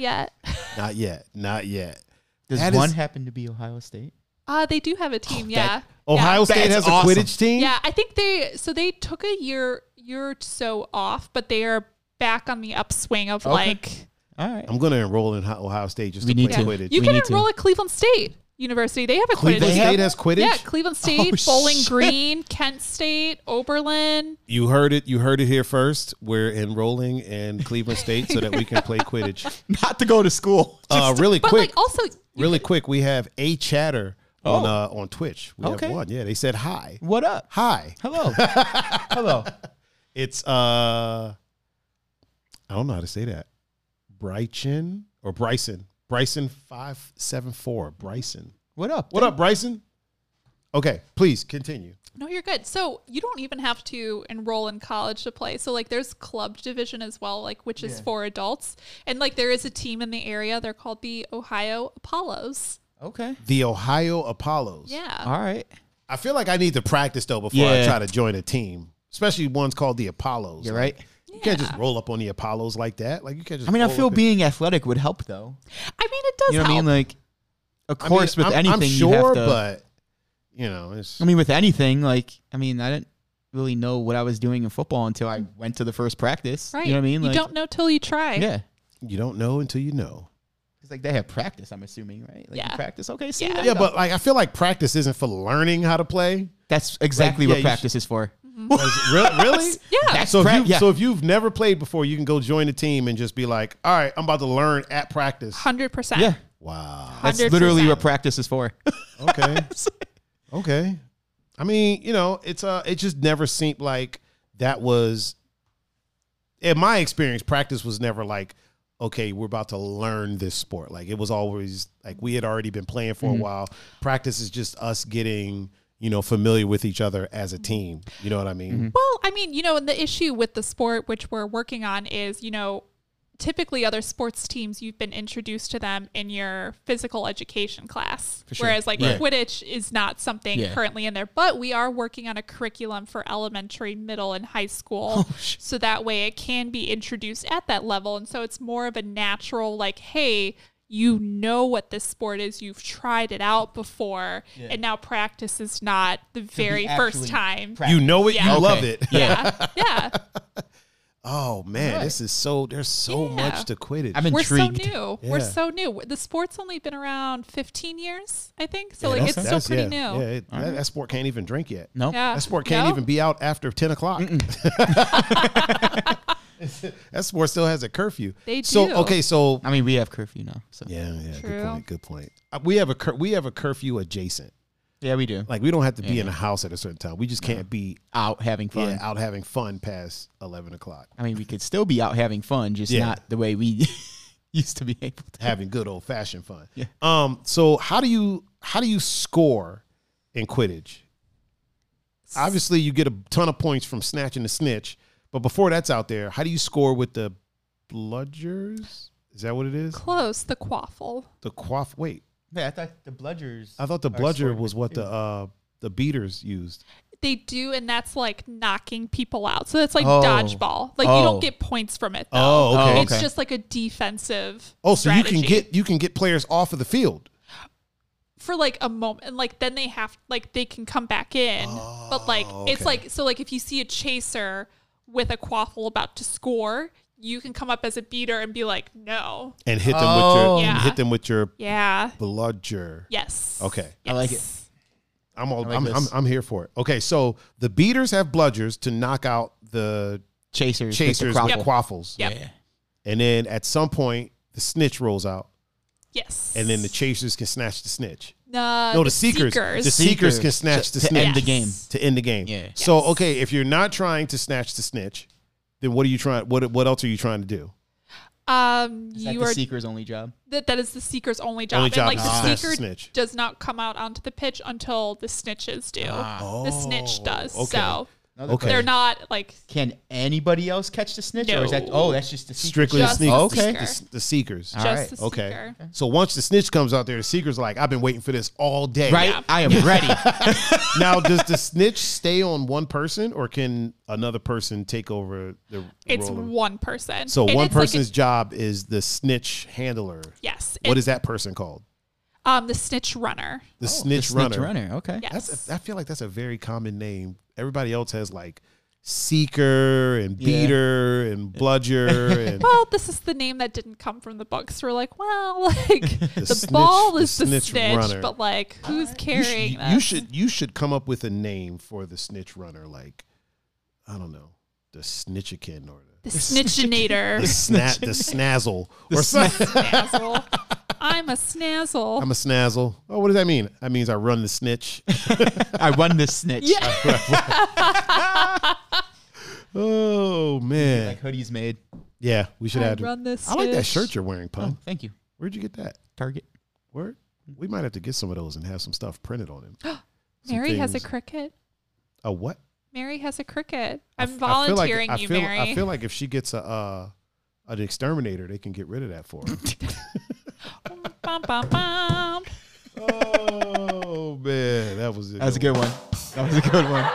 yet. not yet. Not yet. Does That one is- happen to be Ohio State? Uh they do have a team, Oh, yeah. Ohio yeah. State That's has a awesome. Quidditch team. Yeah, I think they so they took a year year or so off, but they are back on the upswing of like All right. I'm gonna enroll in Ho- Ohio State just We to need play to. Quidditch. you We can need to. enroll at Cleveland State University. They have a Cleveland Quidditch. have- State has Quidditch. Yeah, Cleveland State, Oh, Bowling shit. Green, Kent State, Oberlin. You heard it. You heard it here first. We're enrolling in Cleveland State so that we can play Quidditch. Not to go to school. Uh, really But quick. like also really quick. We have a chatter Oh. on uh, on Twitch. We Okay. have one. Yeah, they said hi. What up? Hi. Hello. Hello. It's uh, I don't know how to say that. Bryson or Bryson. Bryson five seven four. Bryson. What up? What up, Bryson? Okay, please continue. No, you're good. So you don't even have to enroll in college to play. So like there's club division as well, like which is for adults. And like there is a team in the area. They're called the Ohio Apollos. Okay. The Ohio Apollos. Yeah. All right. I feel like I need to practice though before I Yeah. try to join a team, especially ones called the Apollos. You're right. You can't just roll up on the Apollos like that. Like you can't just. I mean, I roll feel up in- being athletic would help though. I mean it does You know what I help. mean? Like, of I mean, course, with I'm- anything, I'm sure, you have to, but you know, it's I mean, with anything, like, I mean, I didn't really know what I was doing in football until I went to the first practice. right. You know what I mean? Like, you don't know till you try. Yeah. you don't know until you know. Because like they have practice. I'm assuming, right? Like Yeah. you practice. Okay, see, Yeah. there you Yeah, go. but like I feel like practice isn't for learning how to play. that's exactly Like, yeah, what you practice is for. Really? really? Yeah. That's So if, pra- you, yeah. so if you've never played before, you can go join a team and just be like, "All right, I'm about to learn at practice." Hundred percent. yeah, Wow. that's literally 100%. what practice is for. Okay. okay. I mean, you know, it's uh, it just never seemed like that was. In my experience, practice was never like, okay, we're about to learn this sport. Like it was always like we had already been playing for Mm-hmm. a while. Practice is just us getting you know familiar with each other as a team. You know what I mean? Well, I mean, you know, and the issue with the sport which we're working on is, you know, typically other sports teams you've been introduced to them in your physical education class, sure. whereas like Right. Quidditch is not something Yeah. currently in there. But we are working on a curriculum for elementary, middle, and high school, Oh, so that way it can be introduced at that level, and so it's more of a natural like, hey. You know what this sport is. You've tried it out before, and now practice is not the very first actually time. practice. You know it, Mm-hmm. Yeah. you Okay. love it. Yeah, yeah. Oh man, this is so. There's so Yeah. much to Quidditch. I'm We're so intrigued. new. We're Yeah. so new. The sport's only been around 15 years, I think. So like That's- it's still that's- pretty yeah, new. Mm-hmm. Yeah, it- that, that sport can't even drink yet. No, Yeah. That sport can't Uh, No? even be out after 10 o'clock. that sport still has a curfew. They So, do. okay, so. I mean we have curfew now. So yeah, Yeah, yeah, good True. point. Good point. Uh, We have a cur- we have a curfew adjacent. we do. Like Like we don't have to be in a house at a certain time. We just can't be out having fun. yeah, out having fun past eleven o'clock, I mean, we could still be out having fun, just Yeah. not the way we used to be able to. having good old fashioned fun. Yeah. Um. So how do you how do you score in Quidditch? Obviously, you get a ton of points from snatching the snitch, but before that's out there, how do you score with the bludgers? Is that what it is? Close the quaffle. The quaff. Wait, Yeah, I thought the bludgers. I thought the bludger was what the uh the beaters used. They do, and that's like knocking people out. So that's like Oh. dodgeball. Like you Oh. don't get points from it. Though. Oh, okay. It's Okay. just like a defensive. Oh, so strategy. you can get you can get players off of the field. for like a moment and like then they have like they can come back in but like Oh, it's like so like if you see a chaser with a quaffle about to score you can come up as a beater and be like no and hit them Oh. with your and Yeah. hit them with your yeah bludger. yes Okay, I like it. Yes. I'm all like I'm, I'm this. I'm here for it. Okay, so the beaters have bludgers to knock out the chasers. with the chasers with crocodile. quaffles, Yep. Yeah. and then at some point the snitch rolls out, yes and then the chasers can snatch the snitch. no, No, the, seekers, the seekers can Seekers. snatch To- the to end snitch the game. to end the game. Yeah. So Yes. okay, if you're not trying to snatch the snitch, then what are you trying? What what else are you trying to do? um Is that you the are seekers only job? that, that is the seeker's only job Only job and like is to the snatch the seeker snitch. does not come out onto the pitch until the snitches do the snitch does Ah. Oh, okay. so Another Okay. question. they're not like Can anybody else catch the snitch? Or is that No. oh, that's just the seekers. Strictly Just the sneakers. the The, seeker. the, the seekers. All just right. the Okay. seeker So once the snitch comes out there, the seeker's like, I've been waiting for this all day. Right, I am ready. now, does the snitch stay on one person or can another person take over the It's role? of- one person. so And one it's like a- person's job is the snitch handler. yes. What it- is that person called? um the snitch runner? The snitch runner. Okay. Yes. That's a, I feel like that's a very common name. Everybody else has like seeker and beater and bludger and well, this is the name that didn't come from the books. We're like, well, like the, snitch- ball the is the snitch snitch, runner. but like who's you carrying should, that? you should you should come up with a name for the snitch runner like I don't know, the snitchikin or the the snitchinator. the snat the snazzle or sna- something. snazzle. I'm a snazzle. I'm a snazzle. Oh, what does that mean? That means I run the snitch. I run the snitch. yeah. Oh man, Like hoodies made. yeah, we should I have. run the I like that snitch. shirt you're wearing, pun. Oh, thank you. Where'd you get that? Target. Where? We might have to get some of those and have some stuff printed on them. Mary has a things. cricket. A what? Mary has a cricket. I'm I feel like- volunteering I you, feel- Mary. I feel like if she gets a uh, an exterminator, they can get rid of that for her. Bum, bum, bum. oh man, that was That was a good one. That was a good one.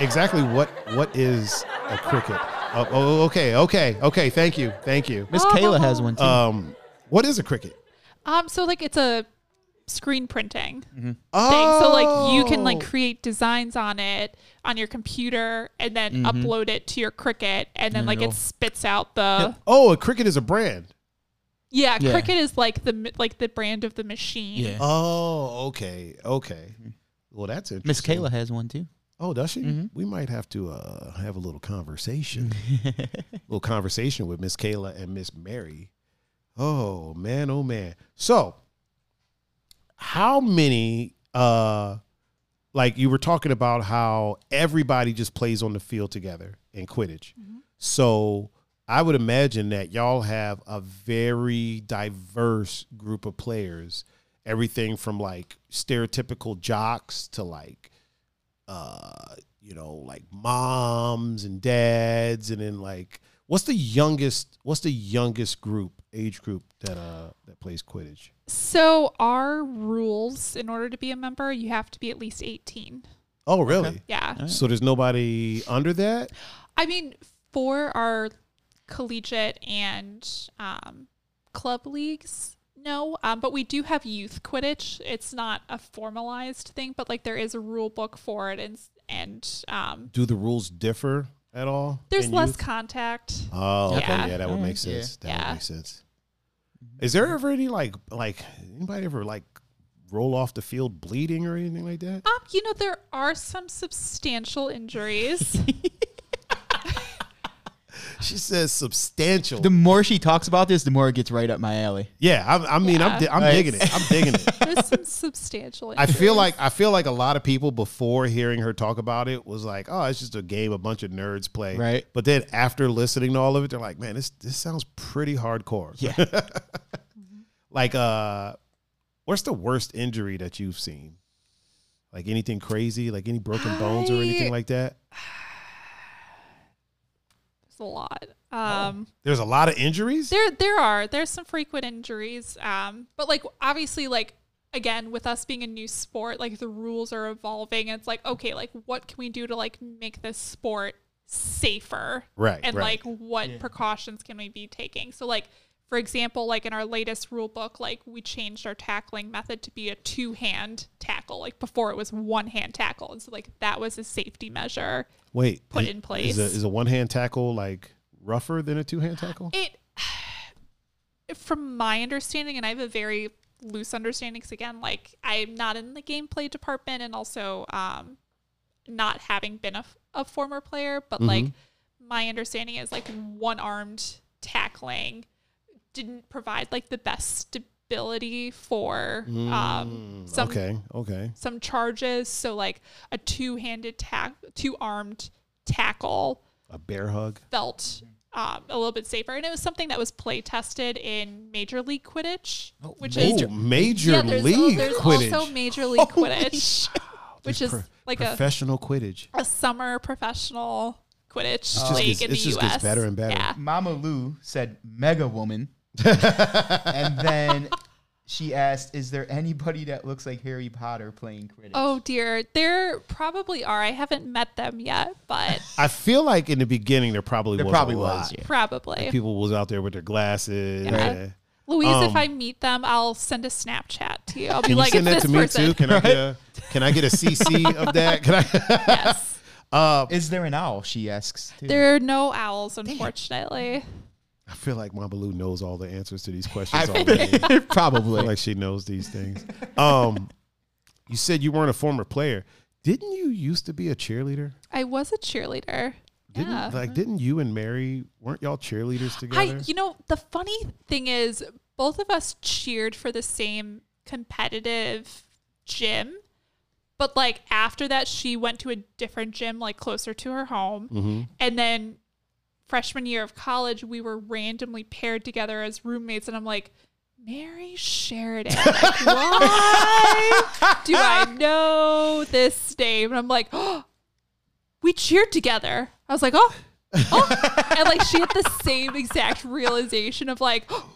Exactly what what is a cricket? Oh, oh, okay, okay, okay. Thank you, thank you. Miss Kayla has one too. Um, what is a cricket? Um, so like it's a screen printing. thing. Oh, So like you can like create designs on it on your computer and Mm-hmm. then upload it to your Cricut and then like it spits out the oh, a cricket is a brand. Yeah, Yeah. Cricket is like the mi- like the brand of the machine. Yeah. Oh, okay, okay. Mm-hmm. Well, that's interesting. Miss Kayla has one too. Oh, does she? We might have to uh, have a little conversation. little conversation with Miss Kayla and Miss Mary. Oh man, oh man. So, how many? uh Like you were talking about how everybody just plays on the field together in Quidditch. So I would imagine that y'all have a very diverse group of players. Everything from like stereotypical jocks to like uh, you know, like moms and dads, and then like what's the youngest? What's the youngest group age group that uh that plays Quidditch? So our rules in order to be a member, you have to be at least 18. Oh, really? Yeah. So there's nobody under that. I mean, for our collegiate and um, club leagues, no. Um, but we do have youth Quidditch. It's not a formalized thing, but like there is a rule book for it, and and um, Do the rules differ at all? there's in less youth? contact. oh, okay. yeah. Yeah. that would make Yeah. sense. That would Yeah. make sense. Is there ever any like like anybody ever like roll off the field bleeding or anything like that? Um, you know, there are some substantial injuries. She says substantial. The more she talks about this, the more it gets right up my alley. yeah, I, I mean, I'm Yeah. di- I'm Right. digging it. I'm digging it. There's some substantial I injuries. feel like I feel like a lot of people before hearing her talk about it was like, "Oh, it's just a game a bunch of nerds play." Right. But then after listening to all of it, they're like, "Man, this this sounds pretty hardcore." Yeah. like, uh, what's the worst injury that you've seen? Like anything crazy, like any broken bones or anything I- like that? There's a lot. Um, There's a lot of injuries. There, there are there's some frequent injuries, um, but like obviously, like again, with us being a new sport, like the rules are evolving. And it's like okay, like what can we do to like make this sport safer, Right, And right. like what precautions can we be taking? So like for example, like in our latest rule book, like we changed our tackling method to be a two hand tackle. Like before, it was one hand tackle, and so like that was a safety measure. Wait, put i- in Is place. a, is a one hand tackle like rougher than a two hand tackle? It, from my understanding, and I have a very loose understanding 'cause again, like I'm not in the gameplay department, and also um, not having been a, f- a former player, but like my understanding is like one armed tackling didn't provide like the best stability for um, some okay, okay. some charges. So like a two handed tack, two armed tackle A bear hug. felt um, a little bit safer. And it was something that was play tested in Major League Quidditch, which Oh, Major, is major yeah, there's, al- league there's Quidditch. also Major League Quidditch, which is Pro- like a, professional Quidditch. a summer professional Quidditch just league gets- in it the just U.S. gets better and better. Yeah. Mama Lou said Mega Woman. and then she asked, Is there anybody that looks like Harry Potter playing Quidditch? Oh dear, there probably are. I haven't met them yet, but I feel like in the beginning there probably there was probably a was. lot. Yeah. probably. People was out there with their glasses. Yeah. yeah. Louise, Um, if I meet them, I'll send a Snapchat to you. I'll be Can like, you send that it's to this me too? person. Can I get a can I get a CC of that? Can I? uh, yes. Is there an owl? She asks. Too. There are no owls, unfortunately. I feel like Mama Lou knows all the answers to these questions. already. I I, probably. feel like she knows these things. Um, you said you weren't a former player. Didn't you used to be a cheerleader? I was a cheerleader. Didn't yeah. like didn't you and Mary weren't y'all cheerleaders together? I you know, the funny thing is both of us cheered for the same competitive gym. But like after that she went to a different gym like closer to her home. Mm-hmm. And then freshman year of college we were randomly paired together as roommates and I'm like Mary Sheridan. Like, why do I know this name? And I'm like, oh, we cheered together. I was like, oh, oh. and like she had the same exact realization of like, oh,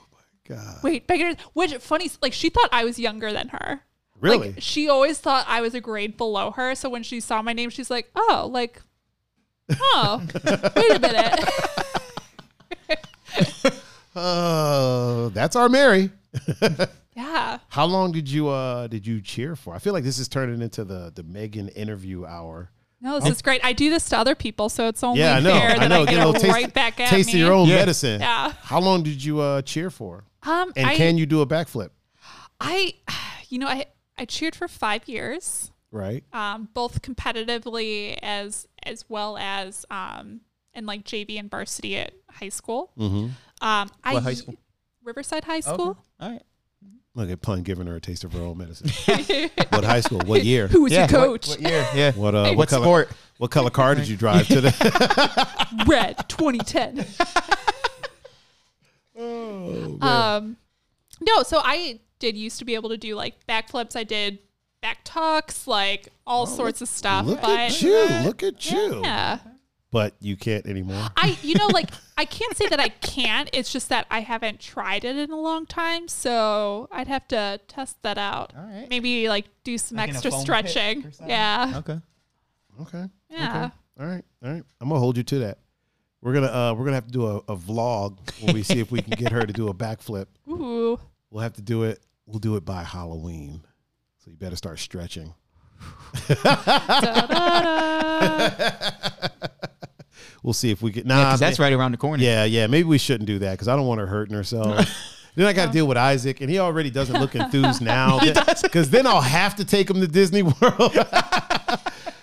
God. wait, Megan, which funny, like she thought I was younger than her. Really? Like she always thought I was a grade below her. So when she saw my name, she's like, oh, like, oh, wait a minute. Uh, that's our Mary. yeah. How long did you uh did you cheer for? I feel like this is turning into the the Megan interview hour. No, this is great. I do this to other people, so it's only Yeah, I know. fair I that know. I Get a get little it taste, right back at taste me. of your own Yeah. medicine. Yeah. How long did you uh cheer for? Um, And I, can you do a backflip? I, you know, I I cheered for five years, Right. um, both competitively as as well as um, in like JV and varsity at high school. Mm-hmm. Um, I, What high school? Riverside High School. All right. Look at pun giving her a taste of her own medicine. what high school? What year? Who was Yeah. your coach? What, what year? Yeah. What uh? What color? sport? What color car did you drive to the? Red 2010. Oh, um, no, so I did used to be able to do like backflips. I did back tucks, like all sorts of stuff. Oh, Look but at you! Look at you! yeah. But you can't anymore. I, you know, like I can't say that I can't. It's just that I haven't tried it in a long time, so I'd have to test that out. All right. Maybe like do some Like in a extra foam pit stretching. or something? Yeah, Okay. Okay. yeah. All right, all right. I'm gonna hold you to that. We're gonna uh, we're gonna have to do a, a vlog when we see if we can get her to do a backflip. Ooh, We'll have to do it. We'll do it by Halloween, so you better start stretching. we'll see if we can. Nah, Because that's man. right around the corner. Yeah, yeah. Maybe we shouldn't do that because I don't want her hurting herself. then I got to deal with Isaac, and he already doesn't look enthused now. Because then I'll have to take him to Disney World. like, I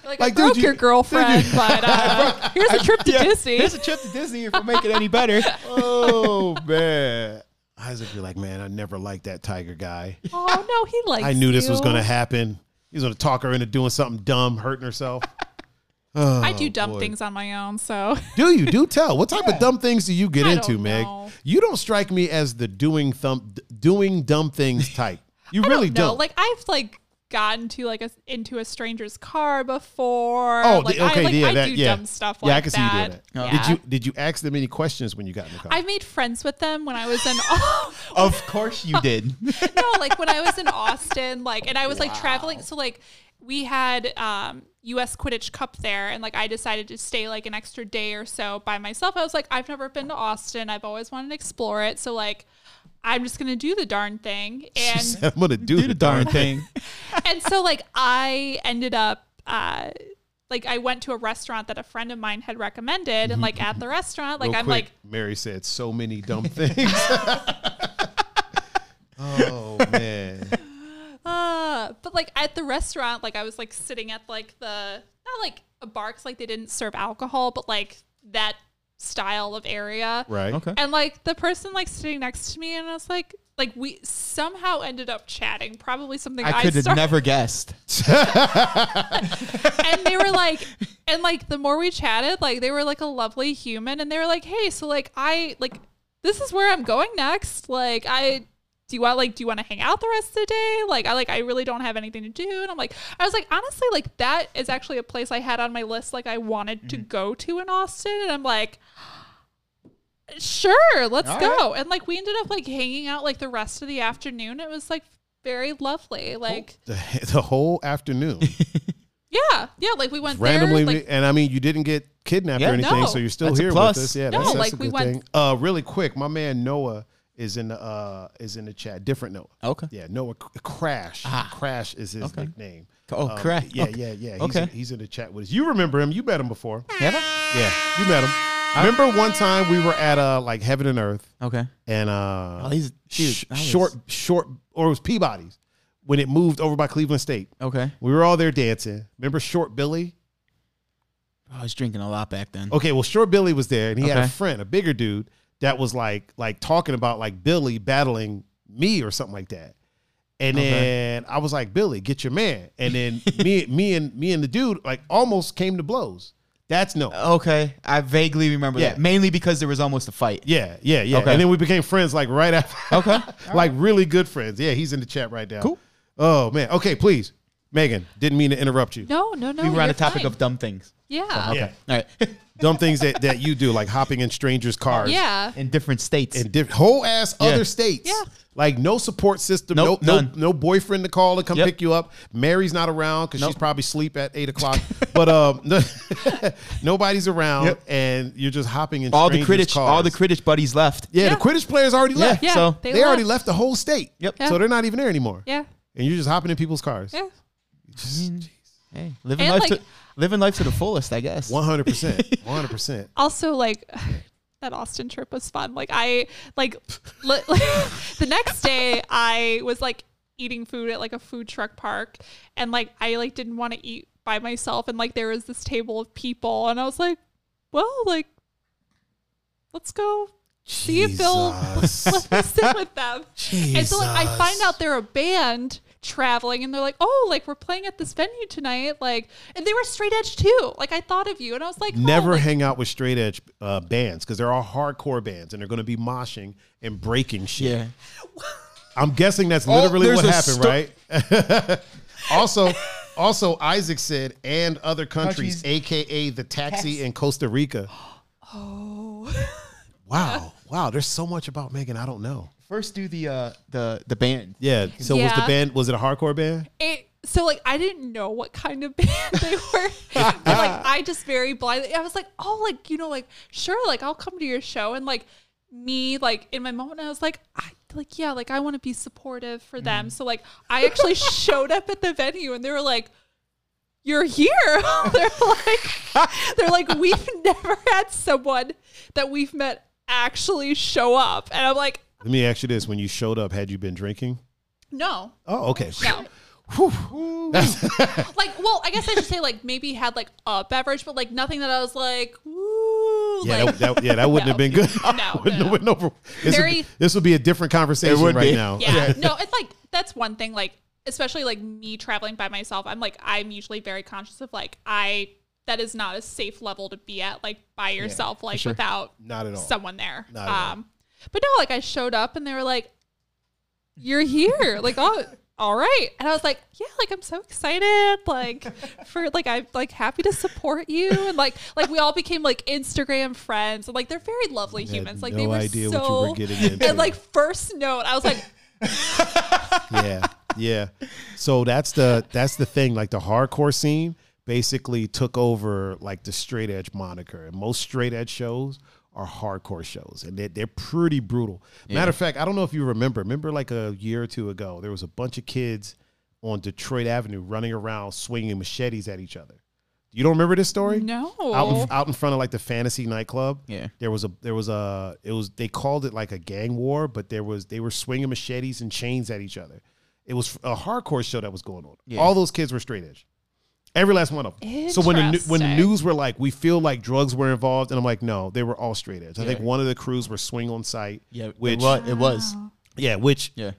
Like, dude, broke you- your girlfriend, but uh, here's a trip to Disney. There's a trip to Disney if we make it any better. oh man. Isaac be like, man, I never liked that tiger guy. oh no, he likes. I knew this was you. gonna happen. He's gonna talk her into doing something dumb, hurting herself. I do dumb Oh, boy. things on my own, so do you? Do tell. What type of dumb things do you get I into, don't Meg? know. You don't strike me as the doing thump, doing dumb things type. You I really don't know. don't. Like I've like gotten to like a into a stranger's car before. oh, like, the- okay, I, like, yeah, I that, do yeah, dumb stuff. yeah, I like can see you that. doing that. Oh, Yeah. Did you did you ask them any questions when you got in the car? I made friends with them when I was in no, of course you did. like when I was in Austin, like and I was like traveling. So like we had um US Quidditch Cup there and like I decided to stay like an extra day or so by myself. I was like, I've never been to Austin. I've always wanted to explore it. So like I'm just gonna do the darn thing. And am gonna do, Do the darn thing. and so like I ended up uh like I went to a restaurant that a friend of mine had recommended and like at the restaurant like Real I'm quick, like Mary said so many dumb things. oh man. uh but like at the restaurant like I was like sitting at like the not like a bar 'cause, like they didn't serve alcohol but like that style of area Right. Okay. and like the person like sitting next to me and I was like like we somehow ended up chatting probably something I, I could have started never guessed. and they were like and like the more we chatted like they were like a lovely human and they were like hey so like i like this is where i'm going next like i do you want like do you want to hang out the rest of the day like i like i really don't have anything to do and i'm like i was like honestly like that is actually a place i had on my list like i wanted to go to in austin and i'm like sure let's All go and like we ended up like hanging out like the rest of the afternoon it was like very lovely like The, the whole afternoon. yeah yeah like we went randomly, there, like, and I mean, you didn't get kidnapped Yeah. or anything, No. so you're still That's a here plus. with us. Yeah, No, that's, that's like, a we good went- thing. Uh, really quick, my man Noah is in the uh, is in the chat. Different Noah. Okay. Yeah, Noah C- Crash. Crash is his nickname. Ah. Oh, Um, Crash. Yeah, Okay. yeah, yeah. He's, Okay. in, he's in the chat with us. You remember him? You met him before. Have I? Yeah, you met him. Remember one time we were at uh like Heaven and Earth, Okay. and uh, Oh, he's- dude, sh- I was- short, short, or it was Peabody's when it moved over by Cleveland State. Okay. We were all there dancing. Remember Short Billy? I was drinking a lot back then. Okay, well, Short Billy was there, and he had a Okay. friend, a bigger dude, that was like like talking about like Billy battling me or something like that. And Okay. then I was like, Billy, get your man. And then me, me and me and the dude like almost came to blows. That's no. Okay. I vaguely remember Yeah. that. Mainly because there was almost a fight. Yeah, yeah, yeah. Okay. And then we became friends like right after. Okay. like really good friends. Yeah, he's in the chat right now. Cool. Oh man. Okay, please. Megan, didn't mean to interrupt you. No, no, no. we were on Oh, you're the topic fine. of dumb things. yeah, Yeah. All right. Dumb things that, that you do, like hopping in strangers' cars. yeah. In different states. in diff- whole ass Yeah. other states. Yeah. Like no support system, Nope, no no none. no boyfriend to call to come Yep. pick you up. Mary's not around because she's Nope. probably asleep at eight o'clock. but um, nobody's around, Yep. and you're just hopping in all the strangers' Quidditch, cars. all the Quidditch buddies left. yeah, the Yeah. Quidditch players already left. Yeah. Yeah, So- They, they, already left the whole state. Yep. Yeah. So they're not even there anymore. Yeah, And you're just hopping in people's cars. yeah. Mm. Hey, living And, life like- to living life to the fullest, I guess. One hundred percent. One hundred percent. Also, like that Austin trip was fun. Like I like li- the next day I was like eating food at like a food truck park and like I like didn't want to eat by myself and like there was this table of people and I was like, well, like let's go see if they'll Jesus. let me sit with them. And so like I Jesus. find out they're a band traveling and they're like, Oh, like we're playing at this venue tonight. Like and they were straight edge too. Like I thought of you and I was like, oh, Never like, hang out with straight edge uh, bands because they're all hardcore bands and they're going to be moshing and breaking shit. Yeah. I'm guessing that's Oh, literally there's what a happened, sto- right? also, also Isaac said, and other countries, Countries. aka the taxi in Costa Rica. Oh. Wow, wow, there's so much about Megan I don't know. First do the uh the the band. Yeah. So was the Yeah. band was it a hardcore band? it so like I didn't know what kind of band they were. And, like I just very blindly I was like, oh like you know like sure like I'll come to your show and like me like in my moment I was like I like yeah like I want to be supportive for them. So like I actually showed up at the venue and they were like you're here. they're like, they're like, we've never had someone that we've met actually show up, and I'm like, Let me ask you this: When you showed up, had you been drinking? no, Oh, okay. no. Whew. That's- like well i guess i should say like maybe had like a beverage but like nothing that i was like Ooh, yeah, like, that, that- yeah, that wouldn't No. have been good. No, Wouldn't no, have went over. This, would, be- Very- this would be a different conversation It would right be. now. yeah no it's like that's one thing like especially like me traveling by myself i'm like i'm usually very conscious of like i that is not a safe level to be at like by yourself like sure. without Not at all. someone there Not at all. um but no like i showed up and they were like you're here like oh all right and i was like yeah like i'm so excited like for like i'm like happy to support you and like like we all became like instagram friends and like they're very lovely I had humans like no they were idea so what you were getting into. and like first note i was like yeah yeah so that's the that's the thing like the hardcore scene basically took over like the straight edge moniker and most straight edge shows are hardcore shows and they're, they're pretty brutal matter of fact i don't know if you remember remember like a year or two ago there was a bunch of kids on detroit avenue running around swinging machetes at each other you don't remember this story no out in, out in front of like the fantasy nightclub. Yeah. there was a there was a it was they called it like a gang war, but there was they were swinging machetes and chains at each other. It was a hardcore show that was going on. All those kids were straight edge. Every last one of them. So when the nu- when the Interesting. news were like, we feel like drugs were involved, and I'm like, no, they were all straight edge. I think one of the crews were swing on site. Yeah, which it was. It was. yeah, which Yeah.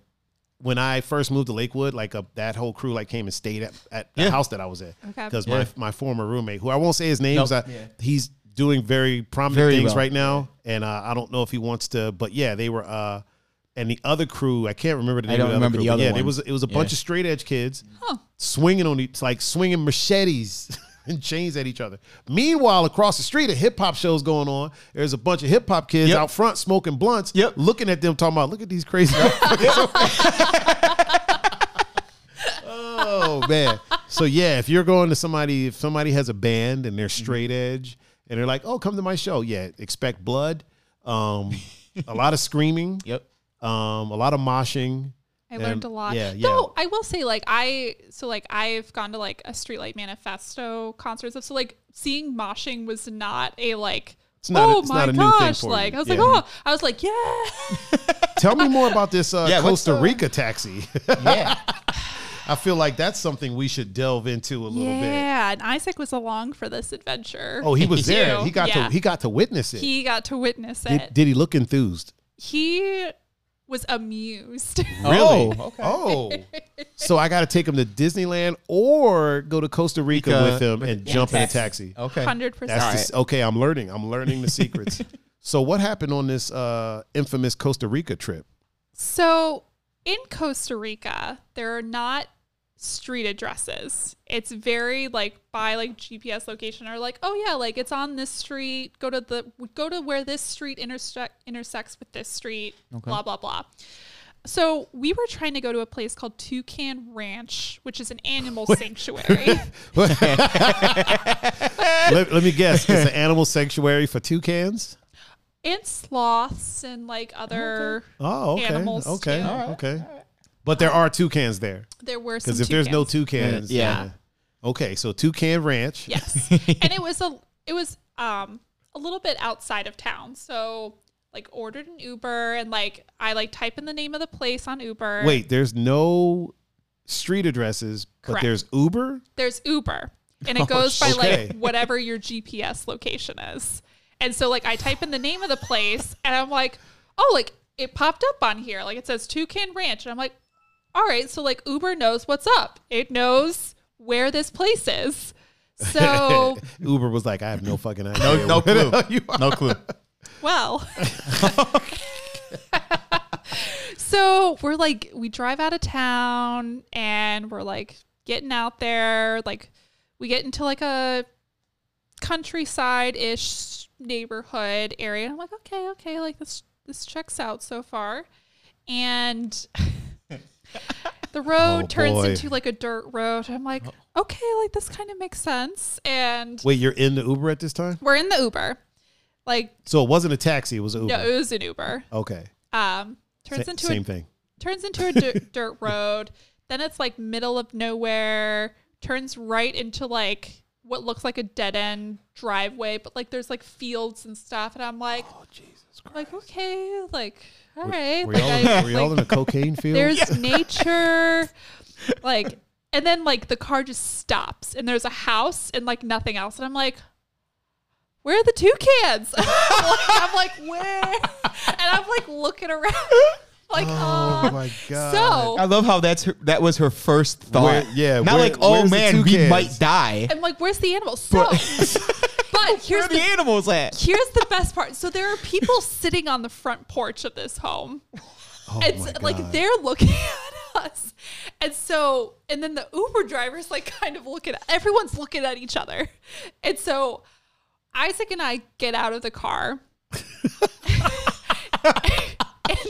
when I first moved to Lakewood, like a, that whole crew like came and stayed at, at the Yeah. house that I was at Okay. because Yeah. my my former roommate, who I won't say his name, Nope. 'cause I, Yeah. he's doing very prominent Very things well. right now, and uh, I don't know if he wants to, but yeah, they were. uh and the other crew, I can't remember the I name. don't of the remember other crew, the but other yeah, it one. was it was a bunch Yeah. of straight edge kids Huh. swinging on each, like swinging machetes and chains at each other. Meanwhile, across the street, a hip hop show's going on. There's a bunch of hip hop kids Yep. out front smoking blunts, Yep. looking at them, talking about, "Look at these crazy." Oh man. So yeah, if you're going to somebody, if somebody has a band and they're Mm-hmm. straight edge and they're like, "Oh, come to my show," yeah, expect blood, um, a lot of screaming, Yep. um, a lot of moshing. I And- learned a lot. yeah, yeah. Though I will say, like I so like I've gone to like a Streetlight Manifesto concerts of so like seeing moshing was not a like It's not a- oh it's my not a new thing gosh for like you. I was Yeah. like oh I was like yeah Tell me more about this uh, Yeah, what's Costa the- Rica taxi. Yeah. I feel like that's something we should delve into a little bit. yeah and Isaac was along for this adventure. Oh, he was there. Too. He got Yeah. to he got to witness it. he got to witness did, it. did he look enthused? he was amused. Oh, Oh, okay. oh. So I got to take him to Disneyland or go to Costa Rica Rica with him and jump in a taxi. Okay. Hundred percent. That's the s- okay. I'm learning. I'm learning the secrets. so what happened on this uh, infamous Costa Rica trip? So in Costa Rica, there are not street addresses. It's very like by like GPS location or like, oh yeah, like it's on this street. Go to the go to where this street intersect intersects with this street. Blah blah blah. So we were trying to go to a place called Toucan Ranch, which is an animal sanctuary. Let, let me guess. It's an animal sanctuary for toucans. and sloths and like other Oh, okay, Animals, okay, too. okay. But there are toucans there there were some because Oh. if there's no toucans. toucans, Yeah. Okay, so toucan ranch. Yes. and it was a it was um a little bit outside of town. So like ordered an Uber and like I like type in the name of the place on Uber. Wait, there's no street addresses, but Correct. there's Uber. There's Uber and it Oh, goes by okay. like whatever your GPS location is. And so like I type in the name of the place and I'm like, "Oh, like it popped up on here. Like it says Toucan Ranch." And I'm like, "All right, so like Uber knows what's up. It knows where this place is." So, Uber was like, I have no fucking idea. No, no where the clue. hell you are. No clue. Well. so we're like, we drive out of town and we're like getting out there. Like, we get into like a countryside ish neighborhood area. I'm like, okay, okay, like this, this checks out so far. And. The road Oh, turns boy. Oh. into like a dirt road. I'm like, okay, like this kind of makes sense. And Wait, you're in the Uber at this time? we're in the Uber. Like, So it wasn't a taxi, it was an Uber. no, it was an Uber. okay. um, turns Sa- into same a, thing. turns into a dirt, dirt road. Then it's like middle of nowhere. Turns right into like what looks like a dead end driveway, but like there's like fields and stuff. And I'm like, Oh Jesus Christ. like okay, like all right, Were like, y'all, I- were y'all like, in a cocaine field? there's nature, like, and then like the car just stops and there's a house and like nothing else. And I'm like. Where are the toucans? like, I'm like, where? And I'm like looking around, like, oh oh, my god. so I love how that's her, that was her first thought. Where- yeah, Not where- like, oh where's the man, we toucans?" might die. I'm like, where's the animal? So, but Where here's are the, the animals at? here's the best part. So there are people sitting on the front porch of this home. Oh my it's like God. they're looking at us, and so and then the Uber driver's like kind of looking. At, everyone's looking at each other, and so Isaac and I get out of the car. and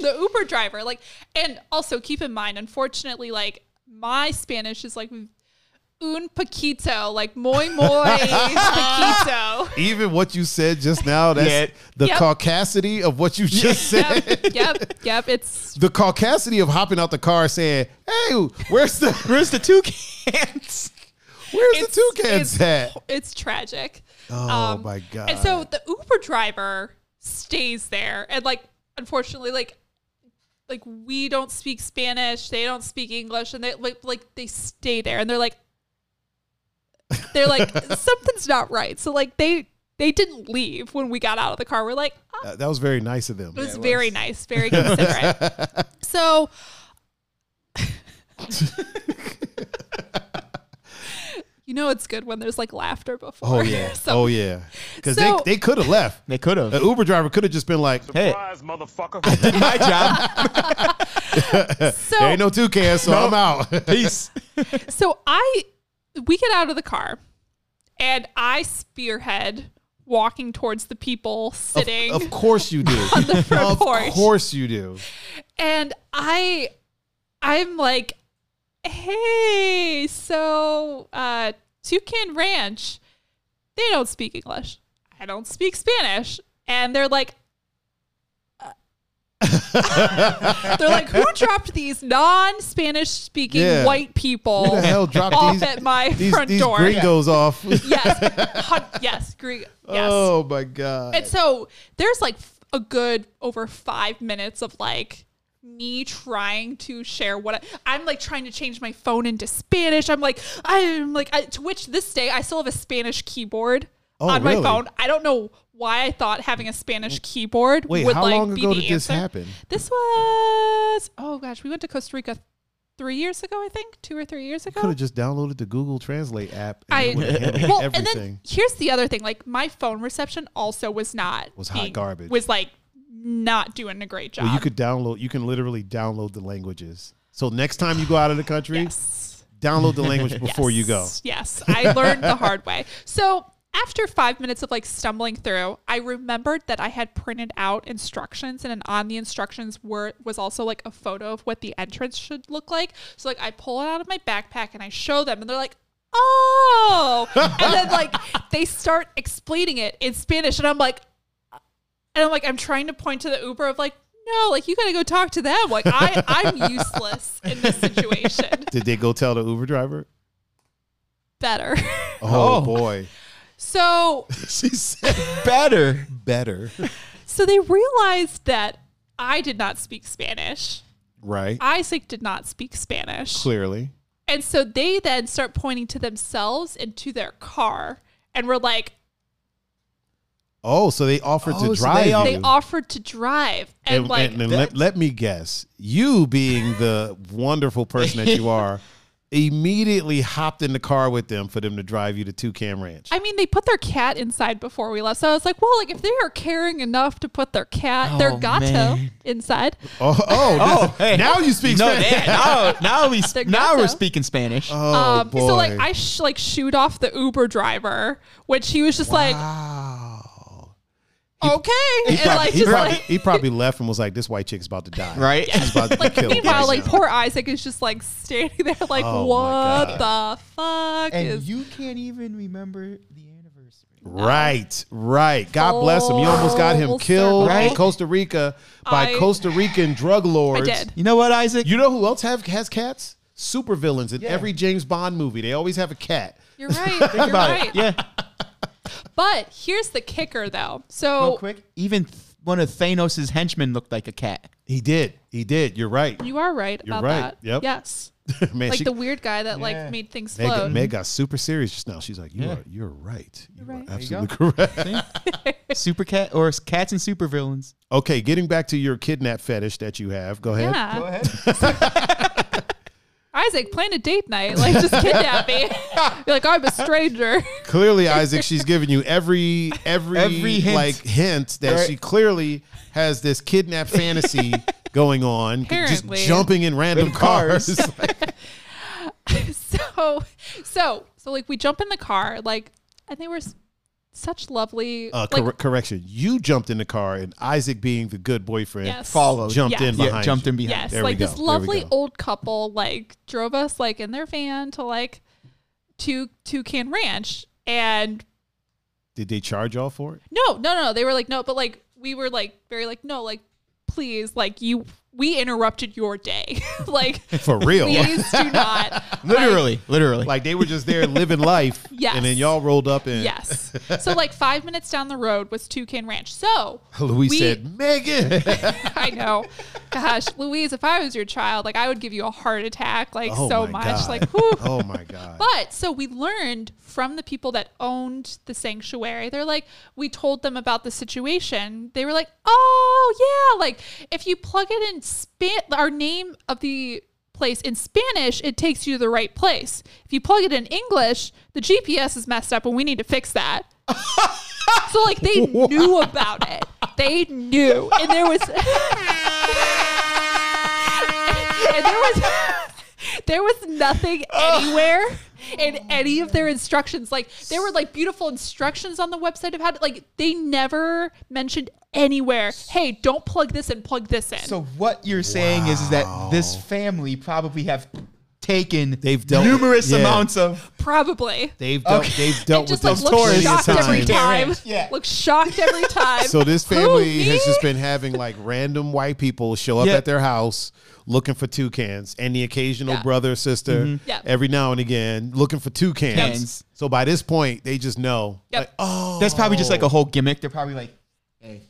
the Uber driver, like, and also keep in mind, unfortunately, like, my Spanish is like un poquito, like, muy, muy poquito. even what you said just now, that's Yeah. the Yep. caucasity of what you just said. Yep, yep, yep. It's The caucasity of hopping out the car saying, Hey, where's the Where's the toucans? where's It's- the toucans it's- at? it's tragic. Um, Oh my god. And so the Uber driver stays there, and like, unfortunately, like, like we don't speak Spanish, they don't speak English, and they like, like they stay there, and they're like, they're like, something's not right. So like they they didn't leave when we got out of the car. We're like, "Ah, that, that was very nice of them. It was very nice, very considerate. so, you know, it's good when there's like laughter before. Oh yeah. so, oh yeah. Because So- they, they could have left. They could The have. Uber driver could have just been like, Hey. Surprise, motherfucker. Did my job. so, there ain't no toucans, so I'm out. Peace. so I, we get out of the car, and I spearhead walking towards the people sitting, of course you do. front of porch. course you do. and I, I'm like, hey, so uh, Toucan Ranch, they don't speak English. I don't speak Spanish. And they're like, uh, they're like, who dropped these non-Spanish speaking Yeah. white people Who the hell dropped off these, at my these, front these door? gringos off? Yes, Hun- yes, gre- yes. Oh my god. And so there's like f- a good over five minutes of like me trying to share what I, I'm like trying to change my phone into Spanish. I'm like, I'm like, I, to which this day I still have a Spanish keyboard Oh, on really? Mm. my phone. I don't know why I thought having a Spanish keyboard Wait, would how like long be ago the did this answer. happen? This was, oh gosh, we went to Costa Rica three years ago, I think, two or three years ago. Could have just downloaded the Google Translate app and I it would've handled well, everything. and then here's the other thing: like my phone reception also was not Was hot garbage. Was like not doing a great job. well, you could download you can literally download the languages. So next time you go out of the country, yes, download the language before you go. Yes, I learned the hard way. So after five minutes of like stumbling through, I remembered that I had printed out instructions, and then on the instructions were was also like a photo of what the entrance should look like. So like I pull it out of my backpack and I show them, and they're like. Oh, and then like they start explaining it in Spanish, and I'm like, And I'm like, I'm trying to point to the Uber of like, no, like you gotta go talk to them. Like I, I'm useless in this situation. Did they go tell the Uber driver? Better. Oh, Oh. boy. So she said better. Better, so they realized that I did not speak Spanish. right? Isaac did not speak Spanish. Clearly. And so they then start pointing to themselves and to their car and were like, Oh, so they offered Oh, to so they drive off- you. they offered to drive. And, Um, and, like and- and let, let me guess, you being the wonderful person that you are, immediately hopped in the car with them for them to drive you to Toucan Ranch. I mean, they put their cat inside before we left. So I was like, well, like if they are caring enough to put their cat, their Oh, gato man. inside, oh, oh, now- now you speak no, Spanish. that- now, now we Their now we're gato. speaking Spanish. Oh um, boy! so like I sh- like shoot off the Uber driver, which he was just wow. like, okay, He and probably, like he just probably- like. he probably left and was like, "This white chick's about to die. Right? She's about to be killed." Meanwhile, right like now. poor Isaac is just like standing there, like, Oh, my what the fuck is you can't even remember the anniversary. Right, right. God bless him. You almost got him Full killed circle. in Costa Rica by I- Costa Rican drug I lords. did? You know what, Isaac? You know who else have has cats? Supervillains in Yeah. every James Bond movie. They always have a cat. You're right. You're about right. it. Yeah. But here's the kicker, though. So Real quick. Even th- one of Thanos' henchmen looked like a cat. He did. He did. You're right. you are right You're about right. that. Yep. Yes. Man, like she, the weird guy that Yeah. like made things Meg, float. Meg got super serious just now. She's like, "You Yeah. are. You're right. You're right. There you absolutely correct." Super cat or s- cats and super villains. Okay, getting back to your kidnap fetish that you have. Go ahead. yeah. ahead. Isaac, plan a date night. Like, just kidnap me. You're like, I'm a stranger. Clearly, Isaac, she's giving you every every, Every hint. like hint that Right. she clearly has this kidnap fantasy going on, Apparently. just jumping in random With cars. cars. so, so, so, like, we jump in the car, like, and they were s- such lovely, Uh, like, cor- correction. You jumped in the car, and Isaac, being the good boyfriend, Yes. Followed. jumped in Yes. behind. Yeah, jumped you. in behind. yes, There we like go. this There we lovely go. old couple, like, drove us like in their van to like to Toucan Ranch, and Did they charge y'all for it? No, no, no. They were like, no, but like we were like very like, no, like please, like you, we interrupted your day. like For real? please do not. like, Literally, literally. Like they were just there living life, Yes. and then y'all rolled up in. yes. So like five minutes down the road was Toucan Ranch. So Louis We- said, "Megan." I know, gosh, Louise, if I was your child, like I would give you a heart attack, like Oh so my much, God. like whew. oh my god. But so we learned from the people that owned the sanctuary. They're like, we told them about the situation. They were like, oh yeah, like if you plug it in span our name of the place in Spanish, it takes you to the right place. If you plug it in English, the GPS is messed up and we need to fix that. so like they knew about it. They knew. And there was and there was there was nothing anywhere in any of their instructions. Like there were like beautiful instructions on the website of how to like they never mentioned anywhere, hey, don't plug this and plug this in. So what you're saying is, is that this family probably have taken They've dealt with- numerous yeah. amounts of Probably. They've dealt, Okay. they've dealt with just like this looked plenty of shocked every times. time. Yeah. Looked shocked every time. So this Who, family has me? just been having like random white people show up Yeah. at their house looking for toucans and the occasional Yeah. brother or sister Yeah. every now and again looking for toucans. Toucans. So by this point, they just know. Yep. Like, oh, That's probably just like a whole gimmick. They're probably like, hey,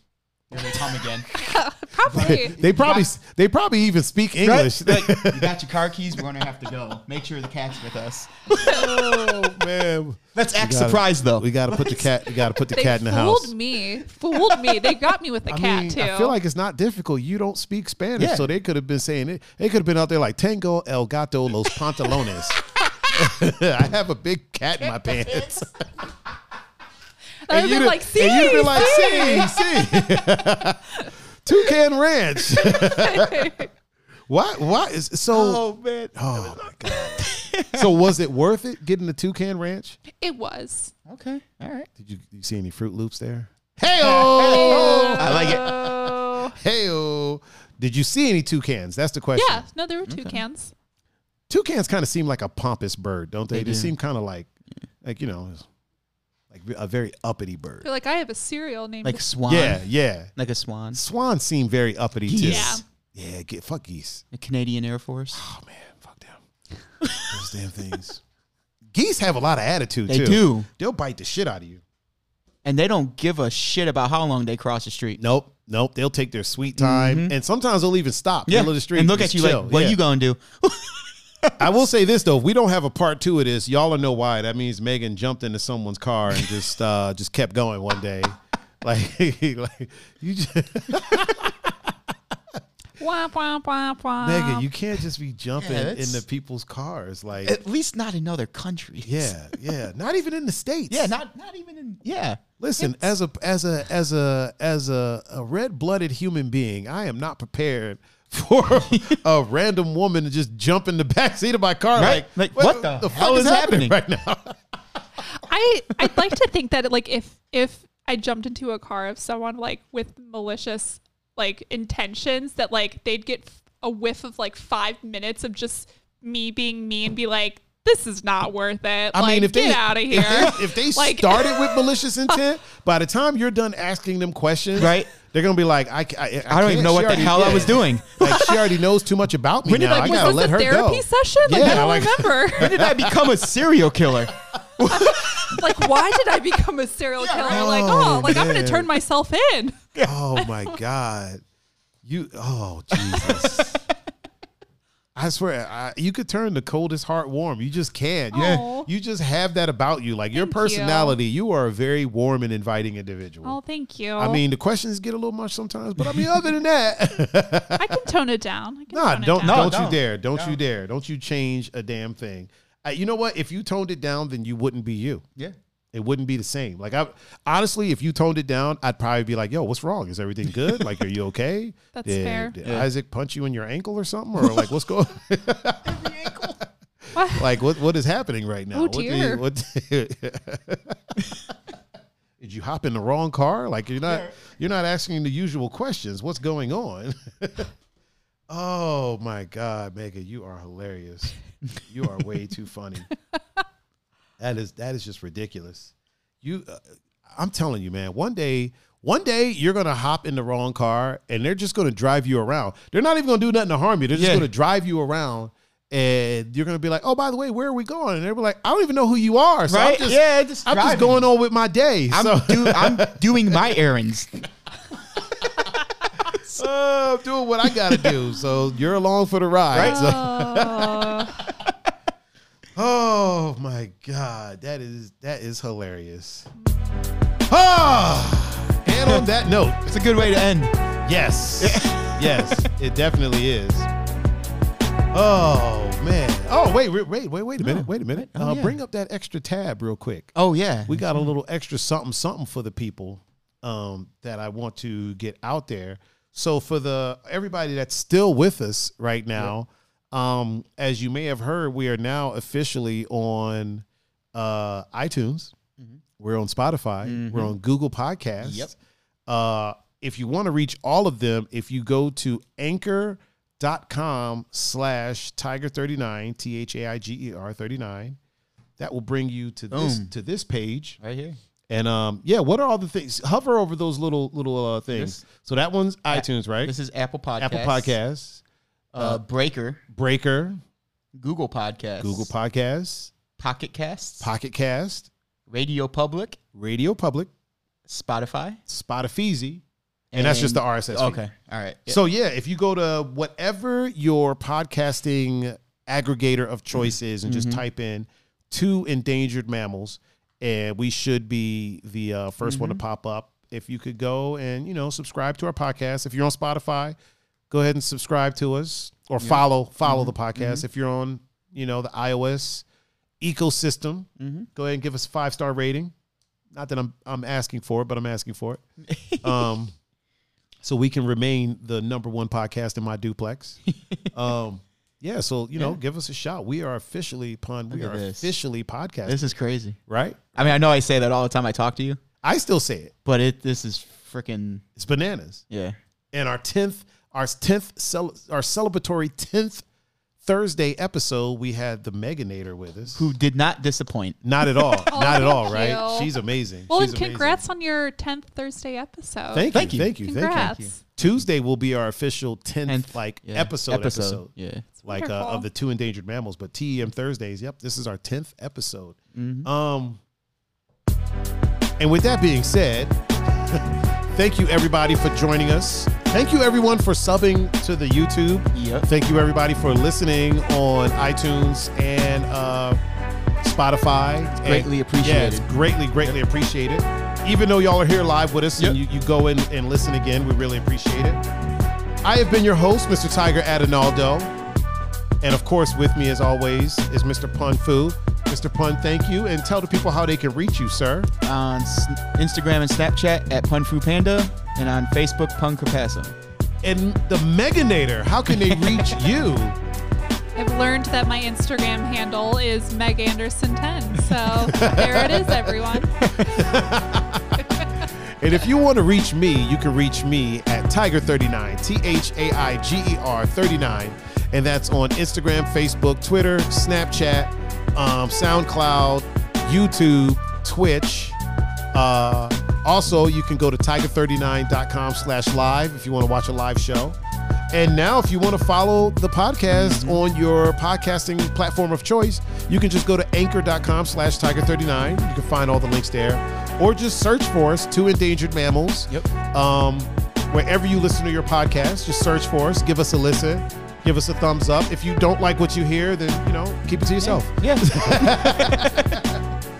here they come again. Probably. they probably they probably even speak English. Right? Like, you got your car keys. We're going to have to go. Make sure the cat's with us. oh man, Let's We act gotta- surprised, though. We got to put the cat. We got to put the They cat in the fooled house. me. Fooled me. They got me with the I cat mean, too. I feel like it's not difficult. You don't speak Spanish, Yeah. so they could have been saying it. They could have been out there like Tango El Gato Los Pantalones. I have a big cat in my pants. I've been you'd- like, see, and you'd be like, see, see. Toucan Ranch. what? What is so? Oh, man. my god. so was it worth it getting the Toucan Ranch? it was. Okay. All right. Did you, you see any Fruit Loops there? I like it. Oh. Hey, did you see any toucans? That's the question. Yeah, no, there were two cans. toucans kind of seem like a pompous bird, don't they? They, They do. seem kind of like, like you know, like a very uppity bird. They're like, I have a cereal named. Like swan. Yeah, yeah. Like a swan. Swans seem very uppity too. Yeah. Yeah, get fuck geese. The Canadian Air Force. Oh man, fuck them. Those damn things. Geese have a lot of attitude They too. do. They'll bite the shit out of you. and they don't give a shit about how long they cross the street. Nope, nope. They'll take their sweet time, and sometimes they'll even stop middle of the street and look just at you chill. like, what Yeah. you gonna do? I will say this though: if we don't have a part two of this, y'all will know why. That means Megan jumped into someone's car and just uh, just kept going one day. Like, like you, just, Wah, wah, wah, wah. Megan, you can't just be jumping Yeah, that's- into people's cars. Like, At least not in other countries. yeah, yeah, not even in the states. yeah, not not even in yeah. Listen, as a as a as a as a, a red blooded human being, I am not prepared for a random woman to just jump in the backseat of my car. Right? Like, Like, what the hell fuck is happening? right now? I I'd like to think that like if if I jumped into a car of someone like with malicious like intentions that like they'd get f- a whiff of like five minutes of just me being me and be like this is not worth it. I like, mean, if get they out of if here. they- if they Like- started with malicious intent, by the time you're done asking them questions, Right. They're gonna be like, I, ca- I, I don't can't. even know She what the already- hell I yeah. was doing. Like she already knows too much about me When did now. I- I was gotta was let this her a therapy go. session? Like Yeah, I don't like- When remember. did I become a serial killer? like why did I become a serial killer? Like oh, Oh, like I'm man. gonna turn myself in. Oh my god, you! Oh Jesus. I swear, I, you could turn the coldest heart warm. You just can't. Yeah, Aw. you just have that about you. Like your Thank you. personality, you. are a very warm and inviting individual. Oh, thank you. I mean, the questions get a little much sometimes, but I mean, other than that, I can tone it down. I can Nah, tone it don't down. No, don't you don't. dare, don't you Don't. dare, don't you change a damn thing. Uh, you know what? If you toned it down, then you wouldn't be you. yeah. It wouldn't be the same. Like I honestly, if you toned it down, I'd probably be like, "Yo, what's wrong? Is everything good? Like, are you okay? That's did, fair. Did Yeah. Isaac punch you in your ankle or something, or like what's going? What? like what what is happening right now? Oh, What do you- dear. what did you hop in the wrong car? Like you're not you're not asking the usual questions. What's going on? oh my God, Megan, you are hilarious. You are way too funny. That is that is just ridiculous. You, uh, I'm telling you, man. One day, one day you're gonna hop in the wrong car, and they're just gonna drive you around. They're not even gonna do nothing to harm you. They're just Yeah. gonna drive you around, and you're gonna be like, "Oh, by the way, where are we going?" And they're like, "I don't even know who you are." So I'm Right? just, Yeah, just I'm just driving. going on with my day. I'm so do, I'm doing my errands. uh, I'm doing what I gotta do. So you're along for the ride. Right. So- Oh, Oh my god, that is that is hilarious. Ah, and on that note, It's a good way to end. yes, yes, it definitely is. Oh man. Oh wait, wait, wait, wait, wait a minute, wait a minute. Oh, uh, yeah. Bring up that extra tab real quick. Oh yeah. We got a little extra something something for the people um, that I want to get out there. So for the everybody that's still with us right now, um, as you may have heard, we are now officially on uh, iTunes. We're on Spotify. We're on Google Podcasts. Mm-hmm. Yep. Uh, if you want to reach all of them, if you go to anchor.com slash tiger39, T H A I G E R 39, that will bring you to this Boom. to this page. right here. And um, yeah, what are all the things? Hover over those little little uh, things. This- so that one's iTunes, right? This is Apple Podcasts. Apple Podcasts, Uh, Breaker. Breaker, Google Podcasts. Google Podcasts, Pocket Casts. Pocket Cast, Radio Public. Radio Public, Spotify. Spotify, and that's just the RSS. feed. Okay. All right. Yeah. So yeah, if you go to whatever your podcasting aggregator of choice is, and just type in two endangered mammals, and we should be the uh, 1st one to pop up. If you could go and you know subscribe to our podcast, if you're on Spotify, go ahead and subscribe to us or follow follow the podcast. If you're on you know the iOS ecosystem, go ahead and give us a five star rating. Not that I'm I'm asking for it, but I'm asking for it. Um, so we can remain the number one podcast in my duplex. um, yeah, so you know, give us a shout. We are officially pun. We Look are at this. officially podcasting, This is crazy. right? I mean, I know I say that all the time I talk to you, I still say it. but it this is freaking It's bananas. yeah. And our tenth, our tenth, cel- our celebratory tenth Thursday episode, we had the Meganator with us. Who did not disappoint. Not at all. Not at all. thank Right? you. She's amazing. well, She's and congrats on your 10th Thursday episode. Amazing. Thank, Thank you. you. Thank you. Thank you. Congrats. Tuesday will be our official tenth Tenth, like yeah. episode episode, Yeah. like uh, Wonderful. of the two endangered mammals. But TEM Thursdays, yep, this is our tenth episode. Um, and with that being said, thank you everybody for joining us. Thank you everyone for subbing to the YouTube. Yep. Thank you everybody for listening on iTunes and uh, Spotify. It's greatly Yeah, it's appreciated. greatly, greatly appreciated. Even though y'all are here live with us and you, you go in and listen again, we really appreciate it. I have been your host, Mr. Tiger Adinaldo. And of course, with me as always is Mr. Pun Fu. Mr. Pun, thank you. And tell the people how they can reach you, sir. On s- Instagram and Snapchat at Punfu Panda and on Facebook Pun Carpasso. And the Meganator, how can they reach you? I've learned that my Instagram handle is Meg Anderson 10. So there it is, everyone. And if you want to reach me, you can reach me at Tiger39, T H A I G E R 39. And that's on Instagram, Facebook, Twitter, Snapchat, um, SoundCloud, YouTube, Twitch. Uh, also, you can go to tiger39.com slash live if you want to watch a live show. And now, if you want to follow the Mm-hmm. podcast on your podcasting platform of choice, you can just go to anchor.com slash tiger39. You can find all the links there. Or just search for us, Two Endangered Mammals. Yep. Um, wherever you listen to your podcast, just search for us, give us a listen, give us a thumbs up. If you don't like what you hear, then, you know, keep it to yourself. Yeah.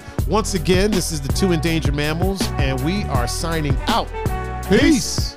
Once again, this is the Two Endangered Mammals, and we are signing out. Peace.